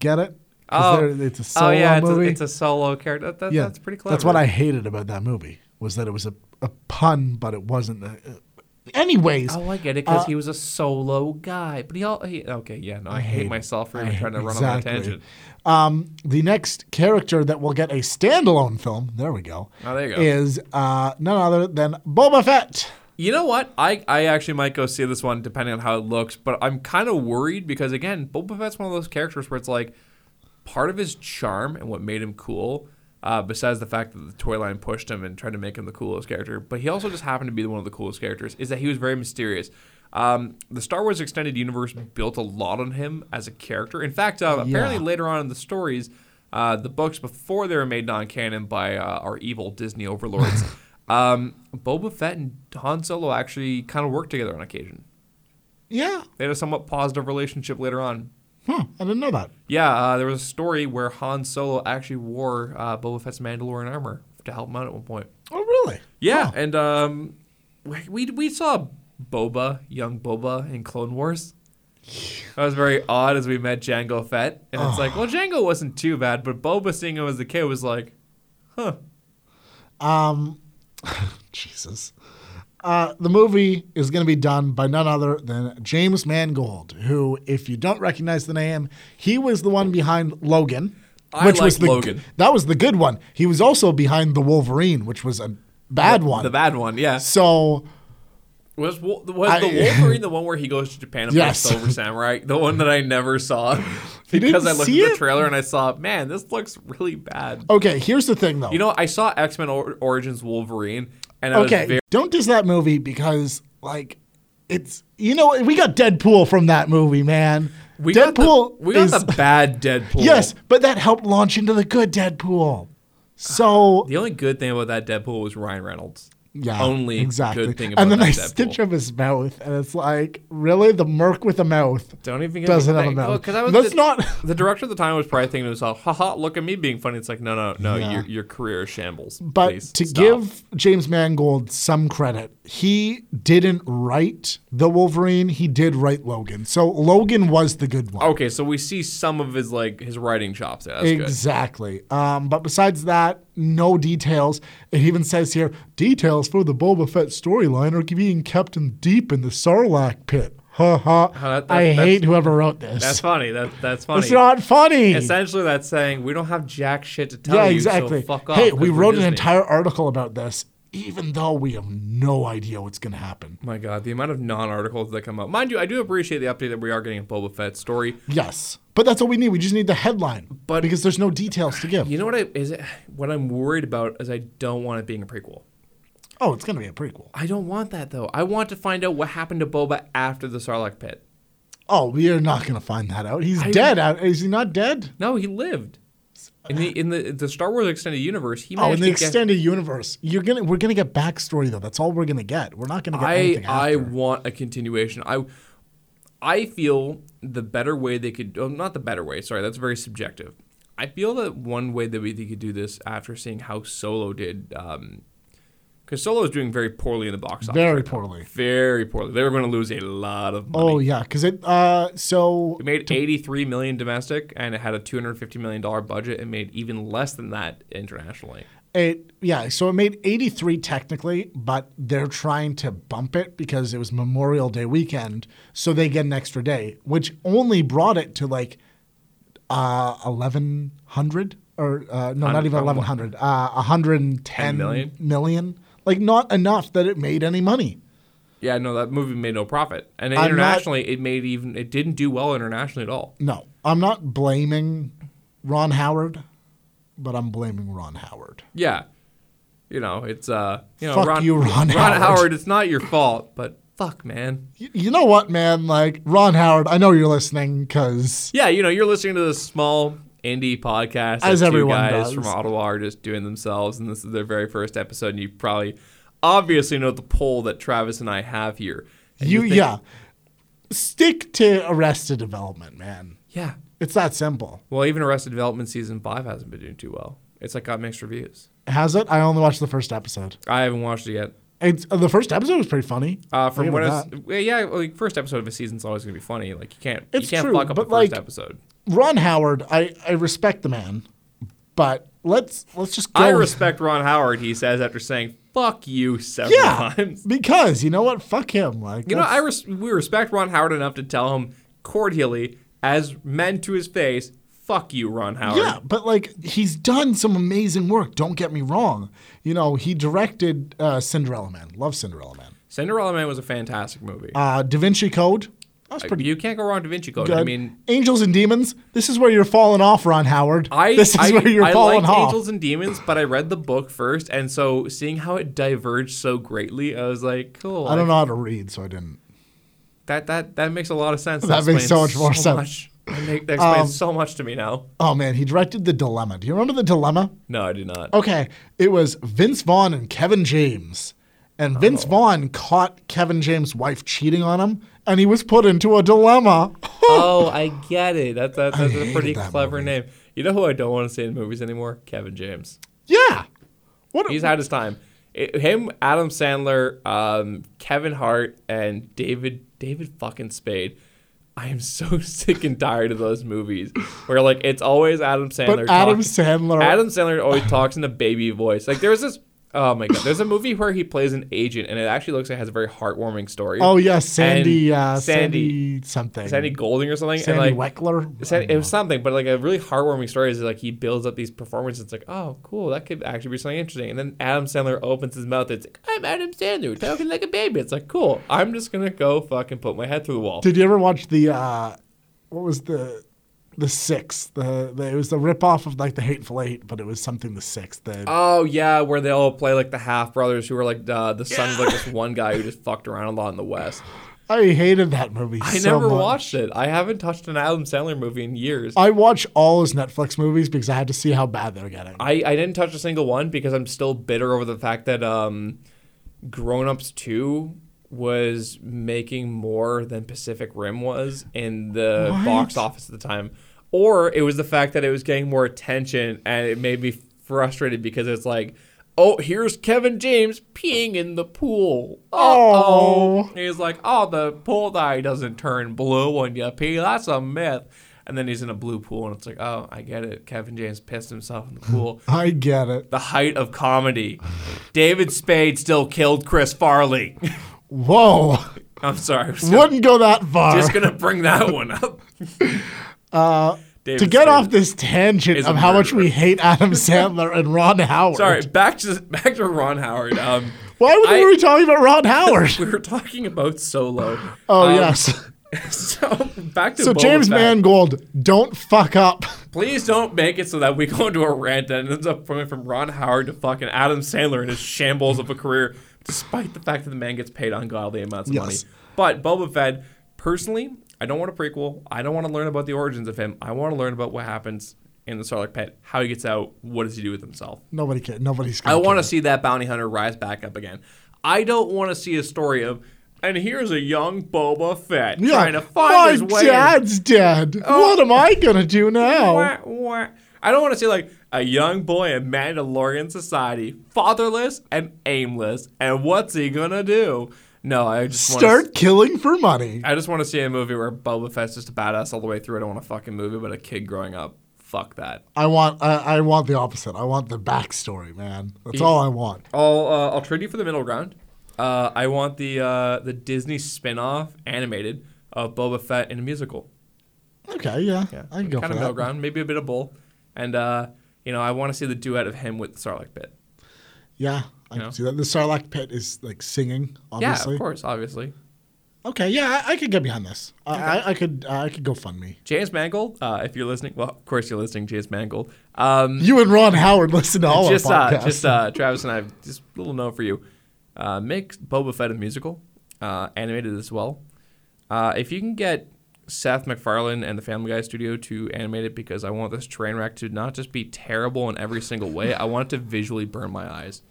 Speaker 2: get it? 'Cause there- it's a Solo
Speaker 1: oh yeah, it's,
Speaker 2: movie.
Speaker 1: A, it's a solo character. That, that- that's pretty clever.
Speaker 2: That's what I hated about that movie was that it was a, a pun, but it wasn't. A, anyways,
Speaker 1: Oh, I get it
Speaker 2: Uh,
Speaker 1: because he was a solo guy. But he all he, okay, yeah. No, I, hate, myself for even trying to run on that
Speaker 2: exactly.
Speaker 1: tangent.
Speaker 2: um, the next character that will get a standalone film, there we go,
Speaker 1: Oh, there you go.
Speaker 2: is uh, none other than Boba Fett.
Speaker 1: You know what? I, I actually might go see this one depending on how it looks, but I'm kind of worried because again, Boba Fett's one of those characters where it's like part of his charm and what made him cool, uh, besides the fact that the toy line pushed him and tried to make him the coolest character, but he also just happened to be one of the coolest characters, is that he was very mysterious. Um, the Star Wars Extended Universe built a lot on him as a character. In fact, uh, apparently
Speaker 2: Yeah.
Speaker 1: later on in the stories, uh, the books before they were made non-canon by uh, our evil Disney overlords, um, Boba Fett and Han Solo actually kind of worked together on occasion.
Speaker 2: Yeah,
Speaker 1: They had a somewhat positive relationship later on.
Speaker 2: huh, I didn't know that.
Speaker 1: Yeah, uh, there was a story where Han Solo actually wore uh, Boba Fett's Mandalorian armor to help him out at one point.
Speaker 2: Oh, really?
Speaker 1: Yeah, and um, we- we we saw Boba, young Boba, in Clone Wars. That was very odd as we met Django Fett, and it's like, well, Django wasn't too bad, but Boba seeing him as a kid was like, huh.
Speaker 2: Um, Jesus. Uh, the movie is going to be done by none other than James Mangold, who, if you don't recognize the name, he was the one behind Logan,
Speaker 1: I like
Speaker 2: was the
Speaker 1: Logan.
Speaker 2: that was the good one. He was also behind the Wolverine, which was a bad one.
Speaker 1: The bad one, yeah.
Speaker 2: so
Speaker 1: Was Wol- was
Speaker 2: I-
Speaker 1: the Wolverine the one where he goes to Japan and
Speaker 2: Yes.
Speaker 1: plays Silver Samurai? The one that I never saw
Speaker 2: didn't
Speaker 1: because I looked at
Speaker 2: see
Speaker 1: the
Speaker 2: it?
Speaker 1: trailer and I saw, man, this looks really bad.
Speaker 2: okay, here's the thing though.
Speaker 1: You know, I saw X Men or- Origins Wolverine, and I
Speaker 2: okay,
Speaker 1: was very
Speaker 2: don't diss that movie because like it's you know we got Deadpool from that movie, man.
Speaker 1: we got the-
Speaker 2: Deadpool
Speaker 1: we got
Speaker 2: is
Speaker 1: the bad Deadpool.
Speaker 2: Yes, but that helped launch into the good Deadpool. So
Speaker 1: The only good thing about that Deadpool was Ryan Reynolds.
Speaker 2: yeah,
Speaker 1: Only
Speaker 2: exactly.
Speaker 1: good thing about
Speaker 2: and then
Speaker 1: that
Speaker 2: they
Speaker 1: Deadpool.
Speaker 2: stitch up his mouth, and it's like really the merc with a mouth.
Speaker 1: Don't even get
Speaker 2: doesn't
Speaker 1: me
Speaker 2: have a
Speaker 1: think-
Speaker 2: mouth.
Speaker 1: Well, 'cause I was
Speaker 2: That's
Speaker 1: the,
Speaker 2: not-
Speaker 1: the director at the time was probably thinking to himself, haha, look at me being funny. It's like, no, no, no,
Speaker 2: Yeah.
Speaker 1: your, your career is shambles.
Speaker 2: But
Speaker 1: Please,
Speaker 2: to
Speaker 1: stop."
Speaker 2: give James Mangold some credit, he didn't write the Wolverine. He did write Logan. So Logan was the good one.
Speaker 1: Okay, so we see some of his like his writing chops there. That's good.
Speaker 2: exactly. Um, but besides that, no details. It even says here details for the Boba Fett storyline are being kept in deep in the Sarlacc pit. Ha ha.
Speaker 1: that- that-
Speaker 2: I
Speaker 1: that's-
Speaker 2: hate whoever wrote this.
Speaker 1: That's funny. That that's funny.
Speaker 2: It's not funny.
Speaker 1: Essentially, that's saying we don't have jack shit to tell
Speaker 2: yeah,
Speaker 1: you.
Speaker 2: exactly.
Speaker 1: So fuck off.
Speaker 2: hey,
Speaker 1: 'cause
Speaker 2: we
Speaker 1: we're
Speaker 2: wrote an
Speaker 1: Disney.
Speaker 2: entire article about this. even though we have no idea what's going to happen.
Speaker 1: My God, the amount of non-articles that come up. Mind you, I do appreciate the update that we are getting a Boba Fett story.
Speaker 2: Yes. But that's what we need. We just need the headline
Speaker 1: But-
Speaker 2: because there's no details to give.
Speaker 1: You know what I is it, what I'm worried about is I don't want it being a prequel.
Speaker 2: Oh, it's going to be a prequel.
Speaker 1: I don't want that though. I want to find out what happened to Boba after the Sarlacc pit.
Speaker 2: Oh, we are not going to find that out. He's dead. Uh, Is he not dead?
Speaker 1: No, he lived. In the in the the Star Wars extended universe, he
Speaker 2: Oh,
Speaker 1: managed
Speaker 2: in the
Speaker 1: to get
Speaker 2: extended universe, you're gonna we're gonna get backstory though. That's all we're gonna get. We're not gonna get
Speaker 1: I
Speaker 2: anything
Speaker 1: I
Speaker 2: after.
Speaker 1: want a continuation. I I feel the better way they could oh, not the better way. Sorry, that's very subjective. I feel that one way that we they could do this after seeing how Solo did, because Solo is doing very poorly in the box office.
Speaker 2: Very poorly.
Speaker 1: Very poorly. They were going to lose a lot of money.
Speaker 2: Oh yeah, because it. Uh, so
Speaker 1: It made 83 million domestic and it had a 250 million dollar budget and made even less than that internationally.
Speaker 2: it yeah, so it made eighty three technically, but they're trying to bump it because it was Memorial Day weekend, so they get an extra day, which only brought it to like uh eleven hundred or uh, no, not even
Speaker 1: Hundred-
Speaker 2: eleven hundred, uh, hundred and
Speaker 1: 10
Speaker 2: ten
Speaker 1: million?
Speaker 2: million. Like not enough that it made any money.
Speaker 1: Yeah, no, that movie made no profit. And
Speaker 2: not-
Speaker 1: internationally, it made even it didn't do well internationally at all.
Speaker 2: No, I'm not blaming Ron Howard, but I'm blaming Ron Howard.
Speaker 1: Yeah. You know, it's uh you know
Speaker 2: Fuck you, Ron Howard.
Speaker 1: it's not your fault, but fuck man.
Speaker 2: Y- you know what, man? Like Ron Howard, I know you're listening because
Speaker 1: Yeah, you know, you're listening to this small indie podcast that
Speaker 2: As
Speaker 1: two
Speaker 2: everyone
Speaker 1: guys
Speaker 2: does.
Speaker 1: from Ottawa are just doing themselves and this is their very first episode and you probably obviously know the poll that Travis and I have here. And
Speaker 2: you,
Speaker 1: think-
Speaker 2: yeah, stick to Arrested Development, man.
Speaker 1: Yeah.
Speaker 2: It's that simple.
Speaker 1: Well, even Arrested Development season five hasn't been doing too well. It's like got mixed reviews.
Speaker 2: Has it? I only watched the first episode.
Speaker 1: I haven't watched it yet.
Speaker 2: It's uh, the first episode was pretty funny.
Speaker 1: Uh, from
Speaker 2: Forget
Speaker 1: what I
Speaker 2: about
Speaker 1: was, yeah, like first episode of a season's always gonna be funny. Like you can't,
Speaker 2: It's
Speaker 1: you can't
Speaker 2: true,
Speaker 1: fuck up the
Speaker 2: but,
Speaker 1: first
Speaker 2: like,
Speaker 1: episode.
Speaker 2: that. Ron Howard, I, I respect the man, but let's let's just go.
Speaker 1: I
Speaker 2: with-
Speaker 1: respect Ron Howard, he says after saying "fuck you" several
Speaker 2: yeah,
Speaker 1: times.
Speaker 2: because you know what? Fuck him. Like
Speaker 1: You know,
Speaker 2: that's-
Speaker 1: I res- we respect Ron Howard enough to tell him cordially, as men to his face, "fuck you, Ron Howard."
Speaker 2: Yeah, but like he's done some amazing work. Don't get me wrong. You know, he directed uh, Cinderella Man. Love Cinderella Man.
Speaker 1: Cinderella Man was a fantastic movie.
Speaker 2: Uh, da Vinci Code. That's pretty
Speaker 1: you can't go wrong with Da Vinci Code.
Speaker 2: good.
Speaker 1: I mean,
Speaker 2: Angels and Demons. This is where you're falling off, Ron Howard.
Speaker 1: I
Speaker 2: this is
Speaker 1: I,
Speaker 2: where you're
Speaker 1: I
Speaker 2: falling
Speaker 1: liked
Speaker 2: off.
Speaker 1: Angels and Demons, but I read the book first, and so seeing how it diverged so greatly, I was like, cool.
Speaker 2: I don't know how to read, so I didn't.
Speaker 1: That that that makes a lot of sense.
Speaker 2: That makes so
Speaker 1: explains
Speaker 2: much more sense. Um,
Speaker 1: much. That, make, that explains so much to me now.
Speaker 2: Oh man, he directed The Dilemma. Do you remember The Dilemma?
Speaker 1: No, I do not.
Speaker 2: Okay, it was Vince Vaughn and Kevin James. And Vince
Speaker 1: Oh.
Speaker 2: Vaughn caught Kevin James' wife cheating on him, and he was put into a dilemma.
Speaker 1: Oh, I get it. That, that, that's a
Speaker 2: hated
Speaker 1: pretty
Speaker 2: that
Speaker 1: clever
Speaker 2: movie.
Speaker 1: name. You know who I don't want to see in movies anymore? Kevin James.
Speaker 2: yeah. What
Speaker 1: He's had his time. It- him, Adam Sandler, um, Kevin Hart, and David David fucking Spade. I am so sick and tired of those movies where like it's always Adam Sandler.
Speaker 2: But Adam
Speaker 1: talking-
Speaker 2: Sandler.
Speaker 1: Adam Sandler always talks in a baby voice. Like there was this. Oh my god! There's a movie where he plays an agent, and it actually looks like it has a very heartwarming story.
Speaker 2: oh yeah, Sandy.
Speaker 1: And
Speaker 2: Uh,
Speaker 1: Sandy-
Speaker 2: Sandy. something.
Speaker 1: Sandy Golding or something,
Speaker 2: Sandy
Speaker 1: and like
Speaker 2: Weckler.
Speaker 1: Sandy- it was something, but like a really heartwarming story is like he builds up these performances. It's like, oh, cool, that could actually be something interesting. And then Adam Sandler opens his mouth. It's like, I'm Adam Sandler talking like a baby. It's like, cool. I'm just gonna go fucking put my head through the wall.
Speaker 2: Did you ever watch the? Uh, what was the? The six. The, the it was the ripoff of like the Hateful Eight, but it was something the sixth. The,
Speaker 1: Oh yeah, where they all play like the half brothers who are like uh, the sons of like this one guy who just fucked around a lot in the West.
Speaker 2: I hated that movie.
Speaker 1: I never watched it. I haven't touched an Adam Sandler movie in years.
Speaker 2: I watch all his Netflix movies because I had to see how bad they're getting.
Speaker 1: I, I didn't touch a single one because I'm still bitter over the fact that um, Grown Ups 2 was making more than Pacific Rim was in the
Speaker 2: What?
Speaker 1: box office at the time. Or it was the fact that it was getting more attention and it made me frustrated because it's like, oh, here's Kevin James peeing in the pool. Uh-oh.
Speaker 2: Oh.
Speaker 1: He's like, oh, the pool dye doesn't turn blue when you pee. That's a myth. And then he's in a blue pool, and it's like, oh, I get it. Kevin James pissed himself in the pool.
Speaker 2: I get it.
Speaker 1: the height of comedy. David Spade still killed Chris Farley.
Speaker 2: Whoa,
Speaker 1: I'm sorry. I'm just,
Speaker 2: wouldn't go that far.
Speaker 1: just gonna bring that one up. David
Speaker 2: Uh, to get
Speaker 1: Spade.
Speaker 2: off this tangent
Speaker 1: Is a
Speaker 2: of how much
Speaker 1: murderer.
Speaker 2: we hate Adam Sandler and Ron Howard.
Speaker 1: Sorry, back to back to Ron Howard. Um,
Speaker 2: Why were
Speaker 1: I- Um,
Speaker 2: we talking about Ron Howard?
Speaker 1: we were talking about Solo.
Speaker 2: Oh
Speaker 1: Um,
Speaker 2: yes.
Speaker 1: So back to
Speaker 2: So
Speaker 1: Boba
Speaker 2: James
Speaker 1: Fett.
Speaker 2: Mangold, don't fuck up.
Speaker 1: Please don't make it so that we go into a rant that ends up going from Ron Howard to fucking Adam Sandler and his shambles of a career, despite the fact that the man gets paid ungodly amounts of money.
Speaker 2: Yes.
Speaker 1: But Boba Fett, personally, I don't want a prequel. I don't want to learn about the origins of him. I want to learn about what happens in the Starlight Pit, how he gets out, what does he do with himself.
Speaker 2: Nobody can. Nobody's.
Speaker 1: I
Speaker 2: Gonna
Speaker 1: want to
Speaker 2: care.
Speaker 1: see that bounty hunter rise back up again. I don't want to see a story of, and here's a young Boba Fett
Speaker 2: Yeah,
Speaker 1: trying to find
Speaker 2: my
Speaker 1: his way. Oh.
Speaker 2: dad's dead. What am I gonna do now?
Speaker 1: Wah, wah. I don't want to see like a young boy in Mandalorian society, fatherless and aimless, and what's he gonna do? No, I just
Speaker 2: Start
Speaker 1: Want
Speaker 2: killing for money.
Speaker 1: to, I just want to see a movie where Boba Fett's just a badass all the way through. I don't want a fucking movie about a kid growing up. Fuck that.
Speaker 2: I want. I, I want the opposite. I want the backstory, man. That's all I want.
Speaker 1: I'll uh, I'll trade you for the middle ground. Uh, I want the uh, the Disney spin-off animated of Boba Fett in a musical.
Speaker 2: Okay, yeah,
Speaker 1: Yeah,
Speaker 2: I can
Speaker 1: kind
Speaker 2: go
Speaker 1: of
Speaker 2: for
Speaker 1: middle
Speaker 2: that.
Speaker 1: ground, maybe a bit of both. And uh, you know, I want to see the duet of him with the Sarlacc pit.
Speaker 2: Yeah, I
Speaker 1: know?
Speaker 2: can see that. The Sarlacc pit is like singing, obviously.
Speaker 1: Yeah, of course, obviously.
Speaker 2: Okay, yeah, I, I could get behind this. I, I, I could. uh, I could go fund me.
Speaker 1: James Mangold, uh, if you're listening, well, of course you're listening, James Mangold. Um,
Speaker 2: You and Ron Howard listen to all
Speaker 1: just,
Speaker 2: our podcasts.
Speaker 1: uh, just uh, Travis and I, just a little note for you. Uh, make Boba Fett a musical, uh, animated as well. Uh, if you can get Seth MacFarlane and the Family Guy studio to animate it, because I want this train wreck to not just be terrible in every single way, I want it to visually burn my eyes.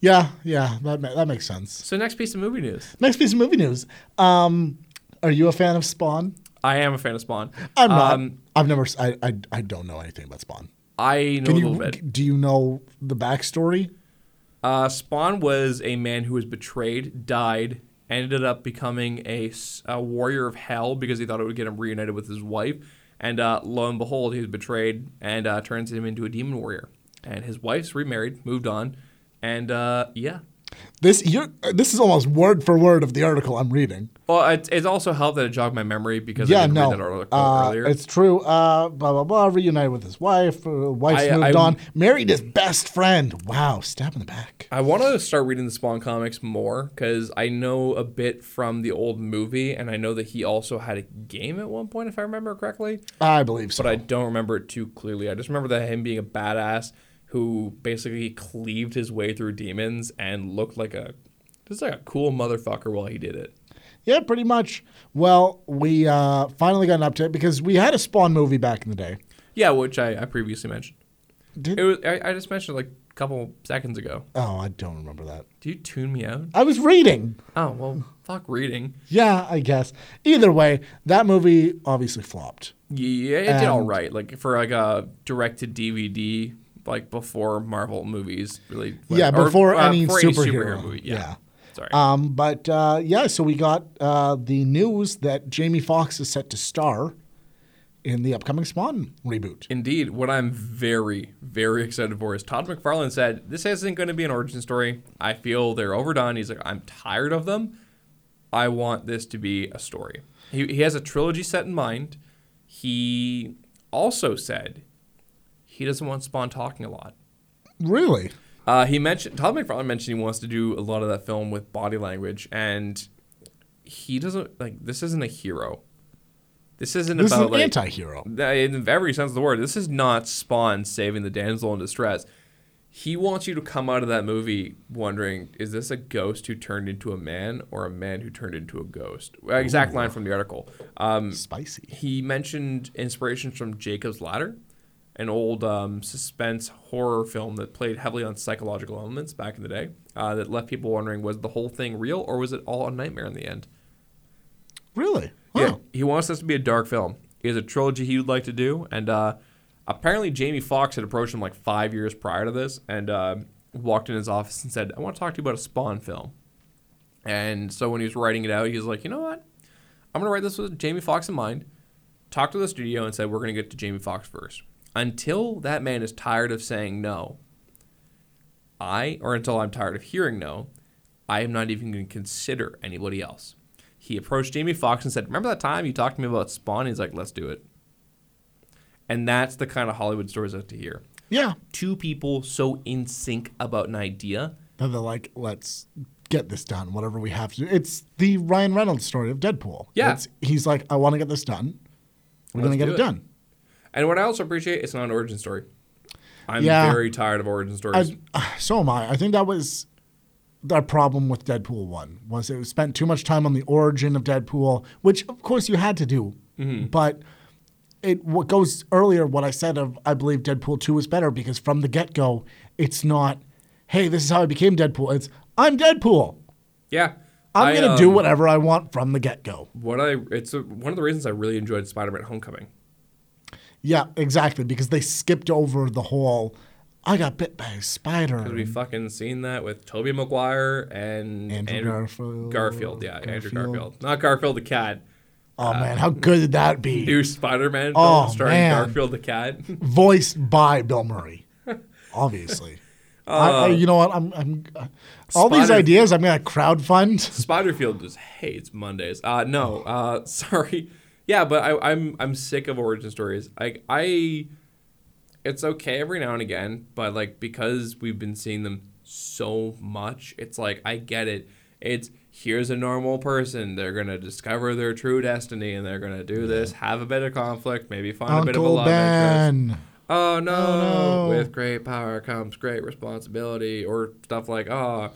Speaker 2: yeah, yeah, that ma- that makes sense.
Speaker 1: So, next piece of movie news.
Speaker 2: Next piece of movie news. Um, are you a fan of Spawn?
Speaker 1: I am a fan of Spawn.
Speaker 2: I'm not.
Speaker 1: Um,
Speaker 2: I've never. s- I, I I don't know anything about Spawn.
Speaker 1: I know
Speaker 2: Can
Speaker 1: a
Speaker 2: you?
Speaker 1: little bit.
Speaker 2: Do you know the backstory?
Speaker 1: Uh, Spawn was a man who was betrayed, died, ended up becoming a, s- a warrior of hell because he thought it would get him reunited with his wife. And uh, lo and behold, he was betrayed and uh, turns him into a demon warrior. And his wife's remarried, moved on, and uh, yeah.
Speaker 2: This you're, this is almost word for word of the article I'm reading.
Speaker 1: Well, it, it also helped that it jogged my memory because I
Speaker 2: yeah,
Speaker 1: didn't
Speaker 2: no,
Speaker 1: read that article
Speaker 2: uh,
Speaker 1: earlier.
Speaker 2: it's true. Uh, blah blah blah. Reunited with his wife. Uh, wife's
Speaker 1: I-
Speaker 2: moved
Speaker 1: I-
Speaker 2: on. Married his best friend. Wow, stab in the back.
Speaker 1: I want to start reading the Spawn comics more because I know a bit from the old movie, and I know that he also had a game at one point, if I remember correctly.
Speaker 2: I believe so.
Speaker 1: but I don't remember it too clearly. I just remember that him being a badass who basically cleaved his way through demons and looked like a just like a cool motherfucker while he did it.
Speaker 2: yeah, pretty much. Well, we uh, finally got an update because we had a Spawn movie back in the day.
Speaker 1: Yeah, which I, I previously mentioned.
Speaker 2: Did-
Speaker 1: It was I, I just mentioned like a couple seconds ago.
Speaker 2: Oh, I don't remember that.
Speaker 1: Do you tune me out?
Speaker 2: I was reading.
Speaker 1: Oh well, fuck reading.
Speaker 2: Yeah, I guess. Either way, that movie obviously flopped.
Speaker 1: Yeah, it did all
Speaker 2: And-
Speaker 1: right. Like for like a direct to DVD, like before Marvel movies really. went-
Speaker 2: yeah,
Speaker 1: or,
Speaker 2: before
Speaker 1: uh,
Speaker 2: any
Speaker 1: for
Speaker 2: superhero
Speaker 1: Yeah. Sorry.
Speaker 2: Um, but uh, yeah, so we got uh, the news that Jamie Foxx is set to star in the upcoming Spawn reboot.
Speaker 1: Indeed, what I'm very, very excited for is Todd McFarlane said this isn't going to be an origin story. I feel they're overdone. He's like, I'm tired of them. I want this to be a story. He, he has a trilogy set in mind. He also said he doesn't want Spawn talking a lot.
Speaker 2: Really?
Speaker 1: Uh, he mentioned Todd McFarlane mentioned he wants to do a lot of that film with body language, and he doesn't like this. Isn't a hero. This isn't
Speaker 2: This is
Speaker 1: about
Speaker 2: an
Speaker 1: like
Speaker 2: anti-hero.
Speaker 1: that- in every sense of the word, this is not Spawn saving the damsel in distress. He wants you to come out of that movie wondering, is this a ghost who turned into a man or a man who turned into a ghost? Uh, Exact line from the article. Um,
Speaker 2: Spicy.
Speaker 1: he mentioned inspirations from Jacob's Ladder, an old um, suspense horror film that played heavily on psychological elements back in the day uh, that left people wondering, was the whole thing real or was it all a nightmare in the end?
Speaker 2: Really?
Speaker 1: Yeah,
Speaker 2: Wow.
Speaker 1: he wants this to be a dark film. He has a trilogy he would like to do, and uh, apparently Jamie Foxx had approached him like five years prior to this, and uh, walked in his office and said, "I want to talk to you about a Spawn film." And so when he was writing it out, he was like, "You know what? I'm gonna write this with Jamie Foxx in mind." Talked to the studio and said, "We're gonna get to Jamie Foxx first. Until that man is tired of saying no, I, or until I'm tired of hearing no, I am not even going to consider anybody else. He approached Jamie Foxx and said, Remember that time you talked to me about Spawn? He's like, Let's do it. And that's the kind of Hollywood stories I like to hear.
Speaker 2: Yeah.
Speaker 1: Two people so in sync about an idea.
Speaker 2: And they're like, let's get this done, whatever we have to. It's the Ryan Reynolds story of Deadpool.
Speaker 1: Yeah.
Speaker 2: It's, he's like, I want to get this done. We're going to
Speaker 1: Let's
Speaker 2: get
Speaker 1: do
Speaker 2: it,
Speaker 1: it.
Speaker 2: done.
Speaker 1: And what I also appreciate, it's not an origin story. I'm
Speaker 2: Yeah.
Speaker 1: very tired of origin stories.
Speaker 2: I, ah, so am I. I think that was our problem with Deadpool 1 was it spent too much time on the origin of Deadpool, which of course you had to do.
Speaker 1: Mm-hmm.
Speaker 2: But it what goes earlier what I said of I believe Deadpool 2 was better because from the get-go it's not hey, this is how I became Deadpool. It's I'm Deadpool.
Speaker 1: yeah.
Speaker 2: I'm
Speaker 1: I,
Speaker 2: going to do
Speaker 1: um,
Speaker 2: whatever I want from the get-go.
Speaker 1: what I it's a, one of the reasons I really enjoyed Spider-Man: Homecoming.
Speaker 2: Yeah, exactly. Because they skipped over the whole. I got bit by a spider.
Speaker 1: We fucking seen that with Tobey Maguire and
Speaker 2: Andrew Garfield.
Speaker 1: Garfield, yeah, Andrew
Speaker 2: Garfield.
Speaker 1: Garfield, not Garfield the cat. uh,
Speaker 2: oh man, how good did that be?
Speaker 1: New Spider-Man
Speaker 2: Oh,
Speaker 1: film starring
Speaker 2: man.
Speaker 1: Garfield the cat.
Speaker 2: Voiced by Bill Murray, obviously. I, I- you know what? I'm. I'm uh, all these
Speaker 1: Spider-
Speaker 2: ideas. I'm gonna crowdfund.
Speaker 1: Spiderfield just hates Mondays. Uh, no, uh, sorry. Yeah, but I, I'm I'm sick of origin stories. I I, it's okay every now and again, but like because we've been seeing them so much, it's like I get it. It's here's a normal person. They're gonna discover their true destiny, and they're gonna do this. Have a bit of conflict, maybe find a bit of a
Speaker 2: Uncle
Speaker 1: love interest.
Speaker 2: Ben.
Speaker 1: Oh no.
Speaker 2: no.
Speaker 1: With great power comes great responsibility, or stuff like, oh,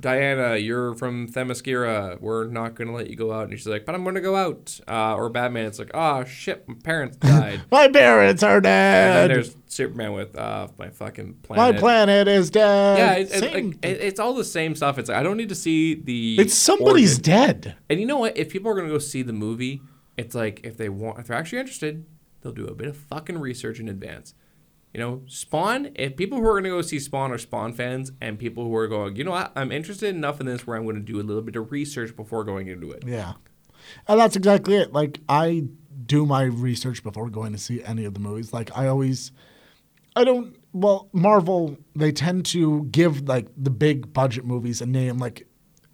Speaker 1: Diana, you're from Themyscira. We're not gonna let you go out, and she's like, but I'm gonna go out. Uh, or Batman, it's like, oh shit, my parents died.
Speaker 2: My parents are
Speaker 1: and then
Speaker 2: dead.
Speaker 1: there's Superman with uh, my fucking
Speaker 2: My
Speaker 1: planet.
Speaker 2: planet is dead.
Speaker 1: Yeah, it, it,
Speaker 2: Same-
Speaker 1: like, it- it's all the same stuff. It's like, I don't need to see the.
Speaker 2: it's somebody's
Speaker 1: origin.
Speaker 2: dead.
Speaker 1: And you know what? If people are gonna go see the movie, it's like if they want, if they're actually interested, they'll do a bit of fucking research in advance. You know, Spawn. If people who are gonna go see Spawn are Spawn fans, and people who are going, you know what? I'm interested enough in this where I'm gonna do a little bit of research before going into it.
Speaker 2: Yeah. And that's exactly it. Like I do my research before going to see any of the movies. Like I always I don't well, Marvel, they tend to give like the big budget movies a name, like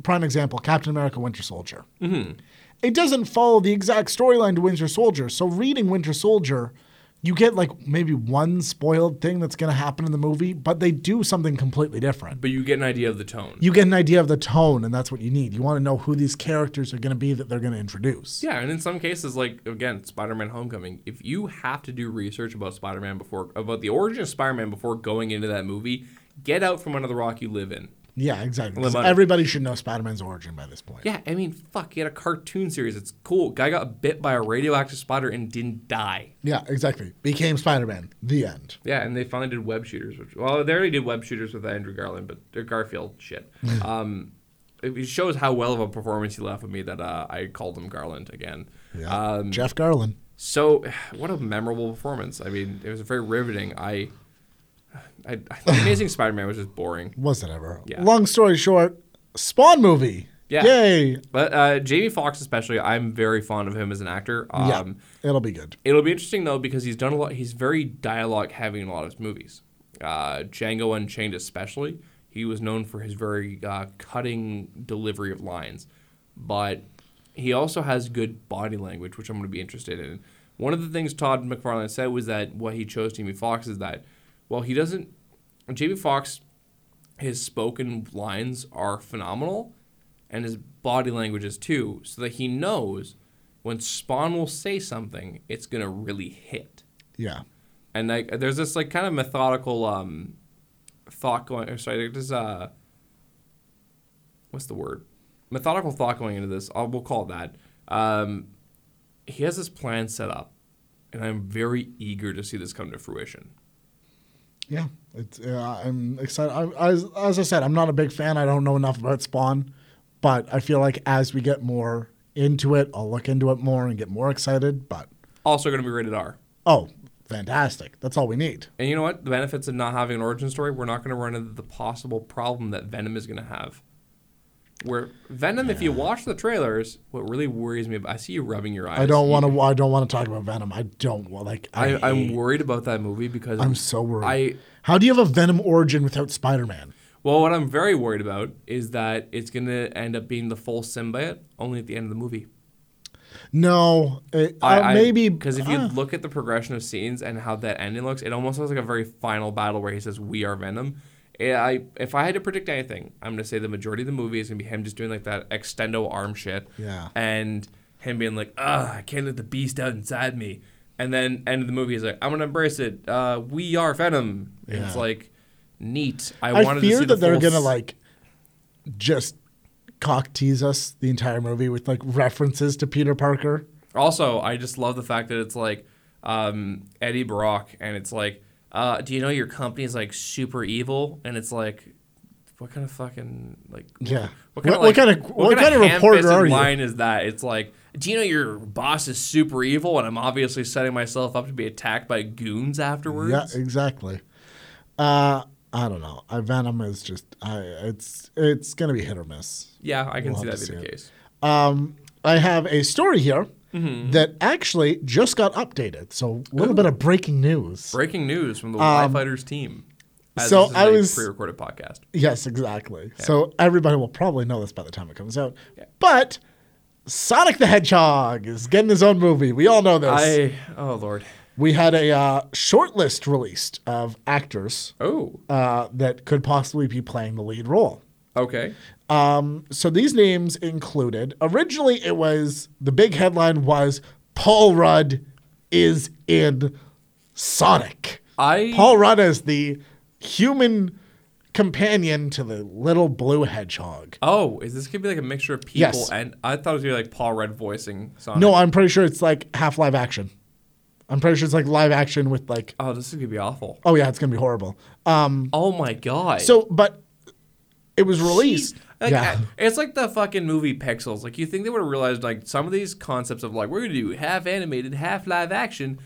Speaker 2: prime example, Captain America Winter Soldier. It doesn't follow the exact storyline to Winter Soldier. So reading Winter Soldier, you get like maybe one spoiled thing that's gonna happen in the movie, but they do something completely different
Speaker 1: But you get an idea of the tone.
Speaker 2: you get an idea of the tone, and that's what you need. You want to know who these characters are going to be that they're going to introduce.
Speaker 1: yeah, and in some cases, like again, Spider-Man: Homecoming. If you have to do research about Spider-Man before about the origin of Spider-Man before going into that movie, get out from under the rock you live in.
Speaker 2: Yeah, exactly. 'Cause
Speaker 1: Live on it.
Speaker 2: Everybody should know Spider Man's origin by this point.
Speaker 1: Yeah, I mean, fuck, he had a cartoon series. It's cool. Guy got bit by a radioactive spider and didn't die.
Speaker 2: Yeah, exactly. Became Spider Man. The end.
Speaker 1: Yeah, and they finally did web shooters. Which, well, they already did web shooters with Andrew Garland, but or Garfield shit. um, it it shows how well of a performance he left with me that uh, I called him Garland again.
Speaker 2: Yeah.
Speaker 1: Um,
Speaker 2: Jeff Garland.
Speaker 1: so, what a memorable performance. I mean, it was very riveting. I, I, I Amazing Spider-Man was just boring.
Speaker 2: Was it ever?
Speaker 1: Yeah.
Speaker 2: Long story short, Spawn movie.
Speaker 1: Yeah.
Speaker 2: Yay.
Speaker 1: But uh, Jamie Foxx, especially, I'm very fond of him as an actor. Um,
Speaker 2: Yeah. It'll be good.
Speaker 1: It'll be interesting though because he's done a lot. He's very dialogue heavy in a lot of his movies. Uh, Django Unchained, especially, he was known for his very uh, cutting delivery of lines, but he also has good body language, which I'm going to be interested in. One of the things Todd McFarlane said was that what he chose Jamie Foxx is that, well, he doesn't. Jamie Foxx, his spoken lines are phenomenal, and his body language is too, so that he knows when Spawn will say something, it's gonna really hit.
Speaker 2: Yeah.
Speaker 1: And like, there's this like kind of methodical um, thought going. Or sorry, there's uh, what's the word? Methodical thought going into this. I'll, we'll call it that. Um, he has this plan set up, and I'm very eager to see this come to fruition.
Speaker 2: Yeah. It's, uh, I'm excited. I, as, as I said, I'm not a big fan. I don't know enough about Spawn, but I feel like as we get more into it, I'll look into it more and get more excited. But
Speaker 1: Also, gonna be rated R.
Speaker 2: Oh, fantastic. That's all we need.
Speaker 1: And you know what? The benefits of not having an origin story, we're not going to run into the possible problem that Venom is going to have. Where Venom, if you watch the trailers, what really worries me about I see you rubbing your eyes.
Speaker 2: I don't want to. I don't want to talk about Venom. I don't want like. I,
Speaker 1: I,
Speaker 2: I
Speaker 1: I'm
Speaker 2: am
Speaker 1: worried about that movie because
Speaker 2: I'm so worried.
Speaker 1: I
Speaker 2: How do you have a Venom origin without Spider-Man?
Speaker 1: well, what I'm very worried about is that it's going to end up being the full symbiote only at the end of the movie.
Speaker 2: No, it, uh, maybe
Speaker 1: because if you
Speaker 2: uh,
Speaker 1: look at the progression of scenes and how that ending looks, it almost looks like a very final battle where he says, "We are Venom." Eh, I if I had to predict anything, I'm gonna say the majority of the movie is gonna be him just doing like that extendo arm shit,
Speaker 2: Yeah.
Speaker 1: and him being like, "Ugh, I can't let the beast out inside me," and then end of the movie is like, "I'm gonna embrace it. Uh, we are Venom." And It's
Speaker 2: Yeah.
Speaker 1: like neat. I,
Speaker 2: I
Speaker 1: wanted to
Speaker 2: fear
Speaker 1: see
Speaker 2: that
Speaker 1: the
Speaker 2: they're
Speaker 1: full
Speaker 2: gonna
Speaker 1: s-
Speaker 2: like just cock tease us the entire movie with like references to Peter Parker.
Speaker 1: Also, I just love the fact that it's like um, Eddie Brock, and it's like, uh, do you know your company is like super evil? And it's like, what kind of fucking like,
Speaker 2: Yeah.
Speaker 1: what kind of
Speaker 2: What- what
Speaker 1: like,
Speaker 2: kind of- what kind of reporter
Speaker 1: ham-fisted
Speaker 2: are you?
Speaker 1: Line is that? It's like, do you know your boss is super evil, and I'm obviously setting myself up to be attacked by goons afterwards.
Speaker 2: Yeah, exactly. Uh, I don't know. I, Venom is just I, it's it's gonna be hit or miss.
Speaker 1: Yeah, I can see
Speaker 2: have
Speaker 1: that
Speaker 2: to
Speaker 1: be the
Speaker 2: see it.
Speaker 1: case.
Speaker 2: Um, I have a story here that actually just got updated. So a little bit of breaking news.
Speaker 1: Breaking news from the um, Fighters team. As
Speaker 2: so
Speaker 1: this is
Speaker 2: I
Speaker 1: a
Speaker 2: was-
Speaker 1: pre-recorded podcast.
Speaker 2: Yes, exactly. So everybody will probably know this by the time it comes out. But Sonic the Hedgehog is getting his own movie. We all know this.
Speaker 1: I oh lord.
Speaker 2: we had a uh, short list released of actors
Speaker 1: Oh
Speaker 2: uh, that could possibly be playing the lead role.
Speaker 1: okay.
Speaker 2: Um, so these names included originally it was the big headline was Paul Rudd is in Sonic.
Speaker 1: I
Speaker 2: Paul Rudd is the human companion to the little blue hedgehog.
Speaker 1: Oh, is this gonna be like a mixture of people?
Speaker 2: Yes.
Speaker 1: And I thought it was gonna be like Paul Rudd voicing Sonic.
Speaker 2: No, I'm pretty sure it's like half live action. I'm pretty sure it's like live action with like
Speaker 1: Oh, this is gonna be awful.
Speaker 2: oh yeah, it's gonna be horrible. Um
Speaker 1: Oh my god.
Speaker 2: so but it was released.
Speaker 1: Jeez. Like, uh,
Speaker 2: yeah.
Speaker 1: I- it's like the fucking movie Pixels. Like you think they would have realized like some of these concepts of like we're gonna do half animated, half live action.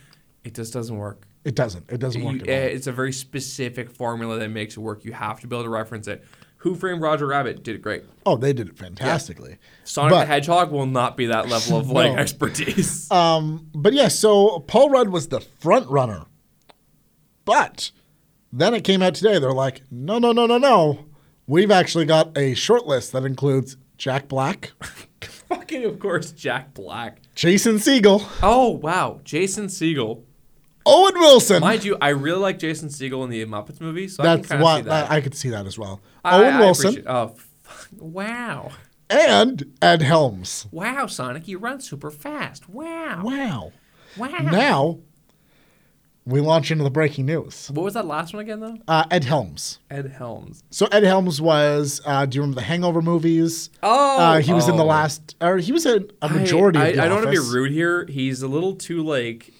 Speaker 1: It just doesn't work.
Speaker 2: It doesn't. It doesn't work
Speaker 1: You-
Speaker 2: at all.
Speaker 1: eh, it's a very specific formula that makes it work. You have to be able to reference it. Who framed Roger Rabbit did it great.
Speaker 2: Oh, they did it fantastically.
Speaker 1: Sonic the
Speaker 2: But-
Speaker 1: Hedgehog will not be that level of like
Speaker 2: No.
Speaker 1: expertise.
Speaker 2: Um, but yeah, so Paul Rudd was the front runner. But then it came out today. They're like, no, no, no, no, no. We've actually got a short list that includes Jack Black,
Speaker 1: fucking of course, Jack Black.
Speaker 2: Jason Segel,
Speaker 1: Oh wow, Jason Segel.
Speaker 2: Owen Wilson.
Speaker 1: Mind you, I really like Jason Segel in the Muppets movie, so
Speaker 2: That's
Speaker 1: I can kind of
Speaker 2: why
Speaker 1: see that.
Speaker 2: I, I could see that as well.
Speaker 1: I-
Speaker 2: Owen
Speaker 1: I
Speaker 2: Wilson
Speaker 1: appreciate- oh, fuck. wow.
Speaker 2: and Ed Helms.
Speaker 1: Wow, Sonic, you run super fast. Wow.
Speaker 2: Wow.
Speaker 1: Wow.
Speaker 2: Now we launch into the breaking news.
Speaker 1: What was that last one again, though?
Speaker 2: Uh, Ed Helms.
Speaker 1: Ed Helms.
Speaker 2: So Ed Helms was. Uh, do you remember the Hangover movies?
Speaker 1: Oh.
Speaker 2: uh, he was in the
Speaker 1: Oh.
Speaker 2: last, or he was in a majority.
Speaker 1: I,
Speaker 2: of the
Speaker 1: I, I don't want to
Speaker 2: Office.
Speaker 1: be rude here. He's a little too, like,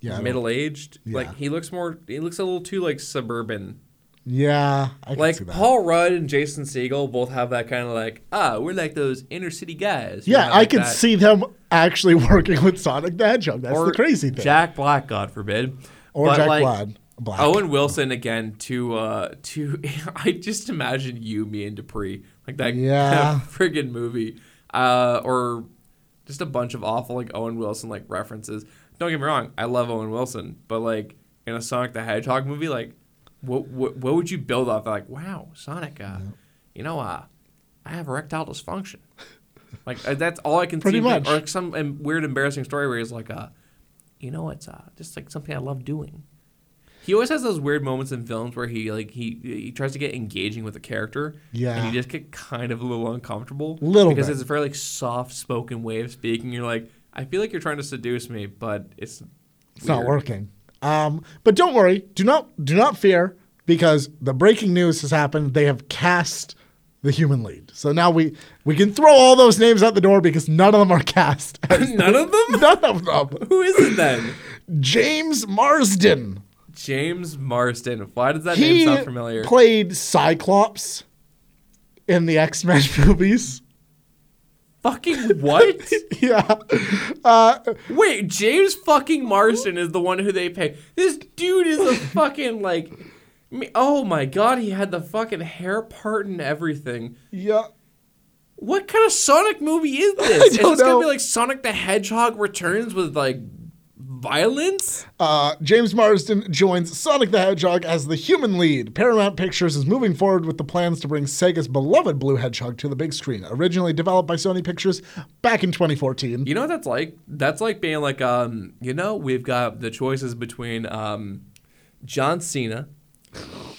Speaker 2: Yeah, I don't-
Speaker 1: middle aged. Like,
Speaker 2: Yeah.
Speaker 1: he looks more, he looks a little too, like, suburban.
Speaker 2: Yeah, I can see
Speaker 1: Like,
Speaker 2: that.
Speaker 1: Paul Rudd and Jason Segel both have that kind of, like, ah, we're like those inner city guys. who
Speaker 2: yeah,
Speaker 1: have,
Speaker 2: I
Speaker 1: like,
Speaker 2: can
Speaker 1: that-
Speaker 2: see them actually working with Sonic the Hedgehog. That's the crazy thing.
Speaker 1: Jack Black, God forbid.
Speaker 2: or
Speaker 1: But,
Speaker 2: Jack
Speaker 1: like,
Speaker 2: Black. Black.
Speaker 1: Owen Wilson again to uh to I just imagine you, me and Dupree. Like that,
Speaker 2: Yeah.
Speaker 1: friggin' movie. Uh or just a bunch of awful like Owen Wilson like references. Don't get me wrong, I love Owen Wilson, but like in a Sonic the Hedgehog movie, like what what, what would you build off like, wow, Sonic uh you know uh I have erectile dysfunction. Like uh, that's all I can
Speaker 2: Pretty
Speaker 1: see.
Speaker 2: much.
Speaker 1: Or like some um, weird embarrassing story where he's like uh you know it's uh just like something I love doing. He always has those weird moments in films where he like he he tries to get engaging with a character. And
Speaker 2: Yeah.
Speaker 1: you just get kind of a little uncomfortable.
Speaker 2: Little
Speaker 1: because
Speaker 2: bit.
Speaker 1: it's a very like soft spoken way of speaking. You're like, I feel like you're trying to seduce me, but it's
Speaker 2: it's not
Speaker 1: weird.
Speaker 2: working. Um, but don't worry. Do not do not fear because the breaking news has happened. They have cast the human lead. So now we we can throw all those names out the door because none of them are cast.
Speaker 1: None of them?
Speaker 2: none of them.
Speaker 1: Who is it then?
Speaker 2: James Marsden.
Speaker 1: James Marston. Why does that
Speaker 2: he
Speaker 1: name sound familiar?
Speaker 2: played Cyclops in the X Men movies.
Speaker 1: fucking what?
Speaker 2: yeah. Uh,
Speaker 1: Wait, James fucking Marston is the one who they pay. This dude is a fucking like. me- Oh my god, he had the fucking hair part and everything.
Speaker 2: yeah.
Speaker 1: What kind of Sonic movie is this?
Speaker 2: don't
Speaker 1: it's gonna
Speaker 2: know.
Speaker 1: be like Sonic the Hedgehog returns with like violence?
Speaker 2: Uh, James Marsden joins Sonic the Hedgehog as the human lead. Paramount Pictures is moving forward with the plans to bring Sega's beloved Blue Hedgehog to the big screen, originally developed by Sony Pictures back in 2014.
Speaker 1: You know what that's like? That's like being like, um, you know, we've got the choices between um, John Cena,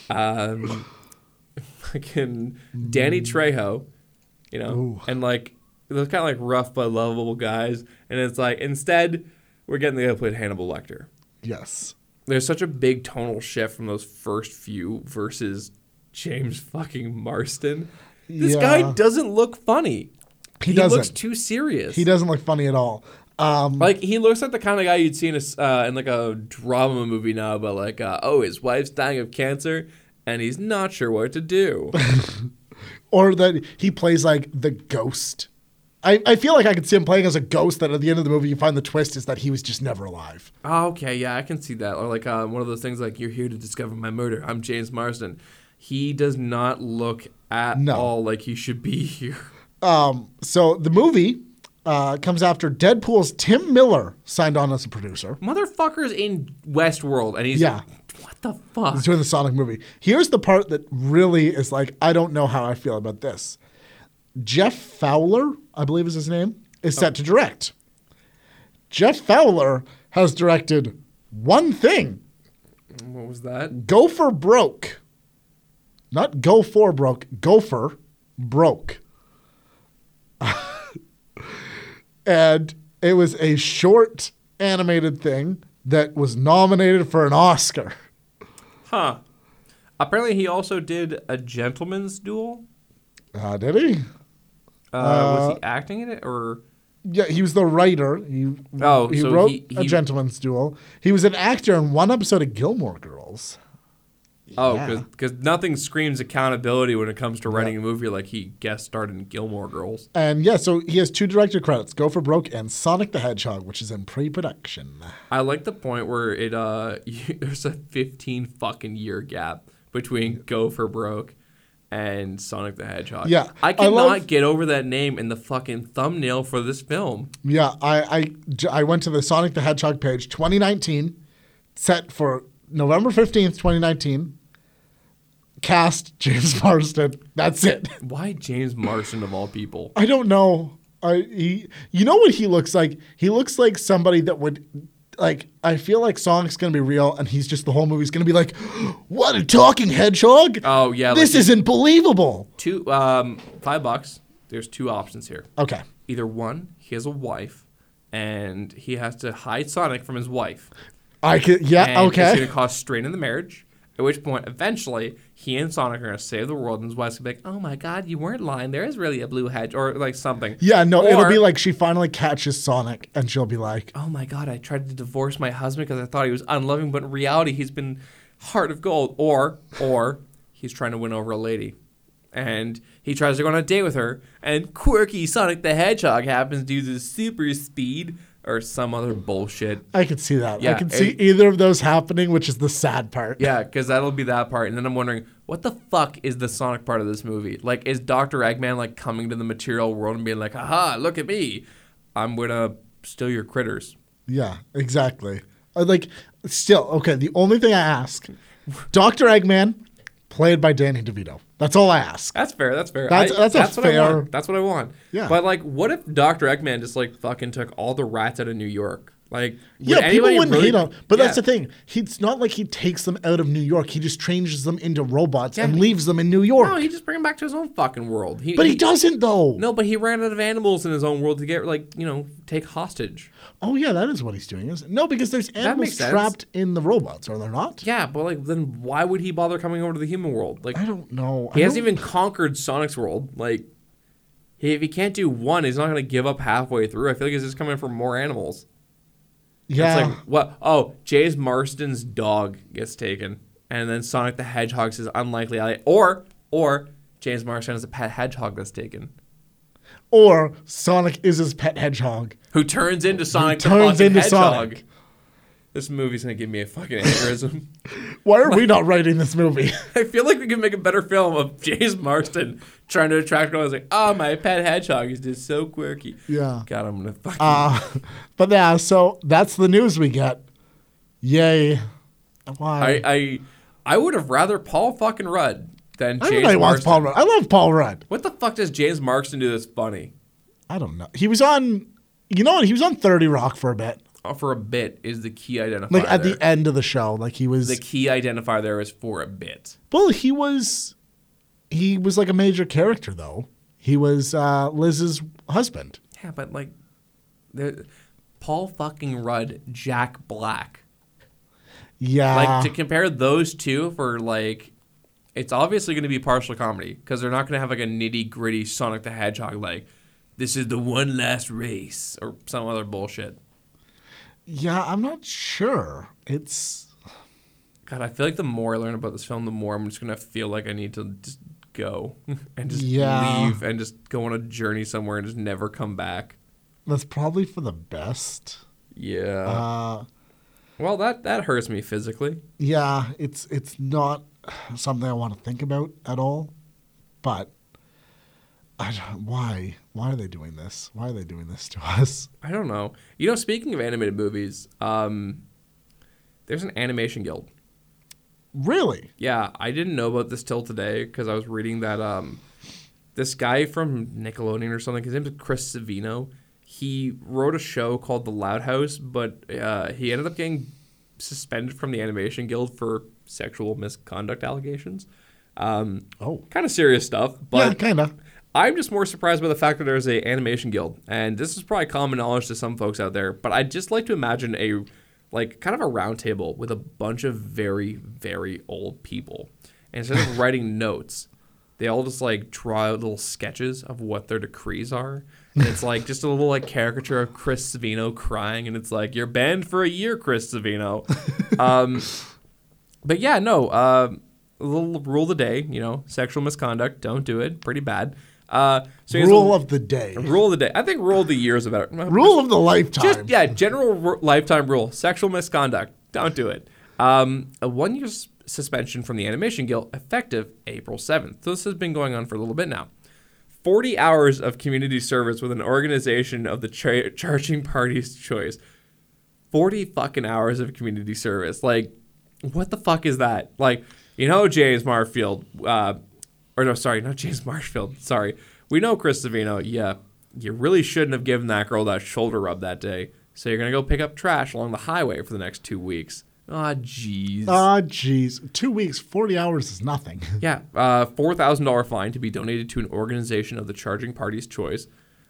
Speaker 1: um, fucking Danny
Speaker 2: Hmm.
Speaker 1: Trejo, you know, and like those kind of like rough but lovable guys. And it's like instead we're getting the guy who played Hannibal Lecter.
Speaker 2: Yes.
Speaker 1: There's such a big tonal shift from those first few versus James fucking Marston. This
Speaker 2: Yeah.
Speaker 1: guy doesn't look funny.
Speaker 2: He
Speaker 1: looks
Speaker 2: doesn't.
Speaker 1: too serious.
Speaker 2: He doesn't look funny at all. Um,
Speaker 1: Like he looks like the kind of guy you'd see in a s- uh, in like a drama movie now, but like uh, oh his wife's dying of cancer and he's not sure what to do.
Speaker 2: or that he plays like the ghost. I, I feel like I could see him playing as a ghost that at the end of the movie you find the twist is that he was just never alive.
Speaker 1: oh, okay, yeah, I can see that. Or like uh, one of those things like you're here to discover my murder. I'm James Marsden. He does not look at
Speaker 2: No.
Speaker 1: all like he should be here.
Speaker 2: Um, so the movie uh, comes after Deadpool's Tim Miller signed on as a producer.
Speaker 1: Motherfucker's in Westworld and he's
Speaker 2: Yeah.
Speaker 1: What the fuck?
Speaker 2: He's doing the Sonic movie. Here's the part that really is like, I don't know how I feel about this. Jeff Fowler, I believe is his name, is set to direct. Jeff Fowler has directed one thing
Speaker 1: What was that?
Speaker 2: Gopher Broke. Not Go For Broke, Gopher Broke. and it was a short animated thing that was nominated for an Oscar.
Speaker 1: Huh. Apparently he also did a gentleman's duel.
Speaker 2: Uh, did he?
Speaker 1: Uh, was he acting in it or
Speaker 2: Yeah, he was the writer. He,
Speaker 1: Oh,
Speaker 2: he
Speaker 1: so
Speaker 2: wrote
Speaker 1: he-
Speaker 2: A
Speaker 1: he-
Speaker 2: Gentleman's Duel. He was an actor in one episode of Gilmore Girls. Yeah.
Speaker 1: Oh, because nothing screams accountability when it comes to writing a movie like he guest starred in Gilmore Girls.
Speaker 2: And yeah, so he has two director credits Go for Broke and Sonic the Hedgehog, which is in pre production.
Speaker 1: I like the point where it uh there's a 15 fucking year gap between Go for Broke and Sonic the Hedgehog.
Speaker 2: Yeah,
Speaker 1: I
Speaker 2: I
Speaker 1: cannot
Speaker 2: love-
Speaker 1: get over that name in the fucking thumbnail for this film.
Speaker 2: Yeah, I, I, j- I went to the Sonic the Hedgehog page 2019, set for November 15th, 2019. Cast James Marsden. That's it.
Speaker 1: Why James Marsden of all people?
Speaker 2: I don't know. I he, you know what he looks like? He looks like somebody that would like I feel like Sonic's gonna be real and he's just the whole movie's gonna be like, What a talking hedgehog?
Speaker 1: Oh, yeah,
Speaker 2: This
Speaker 1: like-
Speaker 2: isn't believable.
Speaker 1: Two um five bucks. There's two options here.
Speaker 2: Okay.
Speaker 1: Either one, he has a wife and he has to hide Sonic from his wife.
Speaker 2: I could yeah,
Speaker 1: and it's
Speaker 2: okay.
Speaker 1: going to cause strain in the marriage. At which point, eventually, he and Sonic are going to save the world, and his wife's going to be like, "Oh my God, you weren't lying. There is really a blue hedge, or like something."
Speaker 2: Yeah, no, it'll
Speaker 1: Or,
Speaker 2: be like she finally catches Sonic and she'll be like,
Speaker 1: "Oh my God, I tried to divorce my husband because I thought he was unloving, but in reality, he's been heart of gold." Or, or he's trying to win over a lady, and he tries to go on a date with her, and quirky Sonic the Hedgehog happens due to super speed or some other bullshit.
Speaker 2: I could see that. I
Speaker 1: Yeah,
Speaker 2: can
Speaker 1: it-
Speaker 2: see either of those happening, which is the sad part.
Speaker 1: Yeah, because that'll be that part, and then I'm wondering what the fuck is the Sonic part of this movie? Like, is Doctor Eggman like coming to the material world and being like, "Haha, look at me, I'm gonna steal your critters."
Speaker 2: Yeah, exactly. Uh, Like, still, okay, the only thing I ask Dr. Eggman, played by Danny DeVito. That's all I ask.
Speaker 1: That's fair. That's fair.
Speaker 2: That's-
Speaker 1: I-
Speaker 2: that's a
Speaker 1: what I
Speaker 2: fair-
Speaker 1: want. That's what I want.
Speaker 2: Yeah.
Speaker 1: But like, what if Doctor Eggman just like fucking took all the rats out of New York? Like, would
Speaker 2: yeah, people
Speaker 1: anybody
Speaker 2: wouldn't
Speaker 1: really-
Speaker 2: hate him. But that's
Speaker 1: Yeah.
Speaker 2: the thing. He, it's not like he takes them out of New York. He just changes them into robots and
Speaker 1: Yeah.
Speaker 2: leaves them in New York.
Speaker 1: No, he just bring him back to his own fucking world. He,
Speaker 2: but he doesn't, though.
Speaker 1: No, but he ran out of animals in his own world to get like you know take hostage.
Speaker 2: Oh, yeah, that is what he's doing. Isn't it? No, because there's animals
Speaker 1: makes sense.
Speaker 2: trapped in the robots, are there not?
Speaker 1: Yeah, but like then why would he bother coming over to the human world? Like
Speaker 2: I don't know.
Speaker 1: he
Speaker 2: I
Speaker 1: hasn't
Speaker 2: don't-
Speaker 1: even conquered Sonic's world. Like he, if he can't do one, he's not gonna give up halfway through. I feel like he's just coming for more animals.
Speaker 2: Yeah.
Speaker 1: It's like what oh, James Marston's dog gets taken. And then Sonic the Hedgehog says unlikely ally or or James Marston has a pet hedgehog that's taken.
Speaker 2: or Sonic is his pet hedgehog.
Speaker 1: Who turns into Sonic
Speaker 2: turns
Speaker 1: the fucking
Speaker 2: into
Speaker 1: hedgehog.
Speaker 2: Sonic.
Speaker 1: This movie's gonna give me a fucking aneurysm.
Speaker 2: Why are we not writing this movie?
Speaker 1: I feel like we could make a better film of James Marston trying to attract girls. Like, oh, my pet hedgehog is just so quirky.
Speaker 2: Yeah.
Speaker 1: God, I'm gonna fucking.
Speaker 2: Uh, but yeah, so that's the news we get. Yay. Why?
Speaker 1: I, I, I would have rather Paul fucking Rudd than
Speaker 2: I,
Speaker 1: James
Speaker 2: everybody
Speaker 1: Marston.
Speaker 2: wants Paul Rudd. I love Paul Rudd.
Speaker 1: What the fuck does James Marston do that's funny?
Speaker 2: I don't know. He was on, you know what? He was on 30 Rock for a bit.
Speaker 1: Oh, for a bit is the key identifier.
Speaker 2: Like at
Speaker 1: there.
Speaker 2: the end of the show. Like he was,
Speaker 1: the key identifier there is for a bit.
Speaker 2: well, he was, he was like a major character though. He was uh, Liz's husband.
Speaker 1: Yeah, but like, there- Paul fucking Rudd, Jack Black.
Speaker 2: Yeah.
Speaker 1: Like to compare those two for like, it's obviously going to be partial comedy because they're not going to have like a nitty gritty Sonic the Hedgehog like, this is the one last race or some other bullshit.
Speaker 2: yeah, I'm not sure. It's,
Speaker 1: God, I feel like the more I learn about this film, the more I'm just gonna feel like I need to just go and just
Speaker 2: Yeah.
Speaker 1: leave and just go on a journey somewhere and just never come back.
Speaker 2: that's probably for the best.
Speaker 1: Yeah.
Speaker 2: Uh,
Speaker 1: well, that that hurts me physically.
Speaker 2: yeah, it's it's not something I want to think about at all. But I don't, why why are they doing this? Why are they doing this to us?
Speaker 1: I don't know. You know, speaking of animated movies, um, there's an animation guild.
Speaker 2: Really?
Speaker 1: Yeah, I didn't know about this till today because I was reading that um, this guy from Nickelodeon or something. His name is Chris Savino. He wrote a show called The Loud House, but uh, he ended up getting suspended from the Animation Guild for sexual misconduct allegations. Um,
Speaker 2: Oh,
Speaker 1: kind of serious stuff,
Speaker 2: yeah,
Speaker 1: but
Speaker 2: kind of.
Speaker 1: I'm just more surprised by the fact that there's a animation guild, and this is probably common knowledge to some folks out there. But I'd just like to imagine a like kind of a round table with a bunch of very very old people, and instead of writing notes, they all just like draw out little sketches of what their decrees are. And it's like just a little like caricature of Chris Savino crying, and it's like you're banned for a year, Chris Savino. Um, but yeah, no. Uh, little rule of the day, you know, sexual misconduct, don't do it. Pretty bad. Uh, so he has
Speaker 2: Rule
Speaker 1: a-
Speaker 2: of the day.
Speaker 1: rule of the day. I think rule of the year is a better.
Speaker 2: Rule of the lifetime.
Speaker 1: Just yeah, general r- lifetime rule: sexual misconduct. Don't do it. Um, a one-year s- suspension from the Animation Guild, effective April seventh. So this has been going on for a little bit now. Forty hours of community service with an organization of the cha- charging party's choice. Forty fucking hours of community service. Like, what the fuck is that? Like, you know, James Marfield. Uh, or no, sorry, not James Marshfield. Sorry. We know Chris Savino. Yeah, you really shouldn't have given that girl that shoulder rub that day. So you're gonna go pick up trash along the highway for the next two weeks. Ah, jeez.
Speaker 2: Ah, jeez. Two weeks, forty hours is nothing.
Speaker 1: yeah, uh, four thousand dollar fine to be donated to an organization of the charging party's choice.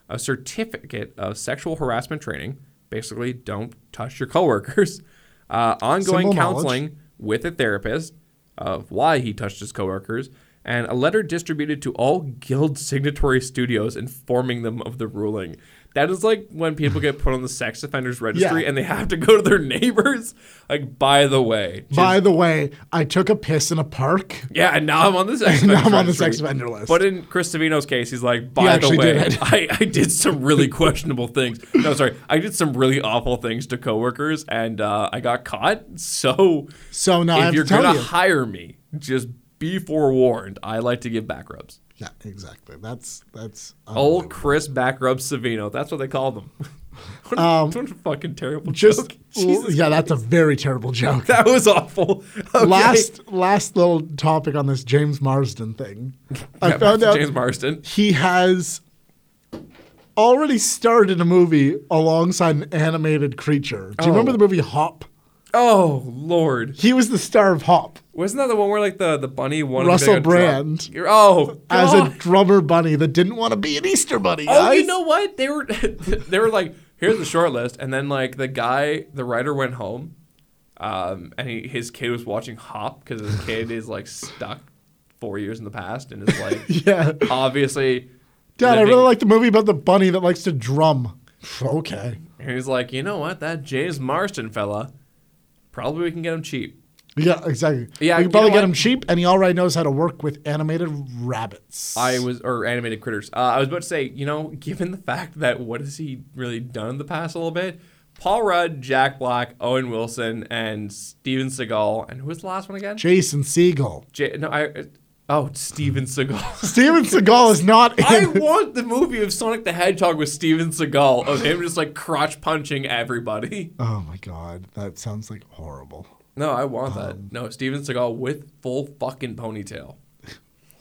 Speaker 1: A certificate of sexual harassment training. Basically, don't touch your coworkers. Uh, ongoing
Speaker 2: Simple knowledge.
Speaker 1: counseling. with a therapist of why he touched his coworkers, and a letter distributed to all guild signatory studios informing them of the ruling. That is like when people get put on the sex offenders registry
Speaker 2: Yeah.
Speaker 1: and they have to go to their neighbors. Like, by the way, just-
Speaker 2: By the way, I took a piss in a park.
Speaker 1: yeah, and now I'm on the sex
Speaker 2: Now
Speaker 1: offenders
Speaker 2: I'm on the
Speaker 1: registry.
Speaker 2: sex offender list.
Speaker 1: But in Chris Savino's case, he's like, by the
Speaker 2: actually
Speaker 1: way,
Speaker 2: did it.
Speaker 1: I, I did some really questionable things. No, sorry, I did some really awful things to coworkers, and uh, I got caught. So
Speaker 2: So now I
Speaker 1: if
Speaker 2: have
Speaker 1: you're
Speaker 2: to tell
Speaker 1: gonna
Speaker 2: you.
Speaker 1: hire me, just be forewarned. I like to give back rubs.
Speaker 2: yeah, exactly. That's that's.
Speaker 1: Old Chris back rub Savino. That's what they call them. what, a, what a fucking terrible
Speaker 2: Um, just
Speaker 1: joke. Jesus,
Speaker 2: yeah, that's a very terrible joke.
Speaker 1: that was awful. Okay.
Speaker 2: Last last little topic on this James Marsden thing. I
Speaker 1: Yeah, back
Speaker 2: found
Speaker 1: to
Speaker 2: out
Speaker 1: James Marston.
Speaker 2: he has already starred in a movie alongside an animated creature. Do you remember the movie Hop?
Speaker 1: Oh lord,
Speaker 2: He was the star of Hop
Speaker 1: wasn't that the one where like the the bunny one?
Speaker 2: Russell
Speaker 1: like,
Speaker 2: Brand.
Speaker 1: oh,
Speaker 2: as
Speaker 1: God.
Speaker 2: a drummer bunny that didn't want to be an Easter bunny.
Speaker 1: Oh, you
Speaker 2: guys.
Speaker 1: know what? They were they were like, here's the short list, and then like the guy, the writer went home, um, and he, his kid was watching Hop because his kid is like stuck four years in the past and is like
Speaker 2: Yeah,
Speaker 1: obviously.
Speaker 2: Dad, I
Speaker 1: living-
Speaker 2: really like the movie about the bunny that likes to drum. Okay,
Speaker 1: And he's like, you know what? That James Marston fella, probably we can get him cheap.
Speaker 2: yeah, exactly.
Speaker 1: Yeah,
Speaker 2: we
Speaker 1: you
Speaker 2: can probably
Speaker 1: know
Speaker 2: get
Speaker 1: what?
Speaker 2: him cheap, and he already knows how to work with animated rabbits.
Speaker 1: I was or animated critters. Uh, I was about to say, you know, given the fact that what has he really done in the past a little bit? Paul Rudd, Jack Black, Owen Wilson, and Steven Seagal. And who was the last one again?
Speaker 2: Jason Segel.
Speaker 1: J- no, I. Oh, Steven Seagal.
Speaker 2: Steven Seagal is not in.
Speaker 1: I want the movie of Sonic the Hedgehog with Steven Seagal of him just like crotch punching everybody.
Speaker 2: oh my god, that sounds like horrible.
Speaker 1: No, I want
Speaker 2: Um.
Speaker 1: that. No, Steven Seagal with full fucking ponytail.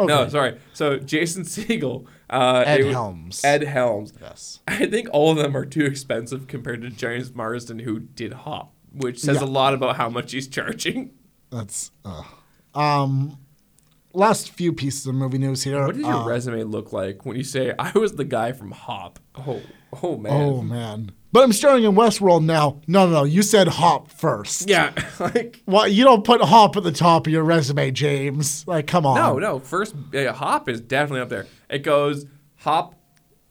Speaker 2: Okay.
Speaker 1: No, sorry. So Jason Siegel, uh,
Speaker 2: Ed
Speaker 1: it was-
Speaker 2: Helms.
Speaker 1: Ed Helms.
Speaker 2: Yes.
Speaker 1: I think all of them are too expensive compared to James Marsden, who did Hop, which says
Speaker 2: Yeah.
Speaker 1: a lot about how much he's charging.
Speaker 2: That's uh, um last few pieces of movie news here.
Speaker 1: What does your
Speaker 2: Uh,
Speaker 1: resume look like when you say I was the guy from Hop? Oh, oh man.
Speaker 2: Oh man. But I'm starting in Westworld now. No, no, no. You said hop first.
Speaker 1: Yeah, like
Speaker 2: Well, you don't put hop at the top of your resume, James. Like, come on.
Speaker 1: no, no. First, yeah, Hop is definitely up there. It goes Hop,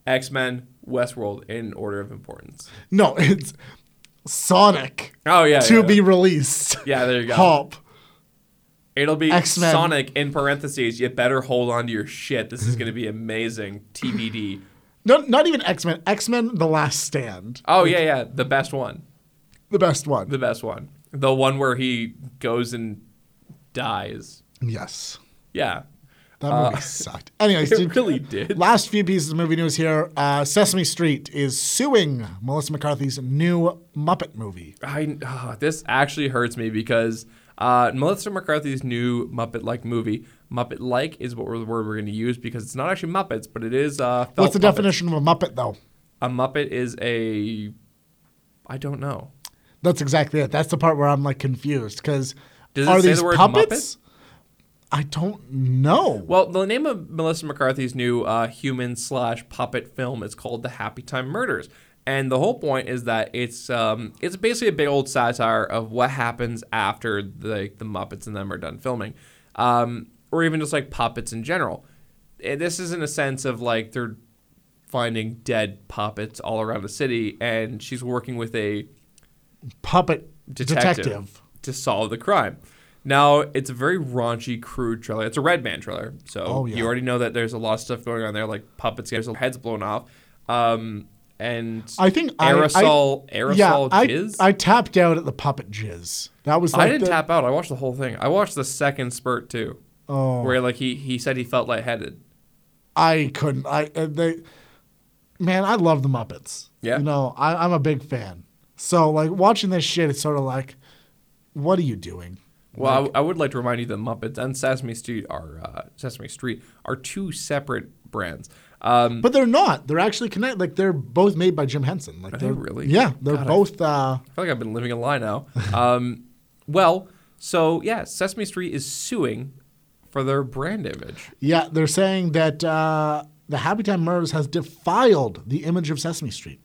Speaker 1: X Men, Westworld in order of importance.
Speaker 2: No, it's Sonic
Speaker 1: Oh yeah,
Speaker 2: to
Speaker 1: yeah.
Speaker 2: be released.
Speaker 1: Yeah, there you go.
Speaker 2: Hop.
Speaker 1: It'll be
Speaker 2: X-Men.
Speaker 1: Sonic in parentheses. You better hold on to your shit. This is going to be amazing. TBD.
Speaker 2: No, not even X Men. X Men: The Last Stand,
Speaker 1: Oh yeah, yeah, the best one,
Speaker 2: the best one.
Speaker 1: the best one, the one where he goes and dies.
Speaker 2: yes,
Speaker 1: Yeah,
Speaker 2: that movie sucked. Anyways,
Speaker 1: Uh, it
Speaker 2: dude,
Speaker 1: really did.
Speaker 2: last few pieces of movie news here. Uh, Sesame Street is suing Melissa McCarthy's new Muppet movie.
Speaker 1: I ah, this actually hurts me because uh, Melissa McCarthy's new Muppet-like movie, Muppet-like is what we're, the word we're going to use because it's not actually Muppets, but it is. Uh, felt
Speaker 2: What's the
Speaker 1: Muppets.
Speaker 2: definition of a Muppet, though?
Speaker 1: A Muppet is a. I don't know.
Speaker 2: That's exactly it. That's the part where I'm like confused because
Speaker 1: Does it
Speaker 2: are
Speaker 1: say
Speaker 2: these
Speaker 1: the word
Speaker 2: puppets? I don't know.
Speaker 1: Well, the name of Melissa McCarthy's new uh, human slash puppet film is called The Happy Time Murders, and the whole point is that it's um, it's basically a big old satire of what happens after the the Muppets and them are done filming, um, or even just like puppets in general. Eh, This is in a sense of like they're finding dead puppets all around the city, and she's working with a
Speaker 2: Puppet
Speaker 1: detective,
Speaker 2: detective.
Speaker 1: to solve the crime. Now, it's a very raunchy, crude trailer. It's a Red Man trailer, so
Speaker 2: Oh, yeah.
Speaker 1: you already know that there's a lot of stuff going on there, like puppets getting their heads blown off, um, and
Speaker 2: I think I- I-
Speaker 1: aerosol, aerosol
Speaker 2: yeah,
Speaker 1: jizz.
Speaker 2: I, I tapped out at the puppet jizz. That was like
Speaker 1: I didn't
Speaker 2: the-
Speaker 1: tap out. I watched the whole thing. I watched the second spurt too,
Speaker 2: Oh.
Speaker 1: where like he he said he felt lightheaded.
Speaker 2: I couldn't. I uh, they, man, I love the Muppets.
Speaker 1: Yeah.
Speaker 2: you know, I, I'm a big fan. So like watching this shit, it's sort of like, what are you doing?
Speaker 1: Well, I w- I, would like to remind you that Muppets and Sesame Street are uh, Sesame Street are two separate brands. Um,
Speaker 2: But they're not. They're actually connected. Like they're both made by Jim Henson. Like
Speaker 1: they
Speaker 2: they're
Speaker 1: really?
Speaker 2: Yeah, they're
Speaker 1: God, I-
Speaker 2: both. uh,
Speaker 1: I feel like I've been living a lie now. Um, well, so yeah, Sesame Street is suing for their brand image.
Speaker 2: yeah, they're saying that uh, the Happy Time Murders has defiled the image of Sesame Street.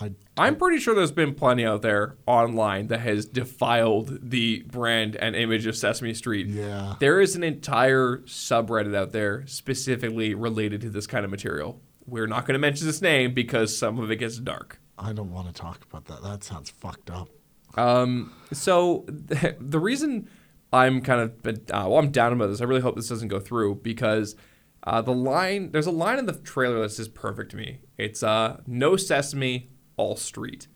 Speaker 2: I
Speaker 1: I'm pretty sure there's been plenty out there online that has defiled the brand and image of Sesame Street.
Speaker 2: Yeah.
Speaker 1: There is an entire subreddit out there specifically related to this kind of material. We're not going to mention its name because some of it gets dark.
Speaker 2: I don't want to talk about that. That sounds fucked up.
Speaker 1: Um, so th- the reason I'm kind of been, uh, well, I'm down about this. I really hope this doesn't go through because uh, the line there's a line in the trailer that's just perfect to me. It's uh, no sesame, all street,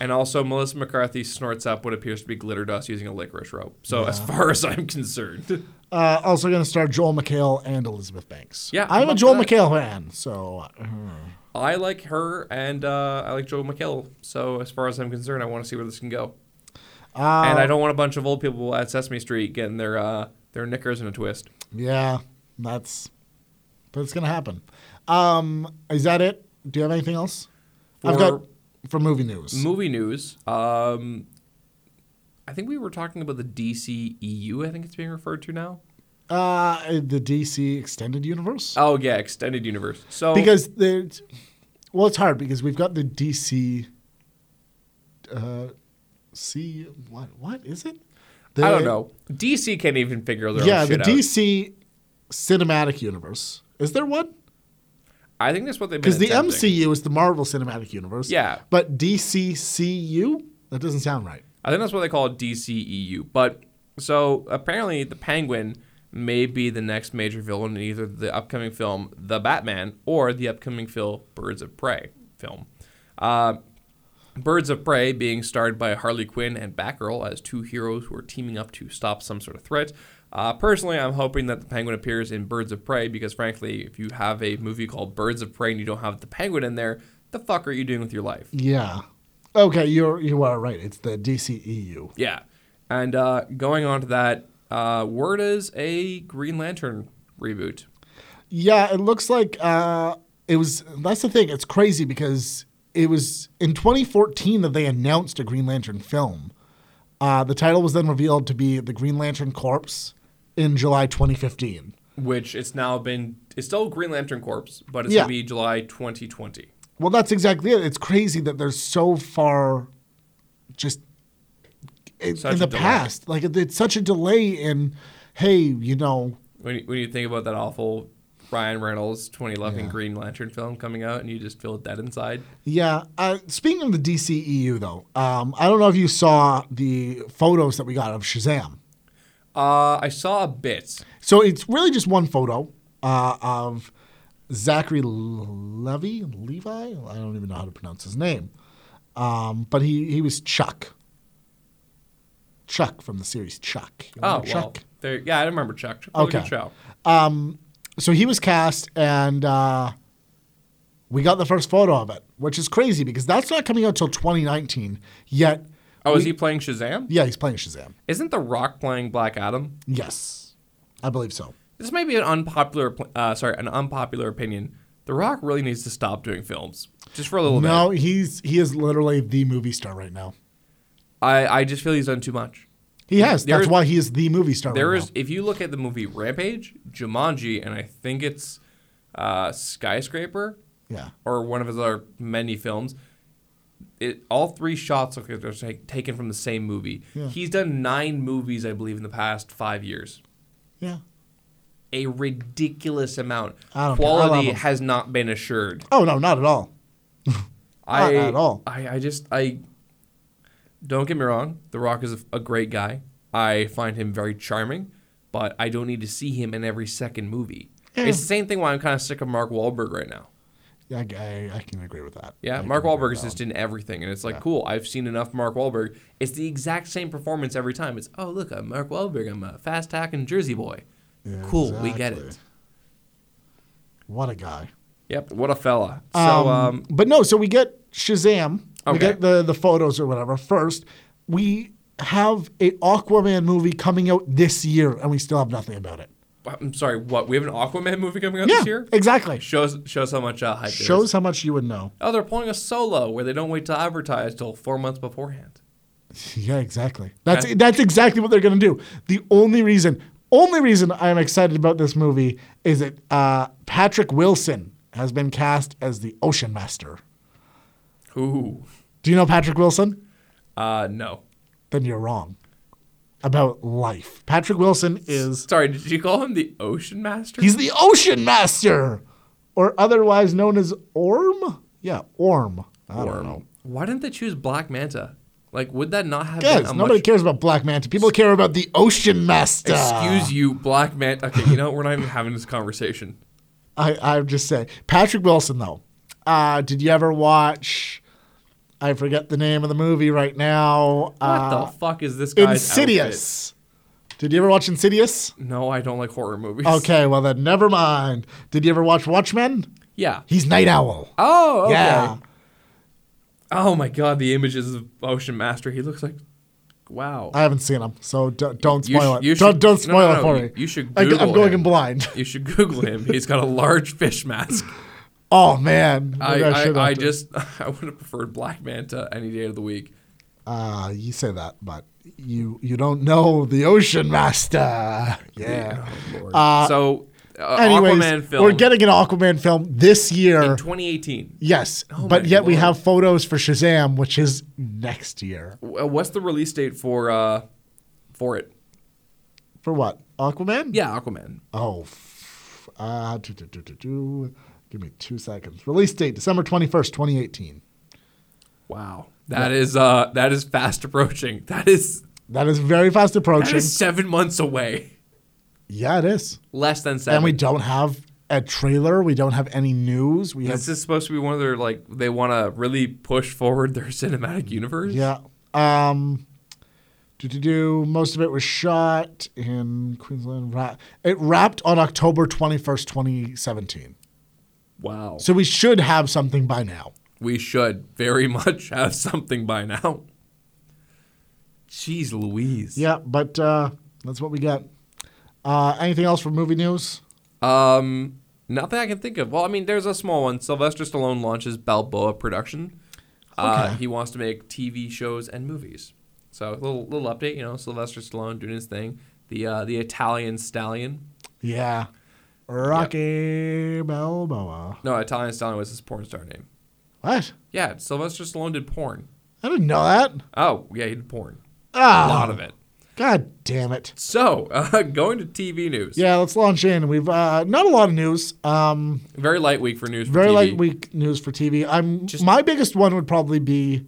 Speaker 1: and also Melissa McCarthy snorts up what appears to be glitter dust using a licorice rope. So as far as I'm concerned,
Speaker 2: Uh, also going to star Joel McHale and Elizabeth Banks.
Speaker 1: Yeah,
Speaker 2: I'm
Speaker 1: I'm
Speaker 2: a
Speaker 1: up
Speaker 2: Joel
Speaker 1: for that.
Speaker 2: McHale fan, so uh,
Speaker 1: I like her and uh, I like Joel McHale. So as far as I'm concerned, I want to see where this can go. and
Speaker 2: Oh.
Speaker 1: I don't want a bunch of old people at Sesame Street getting their uh, their knickers in a twist.
Speaker 2: yeah, that's that's going to happen. Um, is that it? Do you have anything else? I've
Speaker 1: For-
Speaker 2: got for movie news.
Speaker 1: Movie news. Um, I think we were talking about the DC EU. I think it's being referred to now.
Speaker 2: uh, the DC extended universe
Speaker 1: Oh yeah, extended universe. So
Speaker 2: because there's well, it's hard because we've got the DC. Uh, C what what is it?
Speaker 1: I don't
Speaker 2: The-
Speaker 1: know. DC can't even figure their
Speaker 2: Yeah,
Speaker 1: own
Speaker 2: the
Speaker 1: shit out.
Speaker 2: DC cinematic universe. Is there one?
Speaker 1: I think that's what they've been
Speaker 2: Because the
Speaker 1: attempting.
Speaker 2: MCU is the Marvel Cinematic Universe.
Speaker 1: Yeah.
Speaker 2: But DCCU? That doesn't sound right.
Speaker 1: I think that's what they call it, DCEU. But so apparently, the Penguin may be the next major villain in either the upcoming film The Batman or the upcoming film Birds of Prey film. Uh, Birds of Prey being starred by Harley Quinn and Batgirl as two heroes who are teaming up to stop some sort of threat. Uh, personally, I'm hoping that the Penguin appears in Birds of Prey because, frankly, if you have a movie called Birds of Prey and you don't have the Penguin in there, the fuck are you doing with your life?
Speaker 2: Yeah. Okay, you're you are right. It's the E DCEU.
Speaker 1: Yeah. And uh, going on to that, uh, word is a Green Lantern reboot.
Speaker 2: Yeah, it looks like uh, it was. That's the thing. It's crazy because it was in 2014 that they announced a Green Lantern film. Uh, the title was then revealed to be The Green Lantern Corpse in July 2015.
Speaker 1: which it's now been it's still Green Lantern Corps, but it's
Speaker 2: Yeah.
Speaker 1: gonna be July 2020.
Speaker 2: Well, that's exactly it. It's crazy that they're so far just in,
Speaker 1: Such
Speaker 2: in
Speaker 1: a
Speaker 2: the
Speaker 1: delay.
Speaker 2: past. Like, it- it's such a delay in, hey, you know,
Speaker 1: When you, when you think about that awful Ryan Reynolds 2011 Green Lantern film coming out, and you just feel dead inside.
Speaker 2: Yeah. Uh, speaking of the DCEU, though, um, I don't know if you saw the photos that we got of Shazam.
Speaker 1: Uh, I saw a bit.
Speaker 2: So it's really just one photo uh, of Zachary Levy, Levi. I don't even know how to pronounce his name, um, but he he was Chuck. Chuck from the series Chuck. You
Speaker 1: Oh
Speaker 2: remember
Speaker 1: well,
Speaker 2: Chuck?
Speaker 1: there. Yeah, I remember Chuck. Chuck was a good
Speaker 2: Okay.
Speaker 1: show.
Speaker 2: Um, so he was cast and uh, we got the first photo of it which is crazy because that's not coming out till 2019 yet
Speaker 1: Oh, is he playing Shazam?
Speaker 2: yeah he's playing shazam
Speaker 1: Isn't The Rock playing Black Adam?
Speaker 2: yes i believe so
Speaker 1: This may be an unpopular, pl- uh, sorry, an unpopular opinion. The Rock really needs to stop doing films, just for a little bit.
Speaker 2: no he's he is literally the movie star right now
Speaker 1: I, I just feel he's done too much.
Speaker 2: he has
Speaker 1: There
Speaker 2: that's
Speaker 1: is-
Speaker 2: why he is the movie star
Speaker 1: There
Speaker 2: right
Speaker 1: is, if you look at the movie Rampage, Jumanji, and I think it's uh, Skyscraper
Speaker 2: now. yeah
Speaker 1: or one of his other many films. It all three shots look like they're ta- taken from the same movie.
Speaker 2: Yeah.
Speaker 1: He's done nine movies, I believe, in the past five years.
Speaker 2: yeah
Speaker 1: A ridiculous amount.
Speaker 2: I don't care. I love
Speaker 1: Quality
Speaker 2: him.
Speaker 1: has not been assured.
Speaker 2: oh no not at all Not
Speaker 1: I,
Speaker 2: at all.
Speaker 1: I, I just I don't get me wrong. The Rock is a, a great guy. I find him very charming, but I don't need to see him in every second movie. It's the same thing why I'm kind of sick of Mark Wahlberg right now.
Speaker 2: yeah, I, I- I can agree with that
Speaker 1: Yeah,
Speaker 2: I
Speaker 1: Mark
Speaker 2: can agree
Speaker 1: Wahlberg
Speaker 2: with
Speaker 1: is
Speaker 2: that
Speaker 1: just in everything, and it's like cool. I've seen enough Mark Wahlberg. It's the exact same performance every time. It's oh look, I'm Mark Wahlberg. I'm a fast hacking Jersey boy.
Speaker 2: Yeah,
Speaker 1: cool, we get
Speaker 2: exactly.
Speaker 1: it.
Speaker 2: one. what a guy
Speaker 1: Yep, what a fella. So um,
Speaker 2: but no, so we get Shazam.
Speaker 1: Okay.
Speaker 2: We get the the photos or whatever first. We have a Aquaman movie coming out this year, and we still have nothing about it.
Speaker 1: I'm sorry. What we have an Aquaman movie coming out
Speaker 2: Yeah,
Speaker 1: this year?
Speaker 2: exactly.
Speaker 1: Shows shows how much uh, hype. there is.
Speaker 2: Shows how much you would know.
Speaker 1: Oh, they're pulling a solo where they don't wait to advertise till four months beforehand.
Speaker 2: Yeah, exactly. That's
Speaker 1: Okay.
Speaker 2: that's exactly what they're gonna do. The only reason, only reason I'm excited about this movie is that uh, Patrick Wilson has been cast as the Ocean Master.
Speaker 1: Ooh.
Speaker 2: Do you know Patrick Wilson?
Speaker 1: Uh, no.
Speaker 2: Then you're wrong about life. Patrick Wilson is
Speaker 1: Sorry, did you call him the Ocean Master?
Speaker 2: He's the Ocean Master, or otherwise known as Orm. Yeah, Orm. I don't
Speaker 1: Or-
Speaker 2: know.
Speaker 1: Why didn't they choose Black Manta? Like, would that not have been
Speaker 2: Guys,
Speaker 1: a
Speaker 2: nobody
Speaker 1: much...
Speaker 2: cares Ah. about Black Manta. People care about the Ocean Master.
Speaker 1: Excuse you, Black Manta. Okay, you know what? we're not even having this conversation.
Speaker 2: I, I would just say Patrick Wilson though. Uh, did you ever watch? I forget the name of the movie right now.
Speaker 1: What
Speaker 2: Uh,
Speaker 1: the fuck is this guy's outfit?
Speaker 2: Insidious. Did you ever watch Insidious?
Speaker 1: No, I don't like horror movies.
Speaker 2: Okay, well then, never mind. Did you ever watch Watchmen?
Speaker 1: Yeah.
Speaker 2: He's Night Owl.
Speaker 1: Oh, okay.
Speaker 2: Yeah.
Speaker 1: Oh my god, the images of Ocean Master. He looks like, wow.
Speaker 2: I haven't seen him, so d- don't
Speaker 1: You sh-
Speaker 2: spoil
Speaker 1: you
Speaker 2: it. Don't,
Speaker 1: should-
Speaker 2: don't
Speaker 1: no,
Speaker 2: spoil
Speaker 1: no, no,
Speaker 2: it for
Speaker 1: you-
Speaker 2: me.
Speaker 1: you should
Speaker 2: I, am
Speaker 1: Google
Speaker 2: going
Speaker 1: him.
Speaker 2: in blind.
Speaker 1: you should Google him. He's got a large fish mask.
Speaker 2: Oh man,
Speaker 1: I,
Speaker 2: Maybe should
Speaker 1: I, I
Speaker 2: have to-
Speaker 1: just I would have preferred Black Manta any day of the week.
Speaker 2: Ah, you say that, but you you don't know the Ocean Master. Yeah.
Speaker 1: Oh, Lord. so uh,
Speaker 2: Anyways,
Speaker 1: Aquaman film
Speaker 2: we're getting an Aquaman film this year.
Speaker 1: in 2018.
Speaker 2: yes,
Speaker 1: Oh,
Speaker 2: but
Speaker 1: my
Speaker 2: yet we
Speaker 1: Lord.
Speaker 2: have photos for Shazam, which is next year.
Speaker 1: W- What's the release date for uh for it?
Speaker 2: For what? Aquaman?
Speaker 1: Yeah, Aquaman.
Speaker 2: Oh. F- uh, do, do, do, do, do. Give me two seconds. Release date December twenty first, twenty eighteen.
Speaker 1: Wow, that is uh that is fast approaching. That is
Speaker 2: That is very fast
Speaker 1: that
Speaker 2: approaching.
Speaker 1: is seven months away.
Speaker 2: yeah, it is.
Speaker 1: Less than seven.
Speaker 2: and we don't have a trailer. We don't have any news. We have
Speaker 1: This is supposed to be one of their like they want to really push forward their cinematic universe.
Speaker 2: yeah. Um, do do do. Most of it was shot in Queensland. Ra- It wrapped on October twenty first, twenty seventeen.
Speaker 1: Wow.
Speaker 2: So we should have something by now.
Speaker 1: We should very much have something by now. Jeez Louise.
Speaker 2: Yeah, but uh, that's what we got. Uh, anything else for movie news?
Speaker 1: Um, nothing I can think of. Well, I mean, there's a small one. Sylvester Stallone launches Balboa Production. Uh, he wants to make TV shows and movies. So a little little update, you know, Sylvester Stallone doing his thing. The uh, the Italian stallion.
Speaker 2: Yeah. Rocky Balboa.
Speaker 1: No, Italian stallion was his porn star name.
Speaker 2: What?
Speaker 1: Yeah, Sylvester Stallone did porn.
Speaker 2: I didn't know that.
Speaker 1: Oh, yeah, he did porn.
Speaker 2: Ah,
Speaker 1: A lot of it.
Speaker 2: God damn it.
Speaker 1: So, uh, going to TV news.
Speaker 2: Yeah, let's launch in. We've uh, not a lot of news. Um,
Speaker 1: Very light week for news. For
Speaker 2: very
Speaker 1: TV.
Speaker 2: light week news for TV. I'm my biggest one would probably be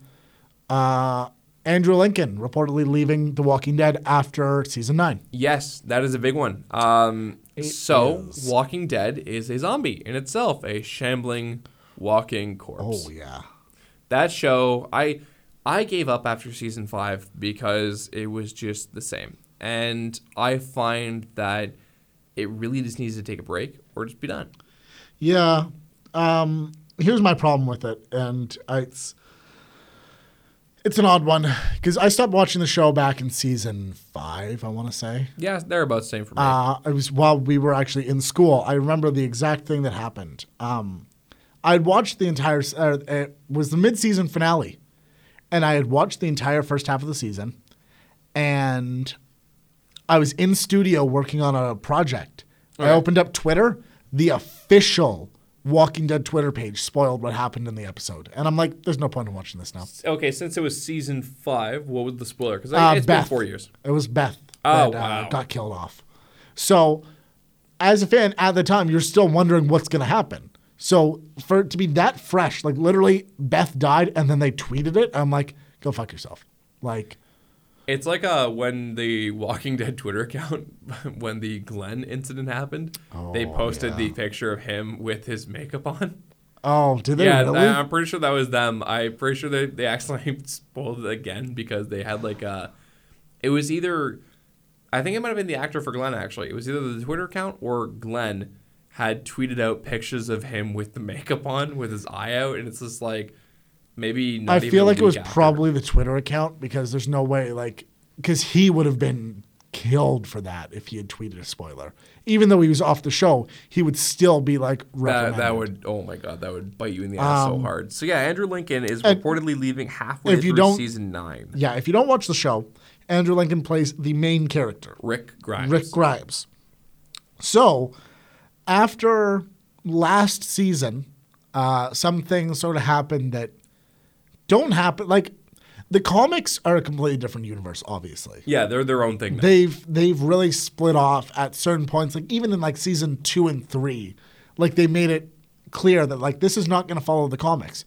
Speaker 2: uh, Andrew Lincoln reportedly leaving The Walking Dead after season nine.
Speaker 1: Yes, that is a big one. Um, so,
Speaker 2: is.
Speaker 1: Walking Dead is a zombie in itself, a shambling, walking corpse.
Speaker 2: Oh yeah.
Speaker 1: That show, I, I gave up after season five because it was just the same, and I find that it really just needs to take a break or just be done.
Speaker 2: Yeah. Um, here's my problem with it, and I, it's it's an odd one because I stopped watching the show back in season five. I want to say.
Speaker 1: Yeah, they're about the same for me.
Speaker 2: Uh, it was while we were actually in school. I remember the exact thing that happened. Um, I'd watched the entire. s- Uh, it was the mid-season finale, and I had watched the entire first half of the season, and I was in studio working on a project. I opened up Twitter. The official Walking Dead Twitter page spoiled what happened in the episode, and I'm like, "There's no point in watching this now."
Speaker 1: okay, since it was season five, what was the spoiler? Because
Speaker 2: Uh,
Speaker 1: it's
Speaker 2: Beth.
Speaker 1: been four years.
Speaker 2: It was Beth
Speaker 1: Oh,
Speaker 2: that uh,
Speaker 1: wow.
Speaker 2: got killed off. So, as a fan at the time, you're still wondering what's going to happen. So, for it to be that fresh, like literally Beth died and then they tweeted it, I'm like, go fuck yourself. Like,
Speaker 1: It's like uh, when the Walking Dead Twitter account, when the Glenn incident happened, they posted the picture of him with his makeup on.
Speaker 2: oh, did they
Speaker 1: yeah,
Speaker 2: really?
Speaker 1: I, am pretty sure that was them. I'm pretty sure they, they accidentally spoiled it again because they had like a. It was either. I think it might have been the actor for Glenn, actually. It was either the Twitter account or Glenn had tweeted out pictures of him with the makeup on, with his eye out, and it's just like maybe not
Speaker 2: I
Speaker 1: even
Speaker 2: feel
Speaker 1: a
Speaker 2: like it
Speaker 1: week
Speaker 2: was
Speaker 1: after.
Speaker 2: probably the Twitter account because there's no way, like, because he would have been killed for that if he had tweeted a spoiler. Even though he was off the show, he would still be like,
Speaker 1: That, that
Speaker 2: reprimanded.
Speaker 1: would oh my god that would bite you in the ass so hard. So yeah, Andrew Lincoln is reportedly leaving halfway
Speaker 2: Um, if you
Speaker 1: through
Speaker 2: don't-
Speaker 1: season nine.
Speaker 2: Yeah, if you don't watch the show, Andrew Lincoln plays the main character,
Speaker 1: Rick Grimes.
Speaker 2: Rick Grimes. So, after last season, uh, some things sort of happened that don't happen. Like, the comics are a completely different universe, obviously.
Speaker 1: Yeah, they're their own thing. Now.
Speaker 2: They've they've really split off at certain points, like even in like season two and three, like they made it clear that like this is not going to follow the comics.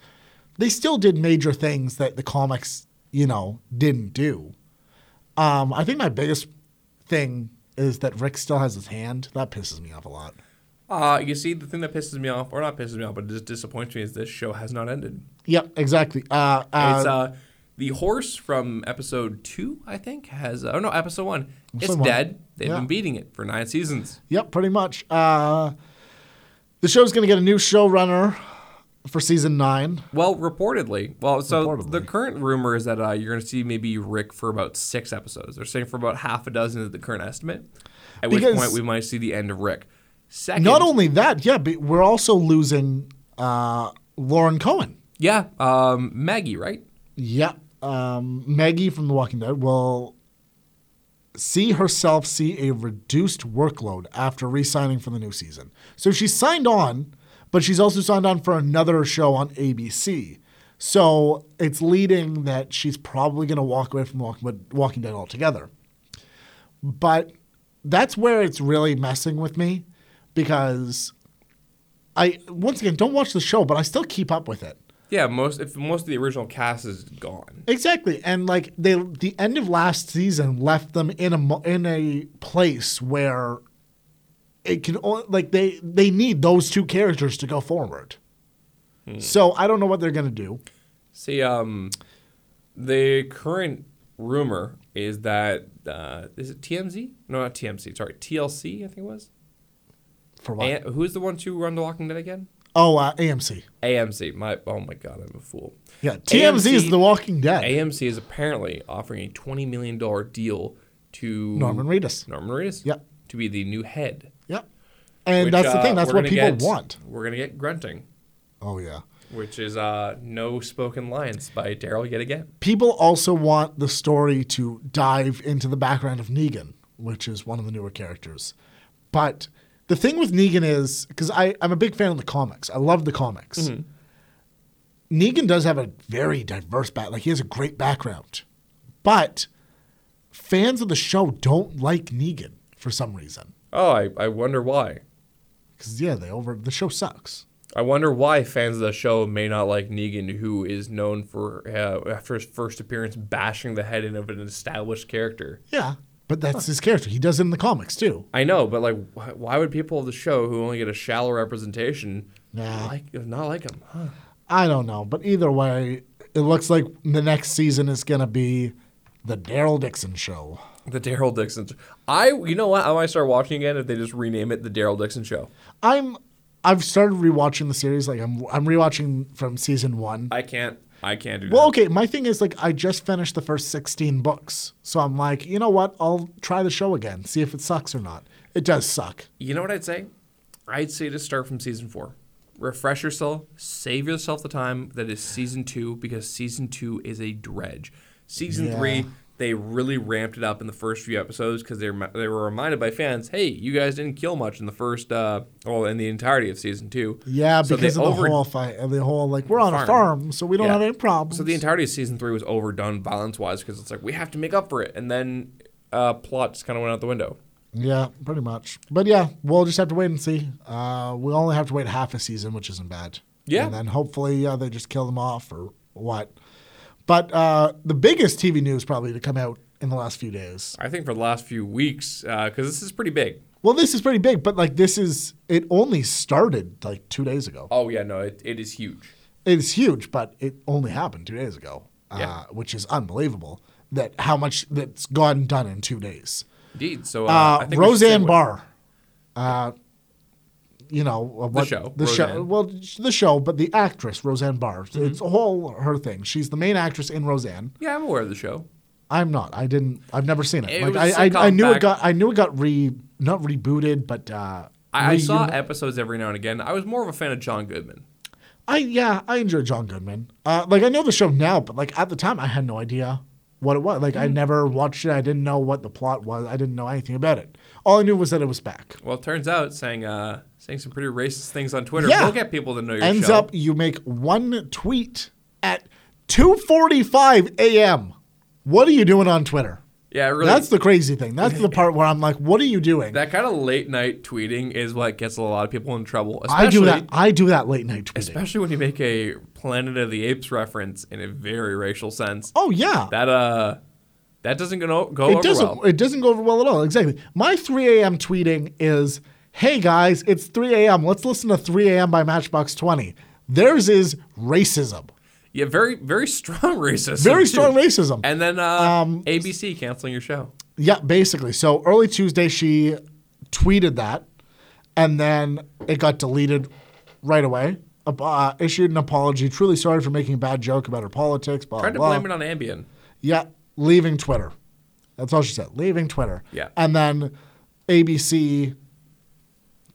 Speaker 2: They still did major things that the comics, you know, didn't do. Um, I think my biggest thing is that Rick still has his hand. That pisses me off a lot.
Speaker 1: Uh, you see, the thing that pisses me off, or not pisses me off, but just disappoints me is this show has not ended.
Speaker 2: Yep, exactly. Uh, uh,
Speaker 1: it's uh, the horse from episode two, I think, has oh no, episode one. It's
Speaker 2: Episode one.
Speaker 1: dead. They've
Speaker 2: Yeah.
Speaker 1: been beating it for nine seasons.
Speaker 2: Yep, pretty much. Uh, the show's going to get a new showrunner for season nine.
Speaker 1: Well, reportedly, well, so the
Speaker 2: Reportedly.
Speaker 1: current rumor is that uh, you're going to see maybe Rick for about six episodes. They're saying for about half a dozen at the current estimate, at
Speaker 2: Because-
Speaker 1: which point we might see the end of Rick. Second,
Speaker 2: Not only that, yeah, but we're also losing uh, Lauren Cohen.
Speaker 1: yeah, um, Maggie, right?
Speaker 2: Yeah. Um, Maggie from The Walking Dead will see herself see a reduced workload after re signing for the new season. So she's signed on, but she's also signed on for another show on ABC. So it's leading that she's probably going to walk away from Walk- Walking Dead altogether. But that's where it's really messing with me because I, once again, don't watch the show, but I still keep up with it.
Speaker 1: Yeah, most if most of the original cast is gone.
Speaker 2: Exactly, and like they, the end of last season left them in a mo- in a place where it can only like they they need those two characters to go forward.
Speaker 1: Hmm.
Speaker 2: So I don't know what they're gonna do.
Speaker 1: See, um, the current rumor is that uh, is it TMZ? No, not TMZ. Sorry, TLC. I think it was.
Speaker 2: For what?
Speaker 1: And, who's the ones who run The Walking Dead again?
Speaker 2: oh, uh, AMC.
Speaker 1: AMC. My oh my god, I'm a fool.
Speaker 2: Yeah, TMZ is
Speaker 1: AMC
Speaker 2: The Walking Dead.
Speaker 1: AMC is apparently offering a twenty million dollar deal to
Speaker 2: Norman Reedus.
Speaker 1: Norman Reedus.
Speaker 2: Yep.
Speaker 1: To be the new head.
Speaker 2: Yep. And
Speaker 1: which,
Speaker 2: that's the
Speaker 1: uh,
Speaker 2: thing. That's
Speaker 1: we're gonna
Speaker 2: what people
Speaker 1: get-
Speaker 2: want.
Speaker 1: We're gonna get grunting,
Speaker 2: Oh yeah.
Speaker 1: which is uh, no spoken lines by Daryl yet again.
Speaker 2: People also want the story to dive into the background of Negan, which is one of the newer characters. But the thing with Negan is because I'm a big fan of the comics. I love the comics. Negan does have a very diverse back. Like he has a great background, but fans of the show don't like Negan for some reason.
Speaker 1: Oh, I, I wonder why.
Speaker 2: Because yeah, they over the show sucks.
Speaker 1: I wonder why fans of the show may not like Negan, who is known for uh, after his first appearance bashing the head in of an established character.
Speaker 2: Yeah, but that's his character. He does it in the comics too.
Speaker 1: I know, but like, wh- why would people of the show who only get a shallow representation
Speaker 2: Nah.
Speaker 1: like not like him? Huh?
Speaker 2: I don't know, but either way, it looks like the next season is going to be the Daryl Dixon show.
Speaker 1: The Daryl Dixon. I you know what? I might start watching again if they just rename it the Daryl Dixon Show.
Speaker 2: I'm I've started rewatching the series. Like I'm I'm rewatching from season one.
Speaker 1: I can't. I can't do
Speaker 2: Well, okay. My thing is like I just finished the first sixteen books, so I'm like, you know what? I'll try the show again, see if it sucks or not. It does suck.
Speaker 1: You know what I'd say? I'd say to start from season four. Refresh yourself, save yourself the time that is season two because season two is a dredge. Season
Speaker 2: Yeah.
Speaker 1: three, they really ramped it up in the first few episodes because they, remi- they were reminded by fans, hey, you guys didn't kill much in the first, uh, well, in the entirety of season two.
Speaker 2: Yeah,
Speaker 1: So they
Speaker 2: because of the
Speaker 1: over-
Speaker 2: whole fight and the whole like we're on a
Speaker 1: Farm.
Speaker 2: farm, so we don't
Speaker 1: Yeah.
Speaker 2: have any problems.
Speaker 1: So the entirety of season three was overdone violence wise because it's like we have to make up for it, and then uh, plot just kind of went out the window.
Speaker 2: Yeah, pretty much. But yeah, we'll just have to wait and see. Uh, we only have to wait half a season, which isn't bad.
Speaker 1: Yeah.
Speaker 2: And then hopefully uh, they just kill them off or what. But uh, the biggest TV news probably to come out in the last few days.
Speaker 1: I think for the last few weeks because this is pretty big.
Speaker 2: Well, this is pretty big, but like this is it only started like two days ago.
Speaker 1: Oh yeah, no, it, it is huge.
Speaker 2: It's huge, but it only happened two days ago, uh,
Speaker 1: Yeah.
Speaker 2: which is unbelievable. That how much that's gone done in two days.
Speaker 1: Indeed. So uh, I
Speaker 2: Uh,
Speaker 1: think we should
Speaker 2: Roseanne
Speaker 1: segue.
Speaker 2: Barr. Uh, you know uh, what,
Speaker 1: show,
Speaker 2: The show.
Speaker 1: Roseanne. Mm-hmm.
Speaker 2: Well, sh- the show, but the actress Roseanne Barr. It's a whole her thing. She's the main actress in Roseanne.
Speaker 1: Yeah, I'm aware of the show.
Speaker 2: I'm not. I didn't. I've never seen it.
Speaker 1: It
Speaker 2: like
Speaker 1: was
Speaker 2: I,
Speaker 1: sitcom
Speaker 2: I, I knew
Speaker 1: back-
Speaker 2: it got. I knew it got re not rebooted, but uh,
Speaker 1: I, I saw
Speaker 2: reuni-
Speaker 1: episodes every now and again. I was more of a fan of John Goodman.
Speaker 2: I yeah. I enjoy John Goodman. Uh, like I know the show now, but like at the time, I had no idea what it was. Like
Speaker 1: Mm.
Speaker 2: I never watched it. I didn't know what the plot was. I didn't know anything about it. All I knew was that it was back.
Speaker 1: Well, it turns out saying uh, saying some pretty racist things on Twitter
Speaker 2: Yeah.
Speaker 1: will get people to know your
Speaker 2: ends
Speaker 1: show.
Speaker 2: up you make one tweet at 2:45 a.m. What are you doing on Twitter?
Speaker 1: yeah, it really.
Speaker 2: That's the crazy thing. That's the part where I'm like, what are you doing?
Speaker 1: that kind of late night tweeting is what gets a lot of people in trouble.
Speaker 2: I do that.
Speaker 1: especially-
Speaker 2: I do that late night tweeting.
Speaker 1: especially when you make a Planet of the Apes reference in a very racial sense.
Speaker 2: oh yeah.
Speaker 1: That uh, that doesn't go go
Speaker 2: it
Speaker 1: over
Speaker 2: doesn't.
Speaker 1: well.
Speaker 2: It doesn't go over well at all. Exactly. My 3 a.m. tweeting is, "Hey guys, it's 3 a.m. Let's listen to 3 a.m. by Matchbox 20." Theirs is racism.
Speaker 1: Yeah, very very strong racism.
Speaker 2: Very
Speaker 1: too.
Speaker 2: strong Um, racism.
Speaker 1: And then uh, ABC canceling your show.
Speaker 2: Yeah, basically. So early Tuesday, she tweeted that, and then it got deleted right away. Ap- Uh, issued an apology. Truly sorry for making a bad joke about her politics. Blah
Speaker 1: Trying to
Speaker 2: blah.
Speaker 1: blame it on Ambien.
Speaker 2: yeah, leaving Twitter. That's all she said. Leaving Twitter.
Speaker 1: Yeah.
Speaker 2: And then ABC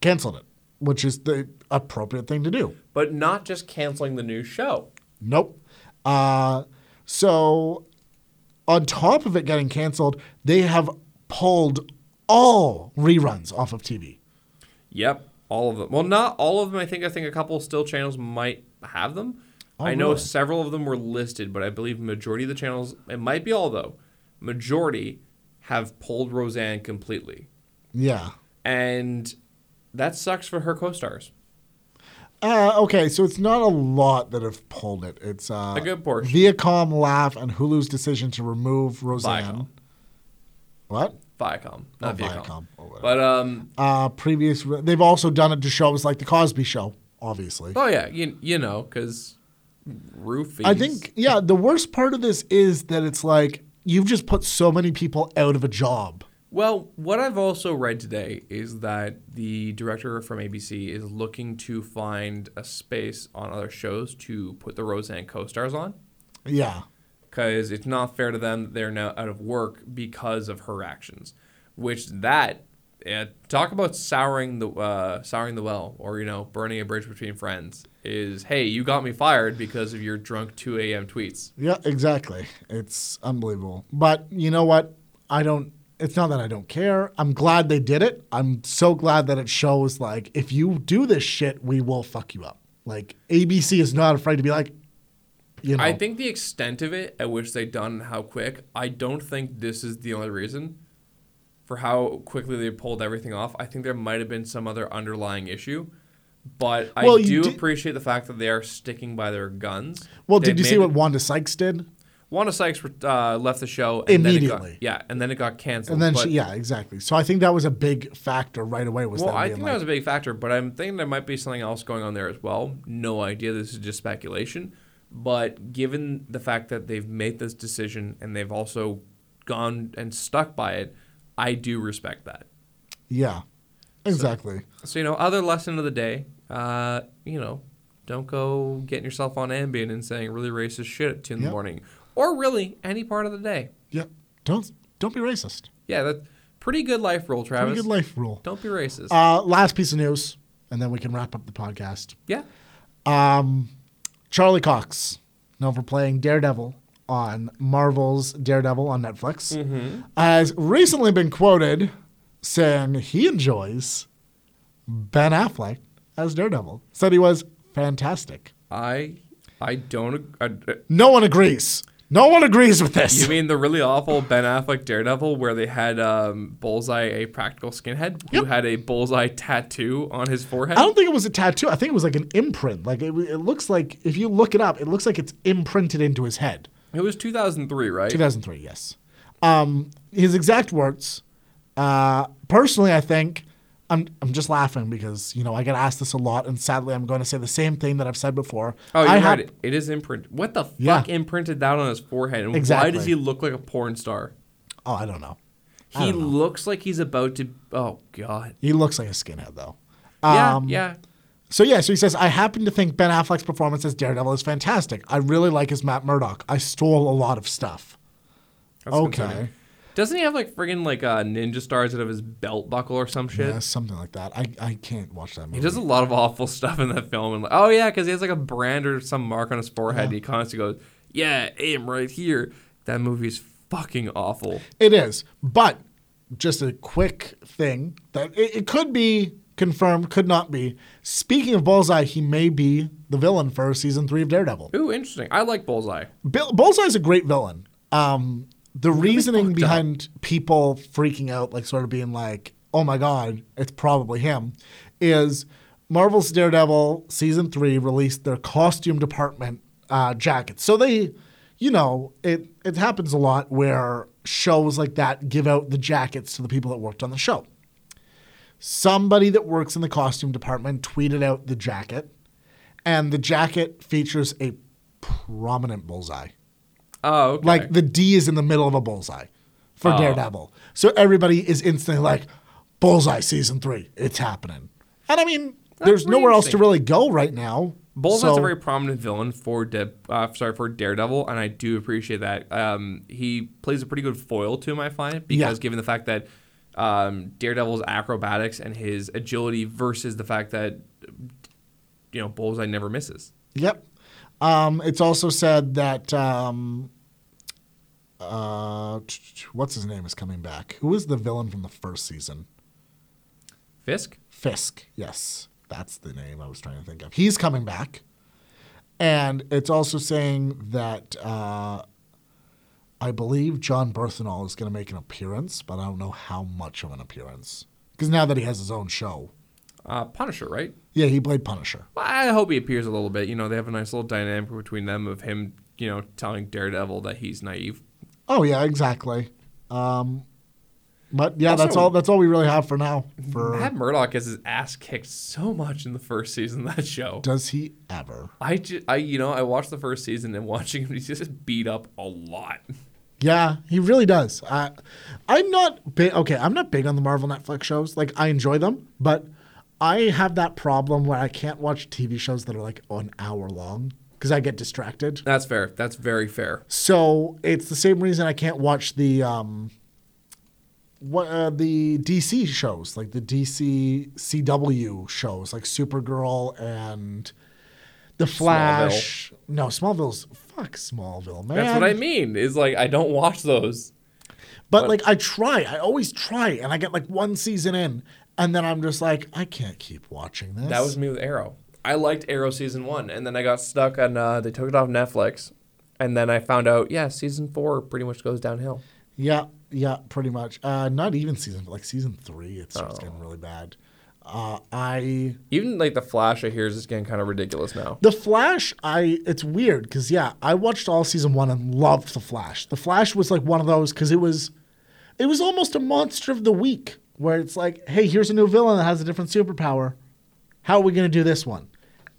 Speaker 2: canceled it, which is the appropriate thing to do.
Speaker 1: but not just canceling the new show.
Speaker 2: Nope. Uh, so, on top of it getting canceled, they have pulled all reruns off of TV.
Speaker 1: Yep, all of them. Well, not all of them. I think I think a couple still channels might have them. I know
Speaker 2: Oh, really?
Speaker 1: several of them were listed, but I believe majority of the channels, it might be all though, majority have pulled Roseanne completely,
Speaker 2: Yeah.
Speaker 1: and that sucks for her co-stars.
Speaker 2: Uh, okay, so it's not a lot that have pulled it. It's uh,
Speaker 1: A good portion.
Speaker 2: Viacom, Laugh, and Hulu's decision to remove Roseanne.
Speaker 1: Viacom.
Speaker 2: What?
Speaker 1: Viacom, not
Speaker 2: Oh,
Speaker 1: Viacom.
Speaker 2: Viacom, or whatever.
Speaker 1: But um,
Speaker 2: Uh, previous, they've also done it to shows like the Cosby Show, obviously.
Speaker 1: oh yeah, you, you know, because roofies.
Speaker 2: I think, yeah, the worst part of this is that it's like you've just put so many people out of a job.
Speaker 1: Well, what I've also read today is that the director from ABC is looking to find a space on other shows to put the Roseanne co-stars on,
Speaker 2: Yeah.
Speaker 1: because it's not fair to them that they're now out of work because of her actions. Which that, eh, talk about souring the uh, souring the well, or you know, burning a bridge between friends. Is hey, you got me fired because of your drunk 2 a.m. tweets.
Speaker 2: Yeah, exactly. It's unbelievable. But you know what? I don't. It's not that I don't care. I'm glad they did it. I'm so glad that it shows like if you do this shit, we will fuck you up. Like ABC is not afraid to be like, you know,
Speaker 1: I think the extent of it at which they done and how quick, I don't think this is the only reason for how quickly they pulled everything off. I think there might have been some other underlying issue. But
Speaker 2: Well,
Speaker 1: I
Speaker 2: you
Speaker 1: do
Speaker 2: did-
Speaker 1: appreciate the fact that they are sticking by their guns.
Speaker 2: well,
Speaker 1: They've
Speaker 2: did you see
Speaker 1: made-
Speaker 2: what Wanda Sykes did?
Speaker 1: Wanda Sykes uh, left the show and Then
Speaker 2: Immediately.
Speaker 1: it got, yeah, and then it got canceled.
Speaker 2: And then
Speaker 1: but-
Speaker 2: she, yeah, exactly. So I think that was a big factor right away. Was
Speaker 1: Well,
Speaker 2: that
Speaker 1: I
Speaker 2: being
Speaker 1: think
Speaker 2: like,
Speaker 1: that was a big factor, but I'm thinking there might be something else going on there as well. No idea. This is just speculation. But given the fact that they've made this decision and they've also gone and stuck by it, I do respect that.
Speaker 2: yeah, exactly.
Speaker 1: So, you know, other lesson of the day, uh, you know, don't go getting yourself on Ambien and saying really racist shit at 2 in
Speaker 2: Yep.
Speaker 1: the morning or really any part of the day.
Speaker 2: yeah, don't don't be racist.
Speaker 1: Yeah, that's pretty good life rule,
Speaker 2: Pretty
Speaker 1: Travis.
Speaker 2: good life rule.
Speaker 1: Don't be racist.
Speaker 2: Uh, last piece of news, and then we can wrap up the podcast.
Speaker 1: yeah.
Speaker 2: Um, Charlie Cox, known for playing Daredevil on Marvel's Daredevil on Netflix,
Speaker 1: Mm-hmm.
Speaker 2: has recently been quoted saying he enjoys Ben Affleck as Daredevil. Said he was fantastic.
Speaker 1: I I don't I,
Speaker 2: No one agrees. No one agrees with
Speaker 1: You
Speaker 2: this.
Speaker 1: mean the really awful Ben Affleck Daredevil where they had um, Bullseye, a practical skinhead, who had a bullseye tattoo on his forehead?
Speaker 2: I don't think it was a tattoo. I think it was like an imprint. Like it, it looks like if you look it up, it looks like it's imprinted into his head.
Speaker 1: It was 2003, right?
Speaker 2: 2003, yes. Um, his exact words. Uh, personally, I think I'm I'm just laughing because you know I get asked this a lot, and sadly, I'm going to say the same thing that I've said before.
Speaker 1: Oh, you're
Speaker 2: I
Speaker 1: right.
Speaker 2: hap-
Speaker 1: It- it is imprinted. What the fuck
Speaker 2: Yeah.
Speaker 1: imprinted that on his forehead? And why
Speaker 2: Exactly.
Speaker 1: does he look like a porn star?
Speaker 2: Oh, I don't know.
Speaker 1: He looks like he's about to. Oh, God.
Speaker 2: He looks like a skinhead though.
Speaker 1: Yeah,
Speaker 2: Um,
Speaker 1: yeah.
Speaker 2: So yeah, so he says, I happen to think Ben Affleck's performance as Daredevil is fantastic. I really like his Matt Murdock. I stole a lot of stuff.
Speaker 1: That's
Speaker 2: okay.
Speaker 1: concerning. Doesn't he have like friggin' like uh, ninja stars out of his belt buckle or some shit?
Speaker 2: Yeah, something like that. I, I can't watch that movie.
Speaker 1: He does a lot of awful stuff in that film. And like, oh yeah, because he has like a brand or some mark on his forehead. And he constantly goes, "Yeah, aim right here." That movie's fucking awful.
Speaker 2: It is. But just a quick thing that it, it could be confirmed, could not be. Speaking of Bullseye, he may be the villain for season three of Daredevil.
Speaker 1: Ooh, interesting. I like Bullseye.
Speaker 2: Bill, Bullseye's a great villain. Um, the reasoning behind people freaking out, like sort of being like, oh my God, it's probably him, is Marvel's Daredevil season three released their costume department uh, jackets. So they, you know, it, it happens a lot where shows like that give out the jackets to the people that worked on the show somebody that works in the costume department tweeted out the jacket, and the jacket features a prominent bullseye.
Speaker 1: Oh, okay. Oh.
Speaker 2: Like the D is in the middle of a bullseye for Daredevil. So everybody is instantly like, Bullseye season three, it's happening. And I mean, there's
Speaker 1: pretty
Speaker 2: nowhere else to
Speaker 1: interesting.
Speaker 2: really go right now.
Speaker 1: Bullseye's
Speaker 2: so,
Speaker 1: a very prominent villain for De- uh, sorry for Daredevil, and I do appreciate that. Um, he plays a pretty good foil to him, I find, because
Speaker 2: Yeah.
Speaker 1: given the fact that um, Daredevil's acrobatics and his agility versus the fact that you know Bullseye never misses.
Speaker 2: Yep. Um, it's also said that um, uh, t- t- what's his name is coming back. Who was the villain from the first season?
Speaker 1: Fisk.
Speaker 2: Fisk. Yes, that's the name I was trying to think of. He's coming back. And it's also saying that uh, I believe John Berthenol is going to make an appearance, but I don't know how much of an appearance. Because now that he has his own show.
Speaker 1: Uh, Punisher, right?
Speaker 2: Yeah, he played Punisher.
Speaker 1: Well, I hope he appears a little bit. You know, they have a nice little dynamic between them of him, you know, telling Daredevil that he's naive.
Speaker 2: Oh, yeah, exactly. Um, But yeah, that's
Speaker 1: Also-
Speaker 2: all. That's all we really have for now. For
Speaker 1: Matt Murdock gets his ass kicked so much in the first season of that show.
Speaker 2: does he ever?
Speaker 1: I, ju- I you know I watched the first season and watching him he's just beat up a lot.
Speaker 2: Yeah, he really does. I, I'm not big. Okay, I'm not big on the Marvel Netflix shows. Like I enjoy them, but I have that problem where I can't watch TV shows that are like an hour long because I get distracted.
Speaker 1: That's fair. That's very fair.
Speaker 2: So it's the same reason I can't watch the um, what uh, the DC shows, like the DC CW shows, like Supergirl and the Flash. No, Smallville's fuck Smallville, man.
Speaker 1: That's what I mean. Is like I don't watch those.
Speaker 2: But like I try, I always try, and I get like one season in, and then I'm just like, I can't keep watching this.
Speaker 1: That was me with Arrow. I liked Arrow season one, and then I got stuck on. Uh, they took it off Netflix, and then I found out. Yeah, season four pretty much goes downhill.
Speaker 2: yeah, yeah, pretty much. Uh, not even season, like season three, it starts
Speaker 1: Oh.
Speaker 2: getting really bad. Uh, I
Speaker 1: Even like the Flash, I hear is just getting kind of ridiculous now.
Speaker 2: The Flash, I it's weird because yeah, I watched all season one and loved The Flash. The Flash was like one of those because it was, it was almost a monster of the week where it's like, hey, here's a new villain that has a different superpower. How are we gonna do this one?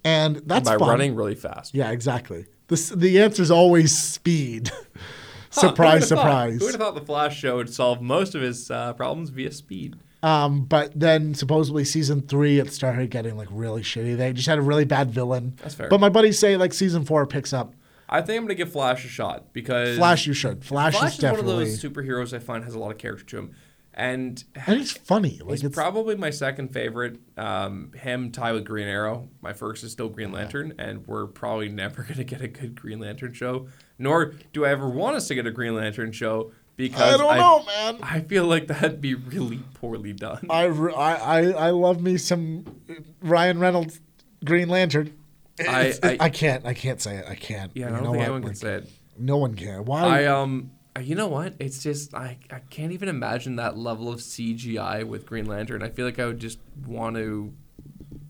Speaker 2: And that's
Speaker 1: By
Speaker 2: fun.
Speaker 1: running really fast.
Speaker 2: Yeah, exactly. The s- the answer's always speed. surprise, surprise.
Speaker 1: Who would have thought the Flash show would solve most of his uh, problems via speed?
Speaker 2: Um, but then supposedly season three, it started getting like really shitty. They just had a really bad villain.
Speaker 1: That's fair.
Speaker 2: But my buddies say like season four picks up.
Speaker 1: I think I'm gonna give Flash a shot because
Speaker 2: Flash, you should. Flash,
Speaker 1: Flash
Speaker 2: is
Speaker 1: is
Speaker 2: definitely,
Speaker 1: one of those superheroes I find has a lot of character to him, and
Speaker 2: and he's funny. Like
Speaker 1: he's
Speaker 2: it's
Speaker 1: probably my second favorite. Um, him tied with Green Arrow. My first is still Green Lantern, and we're probably never gonna get a good Green Lantern show. Nor do I ever want us to get a Green Lantern show because
Speaker 2: I don't know, Uh, man.
Speaker 1: I feel like that'd be really poorly done.
Speaker 2: I, re- I I I love me some uh, Ryan Reynolds Green Lantern.
Speaker 1: I-
Speaker 2: It's- it-
Speaker 1: I-
Speaker 2: I can't I can't say it. I can't.
Speaker 1: yeah, I
Speaker 2: You
Speaker 1: don't
Speaker 2: know
Speaker 1: think
Speaker 2: what?
Speaker 1: anyone can
Speaker 2: Like,
Speaker 1: say it.
Speaker 2: No one can. Why?
Speaker 1: I um you know what? It's just I, I can't even imagine that level of CGI with Green Lantern. I feel like I would just want to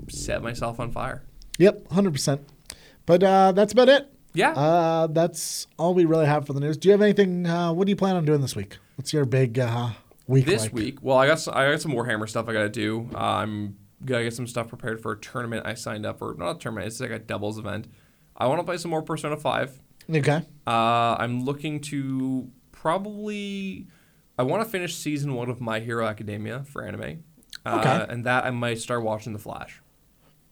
Speaker 1: set myself on fire.
Speaker 2: yep, hundred percent. But uh, that's about it.
Speaker 1: Yeah.
Speaker 2: Uh, that's all we really have for the news. Do you have anything? Uh, what do you plan on doing this week? What's your big uh, week?
Speaker 1: this
Speaker 2: like?
Speaker 1: week, well, I got some, I got some Warhammer stuff I got to do. Uh, I'm gonna get some stuff prepared for a tournament I signed up for. Not a tournament. It's like a doubles event. I want to play some more Persona Five.
Speaker 2: Okay.
Speaker 1: Uh, I'm looking to probably. I want to finish season one of My Hero Academia for anime. Uh,
Speaker 2: Okay.
Speaker 1: And that I might start watching The Flash.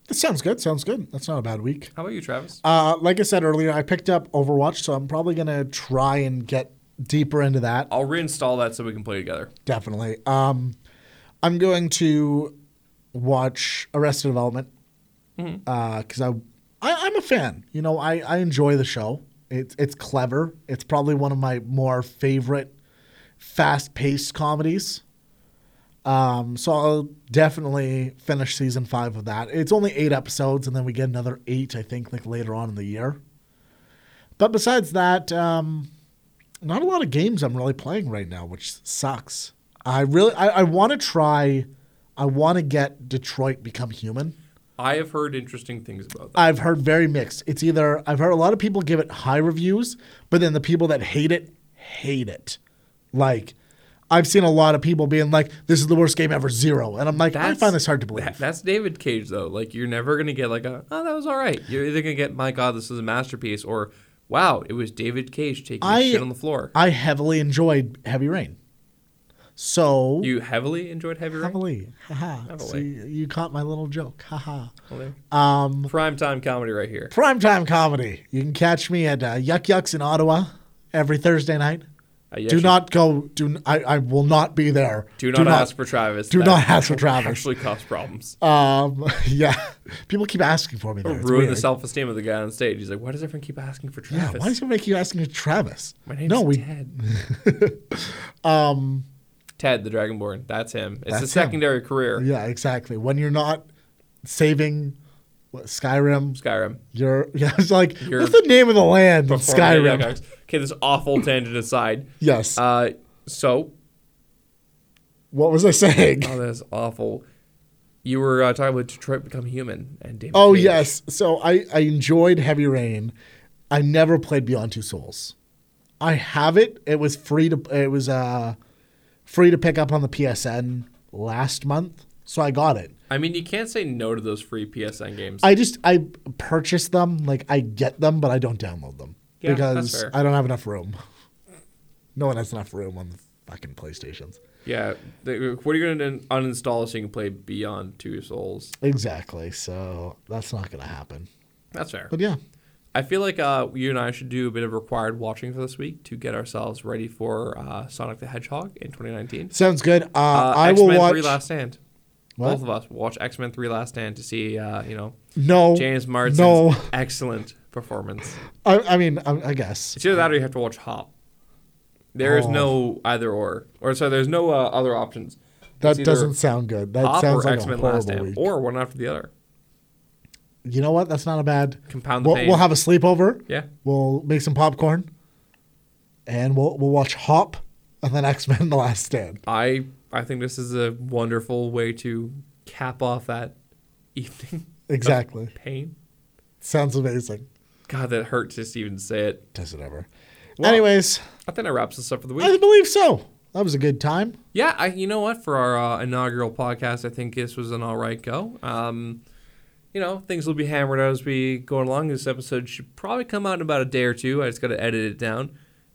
Speaker 2: That sounds good. Sounds good. That's not a bad week.
Speaker 1: How about you, Travis?
Speaker 2: Uh, like I said earlier, I picked up Overwatch, so I'm probably gonna try and get deeper into that.
Speaker 1: I'll reinstall that so we can play together.
Speaker 2: Definitely. Um, I'm going to watch Arrested Development because I, I I'm a fan. You know, I, I enjoy the show. It's it's clever. It's probably one of my more favorite fast paced comedies. Um, so I'll definitely finish season five of that. It's only eight episodes, and then we get another eight, I think, like later on in the year. But besides that, um, not a lot of games I'm really playing right now, which sucks. I really I, I want to try. I want to get Detroit Become Human.
Speaker 1: I have heard interesting things about that.
Speaker 2: I've heard very mixed. It's either I've heard a lot of people give it high reviews, but then the people that hate it hate it. Like I've seen a lot of people being like, "This is the worst game ever," zero, and I'm like, I
Speaker 1: That's-
Speaker 2: find this hard to believe.
Speaker 1: That- That's David Cage though. Like you're never gonna get like a oh that was all right. You're either gonna get my god this is a masterpiece or wow it was David Cage taking
Speaker 2: I-
Speaker 1: shit on the floor.
Speaker 2: I heavily enjoyed Heavy Rain, so
Speaker 1: you heavily enjoyed Heavy Rain.
Speaker 2: heavily, haha.
Speaker 1: Heavily.
Speaker 2: See, you caught my little joke, haha.
Speaker 1: Well,
Speaker 2: Um,
Speaker 1: there. Prime time comedy right here.
Speaker 2: primetime comedy. You can catch me at uh, Yuck Yucks in Ottawa every Thursday night.
Speaker 1: I actually-
Speaker 2: do not go. Do n- I, I will not be there.
Speaker 1: Uh, do not, ask for Travis.
Speaker 2: do
Speaker 1: That
Speaker 2: not ask for Travis.
Speaker 1: Actually, cause problems.
Speaker 2: Um, yeah, people keep asking for me. There. It's
Speaker 1: Ruin the
Speaker 2: weird.
Speaker 1: self esteem of the guy on stage. He's like, why does everyone keep asking for
Speaker 2: Yeah,
Speaker 1: Travis?
Speaker 2: why does it make you asking for Travis?
Speaker 1: my name's
Speaker 2: no, we. Um,
Speaker 1: Ted. Ted the Dragonborn. That's him. It's
Speaker 2: That's
Speaker 1: a
Speaker 2: him.
Speaker 1: secondary career.
Speaker 2: Yeah, exactly. When you're not saving what, Skyrim,
Speaker 1: Skyrim.
Speaker 2: you're yeah. It's like
Speaker 1: You're-
Speaker 2: what's the name of the land? in
Speaker 1: Before we get
Speaker 2: Skyrim.
Speaker 1: Yuck Yucks. Okay, this awful tangent aside.
Speaker 2: Yes.
Speaker 1: Uh, so
Speaker 2: what was I saying?
Speaker 1: Oh, that's awful. You were uh, talking about Detroit Become Human and David.
Speaker 2: Oh
Speaker 1: Cage.
Speaker 2: yes. So I, I enjoyed Heavy Rain. I never played Beyond Two Souls. I have it. It was free to it was uh free to pick up on the PSN last month, so I got it.
Speaker 1: I mean, you can't say no to those free PSN games.
Speaker 2: I just I purchase them, like I get them, but I don't download them
Speaker 1: Yeah, that's
Speaker 2: because
Speaker 1: fair.
Speaker 2: I don't have enough room. No one has enough room on the fucking PlayStations.
Speaker 1: yeah. They, what are you going to uninstall so you can play Beyond Two Souls?
Speaker 2: Exactly. So that's not gonna happen.
Speaker 1: That's fair.
Speaker 2: But yeah,
Speaker 1: I feel like uh, you and I should do a bit of required watching for this week to get ourselves ready for uh, Sonic the Hedgehog in 2019.
Speaker 2: sounds good. Uh,
Speaker 1: Uh,
Speaker 2: I
Speaker 1: X-Men
Speaker 2: will watch.
Speaker 1: 3 Last Stand.
Speaker 2: What?
Speaker 1: Both of us will watch X Men 3 Last Stand to see, uh, you know,
Speaker 2: no,
Speaker 1: James Marsden's
Speaker 2: Oh, No,
Speaker 1: excellent performance.
Speaker 2: I, I mean, I, I guess.
Speaker 1: It's either that or you have to watch Hop. There
Speaker 2: Oh.
Speaker 1: is no either or. Or sorry, there's no uh, other options. It's
Speaker 2: That
Speaker 1: either
Speaker 2: doesn't sound good. That
Speaker 1: Hop
Speaker 2: sounds
Speaker 1: or
Speaker 2: like
Speaker 1: X Men
Speaker 2: a
Speaker 1: Last
Speaker 2: horrible
Speaker 1: Stand.
Speaker 2: week.
Speaker 1: Or one after the other.
Speaker 2: you know what? That's not a bad.
Speaker 1: Compound the
Speaker 2: We'll,
Speaker 1: pain.
Speaker 2: we'll have a sleepover.
Speaker 1: Yeah.
Speaker 2: We'll make some popcorn, and we'll we'll watch Hop, and then X Men: The Last Stand.
Speaker 1: I I think this is a wonderful way to cap off that evening
Speaker 2: Exactly.
Speaker 1: pain.
Speaker 2: Sounds amazing.
Speaker 1: God, that hurts just to even say it.
Speaker 2: Does it ever?
Speaker 1: Well-
Speaker 2: Anyways,
Speaker 1: I think that wraps us up for the week.
Speaker 2: I believe so. That was a good time.
Speaker 1: Yeah, I, you know what? For our uh, inaugural podcast, I think this was an all right go. Um, you know, things will be hammered out as we go along. This episode should probably come out in about a day or two. I just got to edit it down.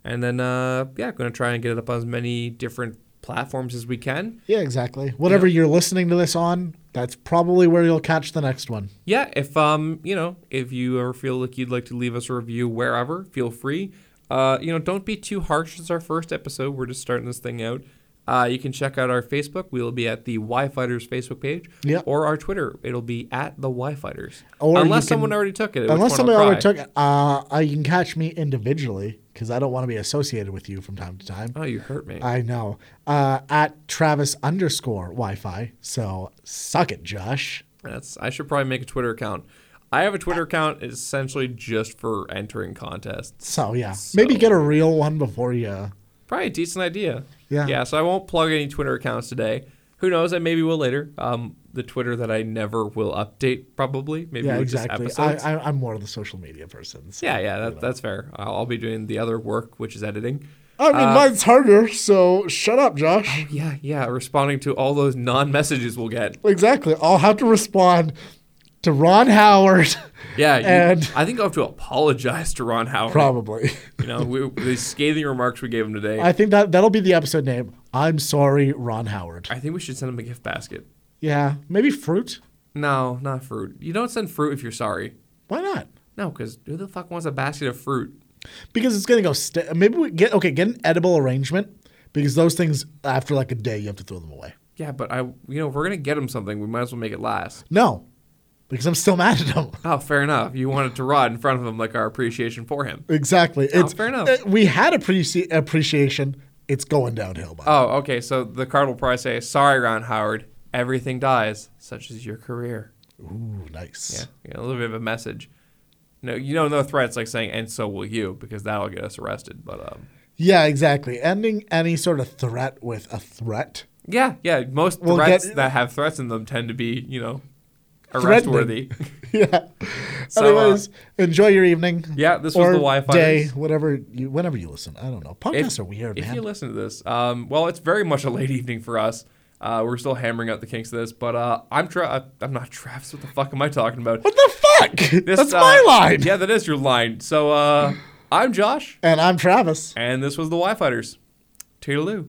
Speaker 1: And then, uh, yeah, going to try and get it up on as many different platforms as we can.
Speaker 2: Yeah, exactly. Whatever you're listening to this on, that's probably where you'll catch the next one.
Speaker 1: Yeah, if, um, you know, if you ever feel like you'd like to leave us a review wherever, feel free. Uh, you know, don't be too harsh. It's our first episode. We're just starting this thing out. Uh, you can check out our Facebook. We will be at the Y Fighters Facebook page.
Speaker 2: Yeah.
Speaker 1: Or our Twitter. It'll be at the Y Fighters.
Speaker 2: Or you
Speaker 1: unless
Speaker 2: can-
Speaker 1: someone already took it. which one
Speaker 2: Unless
Speaker 1: I'll
Speaker 2: somebody already
Speaker 1: try.
Speaker 2: took it, uh, I- you can catch me individually because I don't want to be associated with you from time to time.
Speaker 1: Oh, you hurt me.
Speaker 2: I know. Uh, at Travis underscore Wi Fi. So suck it, Josh.
Speaker 1: That's. I should probably make a Twitter account. I have a Twitter account essentially just for entering contests.
Speaker 2: So yeah, maybe
Speaker 1: So-
Speaker 2: get a real one before you.
Speaker 1: Probably a decent idea.
Speaker 2: Yeah.
Speaker 1: Yeah. So I won't plug any Twitter accounts today. Who knows? I maybe will later. Um, the Twitter that I never will update probably. Maybe
Speaker 2: Yeah,
Speaker 1: with
Speaker 2: exactly.
Speaker 1: just
Speaker 2: I,
Speaker 1: episodes.
Speaker 2: I, I'm more of the social media person. So.
Speaker 1: yeah, yeah, that, that's fair. I'll, I'll be doing the other work, which is editing.
Speaker 2: I
Speaker 1: Uh,
Speaker 2: mean, mine's harder. So shut up, Josh.
Speaker 1: Yeah, yeah, responding to all those non-messages we'll get.
Speaker 2: Exactly. I'll have to respond to Ron Howard.
Speaker 1: Yeah, you-
Speaker 2: And-
Speaker 1: I think I'll have to apologize to Ron Howard.
Speaker 2: Probably.
Speaker 1: You know, we, the scathing remarks we gave him today.
Speaker 2: I
Speaker 1: I,
Speaker 2: think that that'll be the episode name. I'm sorry, Ron Howard.
Speaker 1: think we should send him a gift basket.
Speaker 2: Yeah, maybe fruit.
Speaker 1: No, not fruit. You don't send fruit if you're sorry.
Speaker 2: Why not?
Speaker 1: No, because who the fuck wants a basket of fruit?
Speaker 2: Because it's gonna go. St- maybe we get okay. Get an edible arrangement because those things after like a day you have to throw them away.
Speaker 1: Yeah, but I, you know, if we're gonna get him something, we might as well make it last.
Speaker 2: No, because I'm still mad at him.
Speaker 1: Oh, fair enough. You wanted to rot in front of him like our appreciation for him.
Speaker 2: exactly. it's
Speaker 1: Oh, fair enough.
Speaker 2: uh, we had appreci- appreciation. It's going downhill. By
Speaker 1: Oh, okay. So the card will probably say, "Sorry, Ron Howard. Everything dies, such as your career."
Speaker 2: Ooh, nice.
Speaker 1: Yeah, you know, a little bit of a message. No, you know, no threats like saying, "And so will you," because that'll get us arrested. But um,
Speaker 2: Yeah. exactly. Ending any sort of threat with a threat.
Speaker 1: yeah, yeah. Most
Speaker 2: We'll
Speaker 1: threats
Speaker 2: get-
Speaker 1: that have threats in them tend to be, you know, arrest worthy.
Speaker 2: yeah.
Speaker 1: So, uh,
Speaker 2: Anyways, enjoy your evening.
Speaker 1: Yeah, this was
Speaker 2: or
Speaker 1: the Wi-Fi.
Speaker 2: day, whatever you, whenever you listen. I don't know. Podcasts are weird,
Speaker 1: if
Speaker 2: man.
Speaker 1: you listen to this, um, well, it's very much a late evening for us. Uh, we're still hammering out the kinks of this, but uh, I'm tra- I'm not Travis. What the fuck am I talking about?
Speaker 2: what the fuck?
Speaker 1: This,
Speaker 2: That's
Speaker 1: uh,
Speaker 2: my line.
Speaker 1: Yeah, that is your line. So uh, I'm Josh,
Speaker 2: And I'm Travis.
Speaker 1: and this was the Y Fighters. Toodaloo.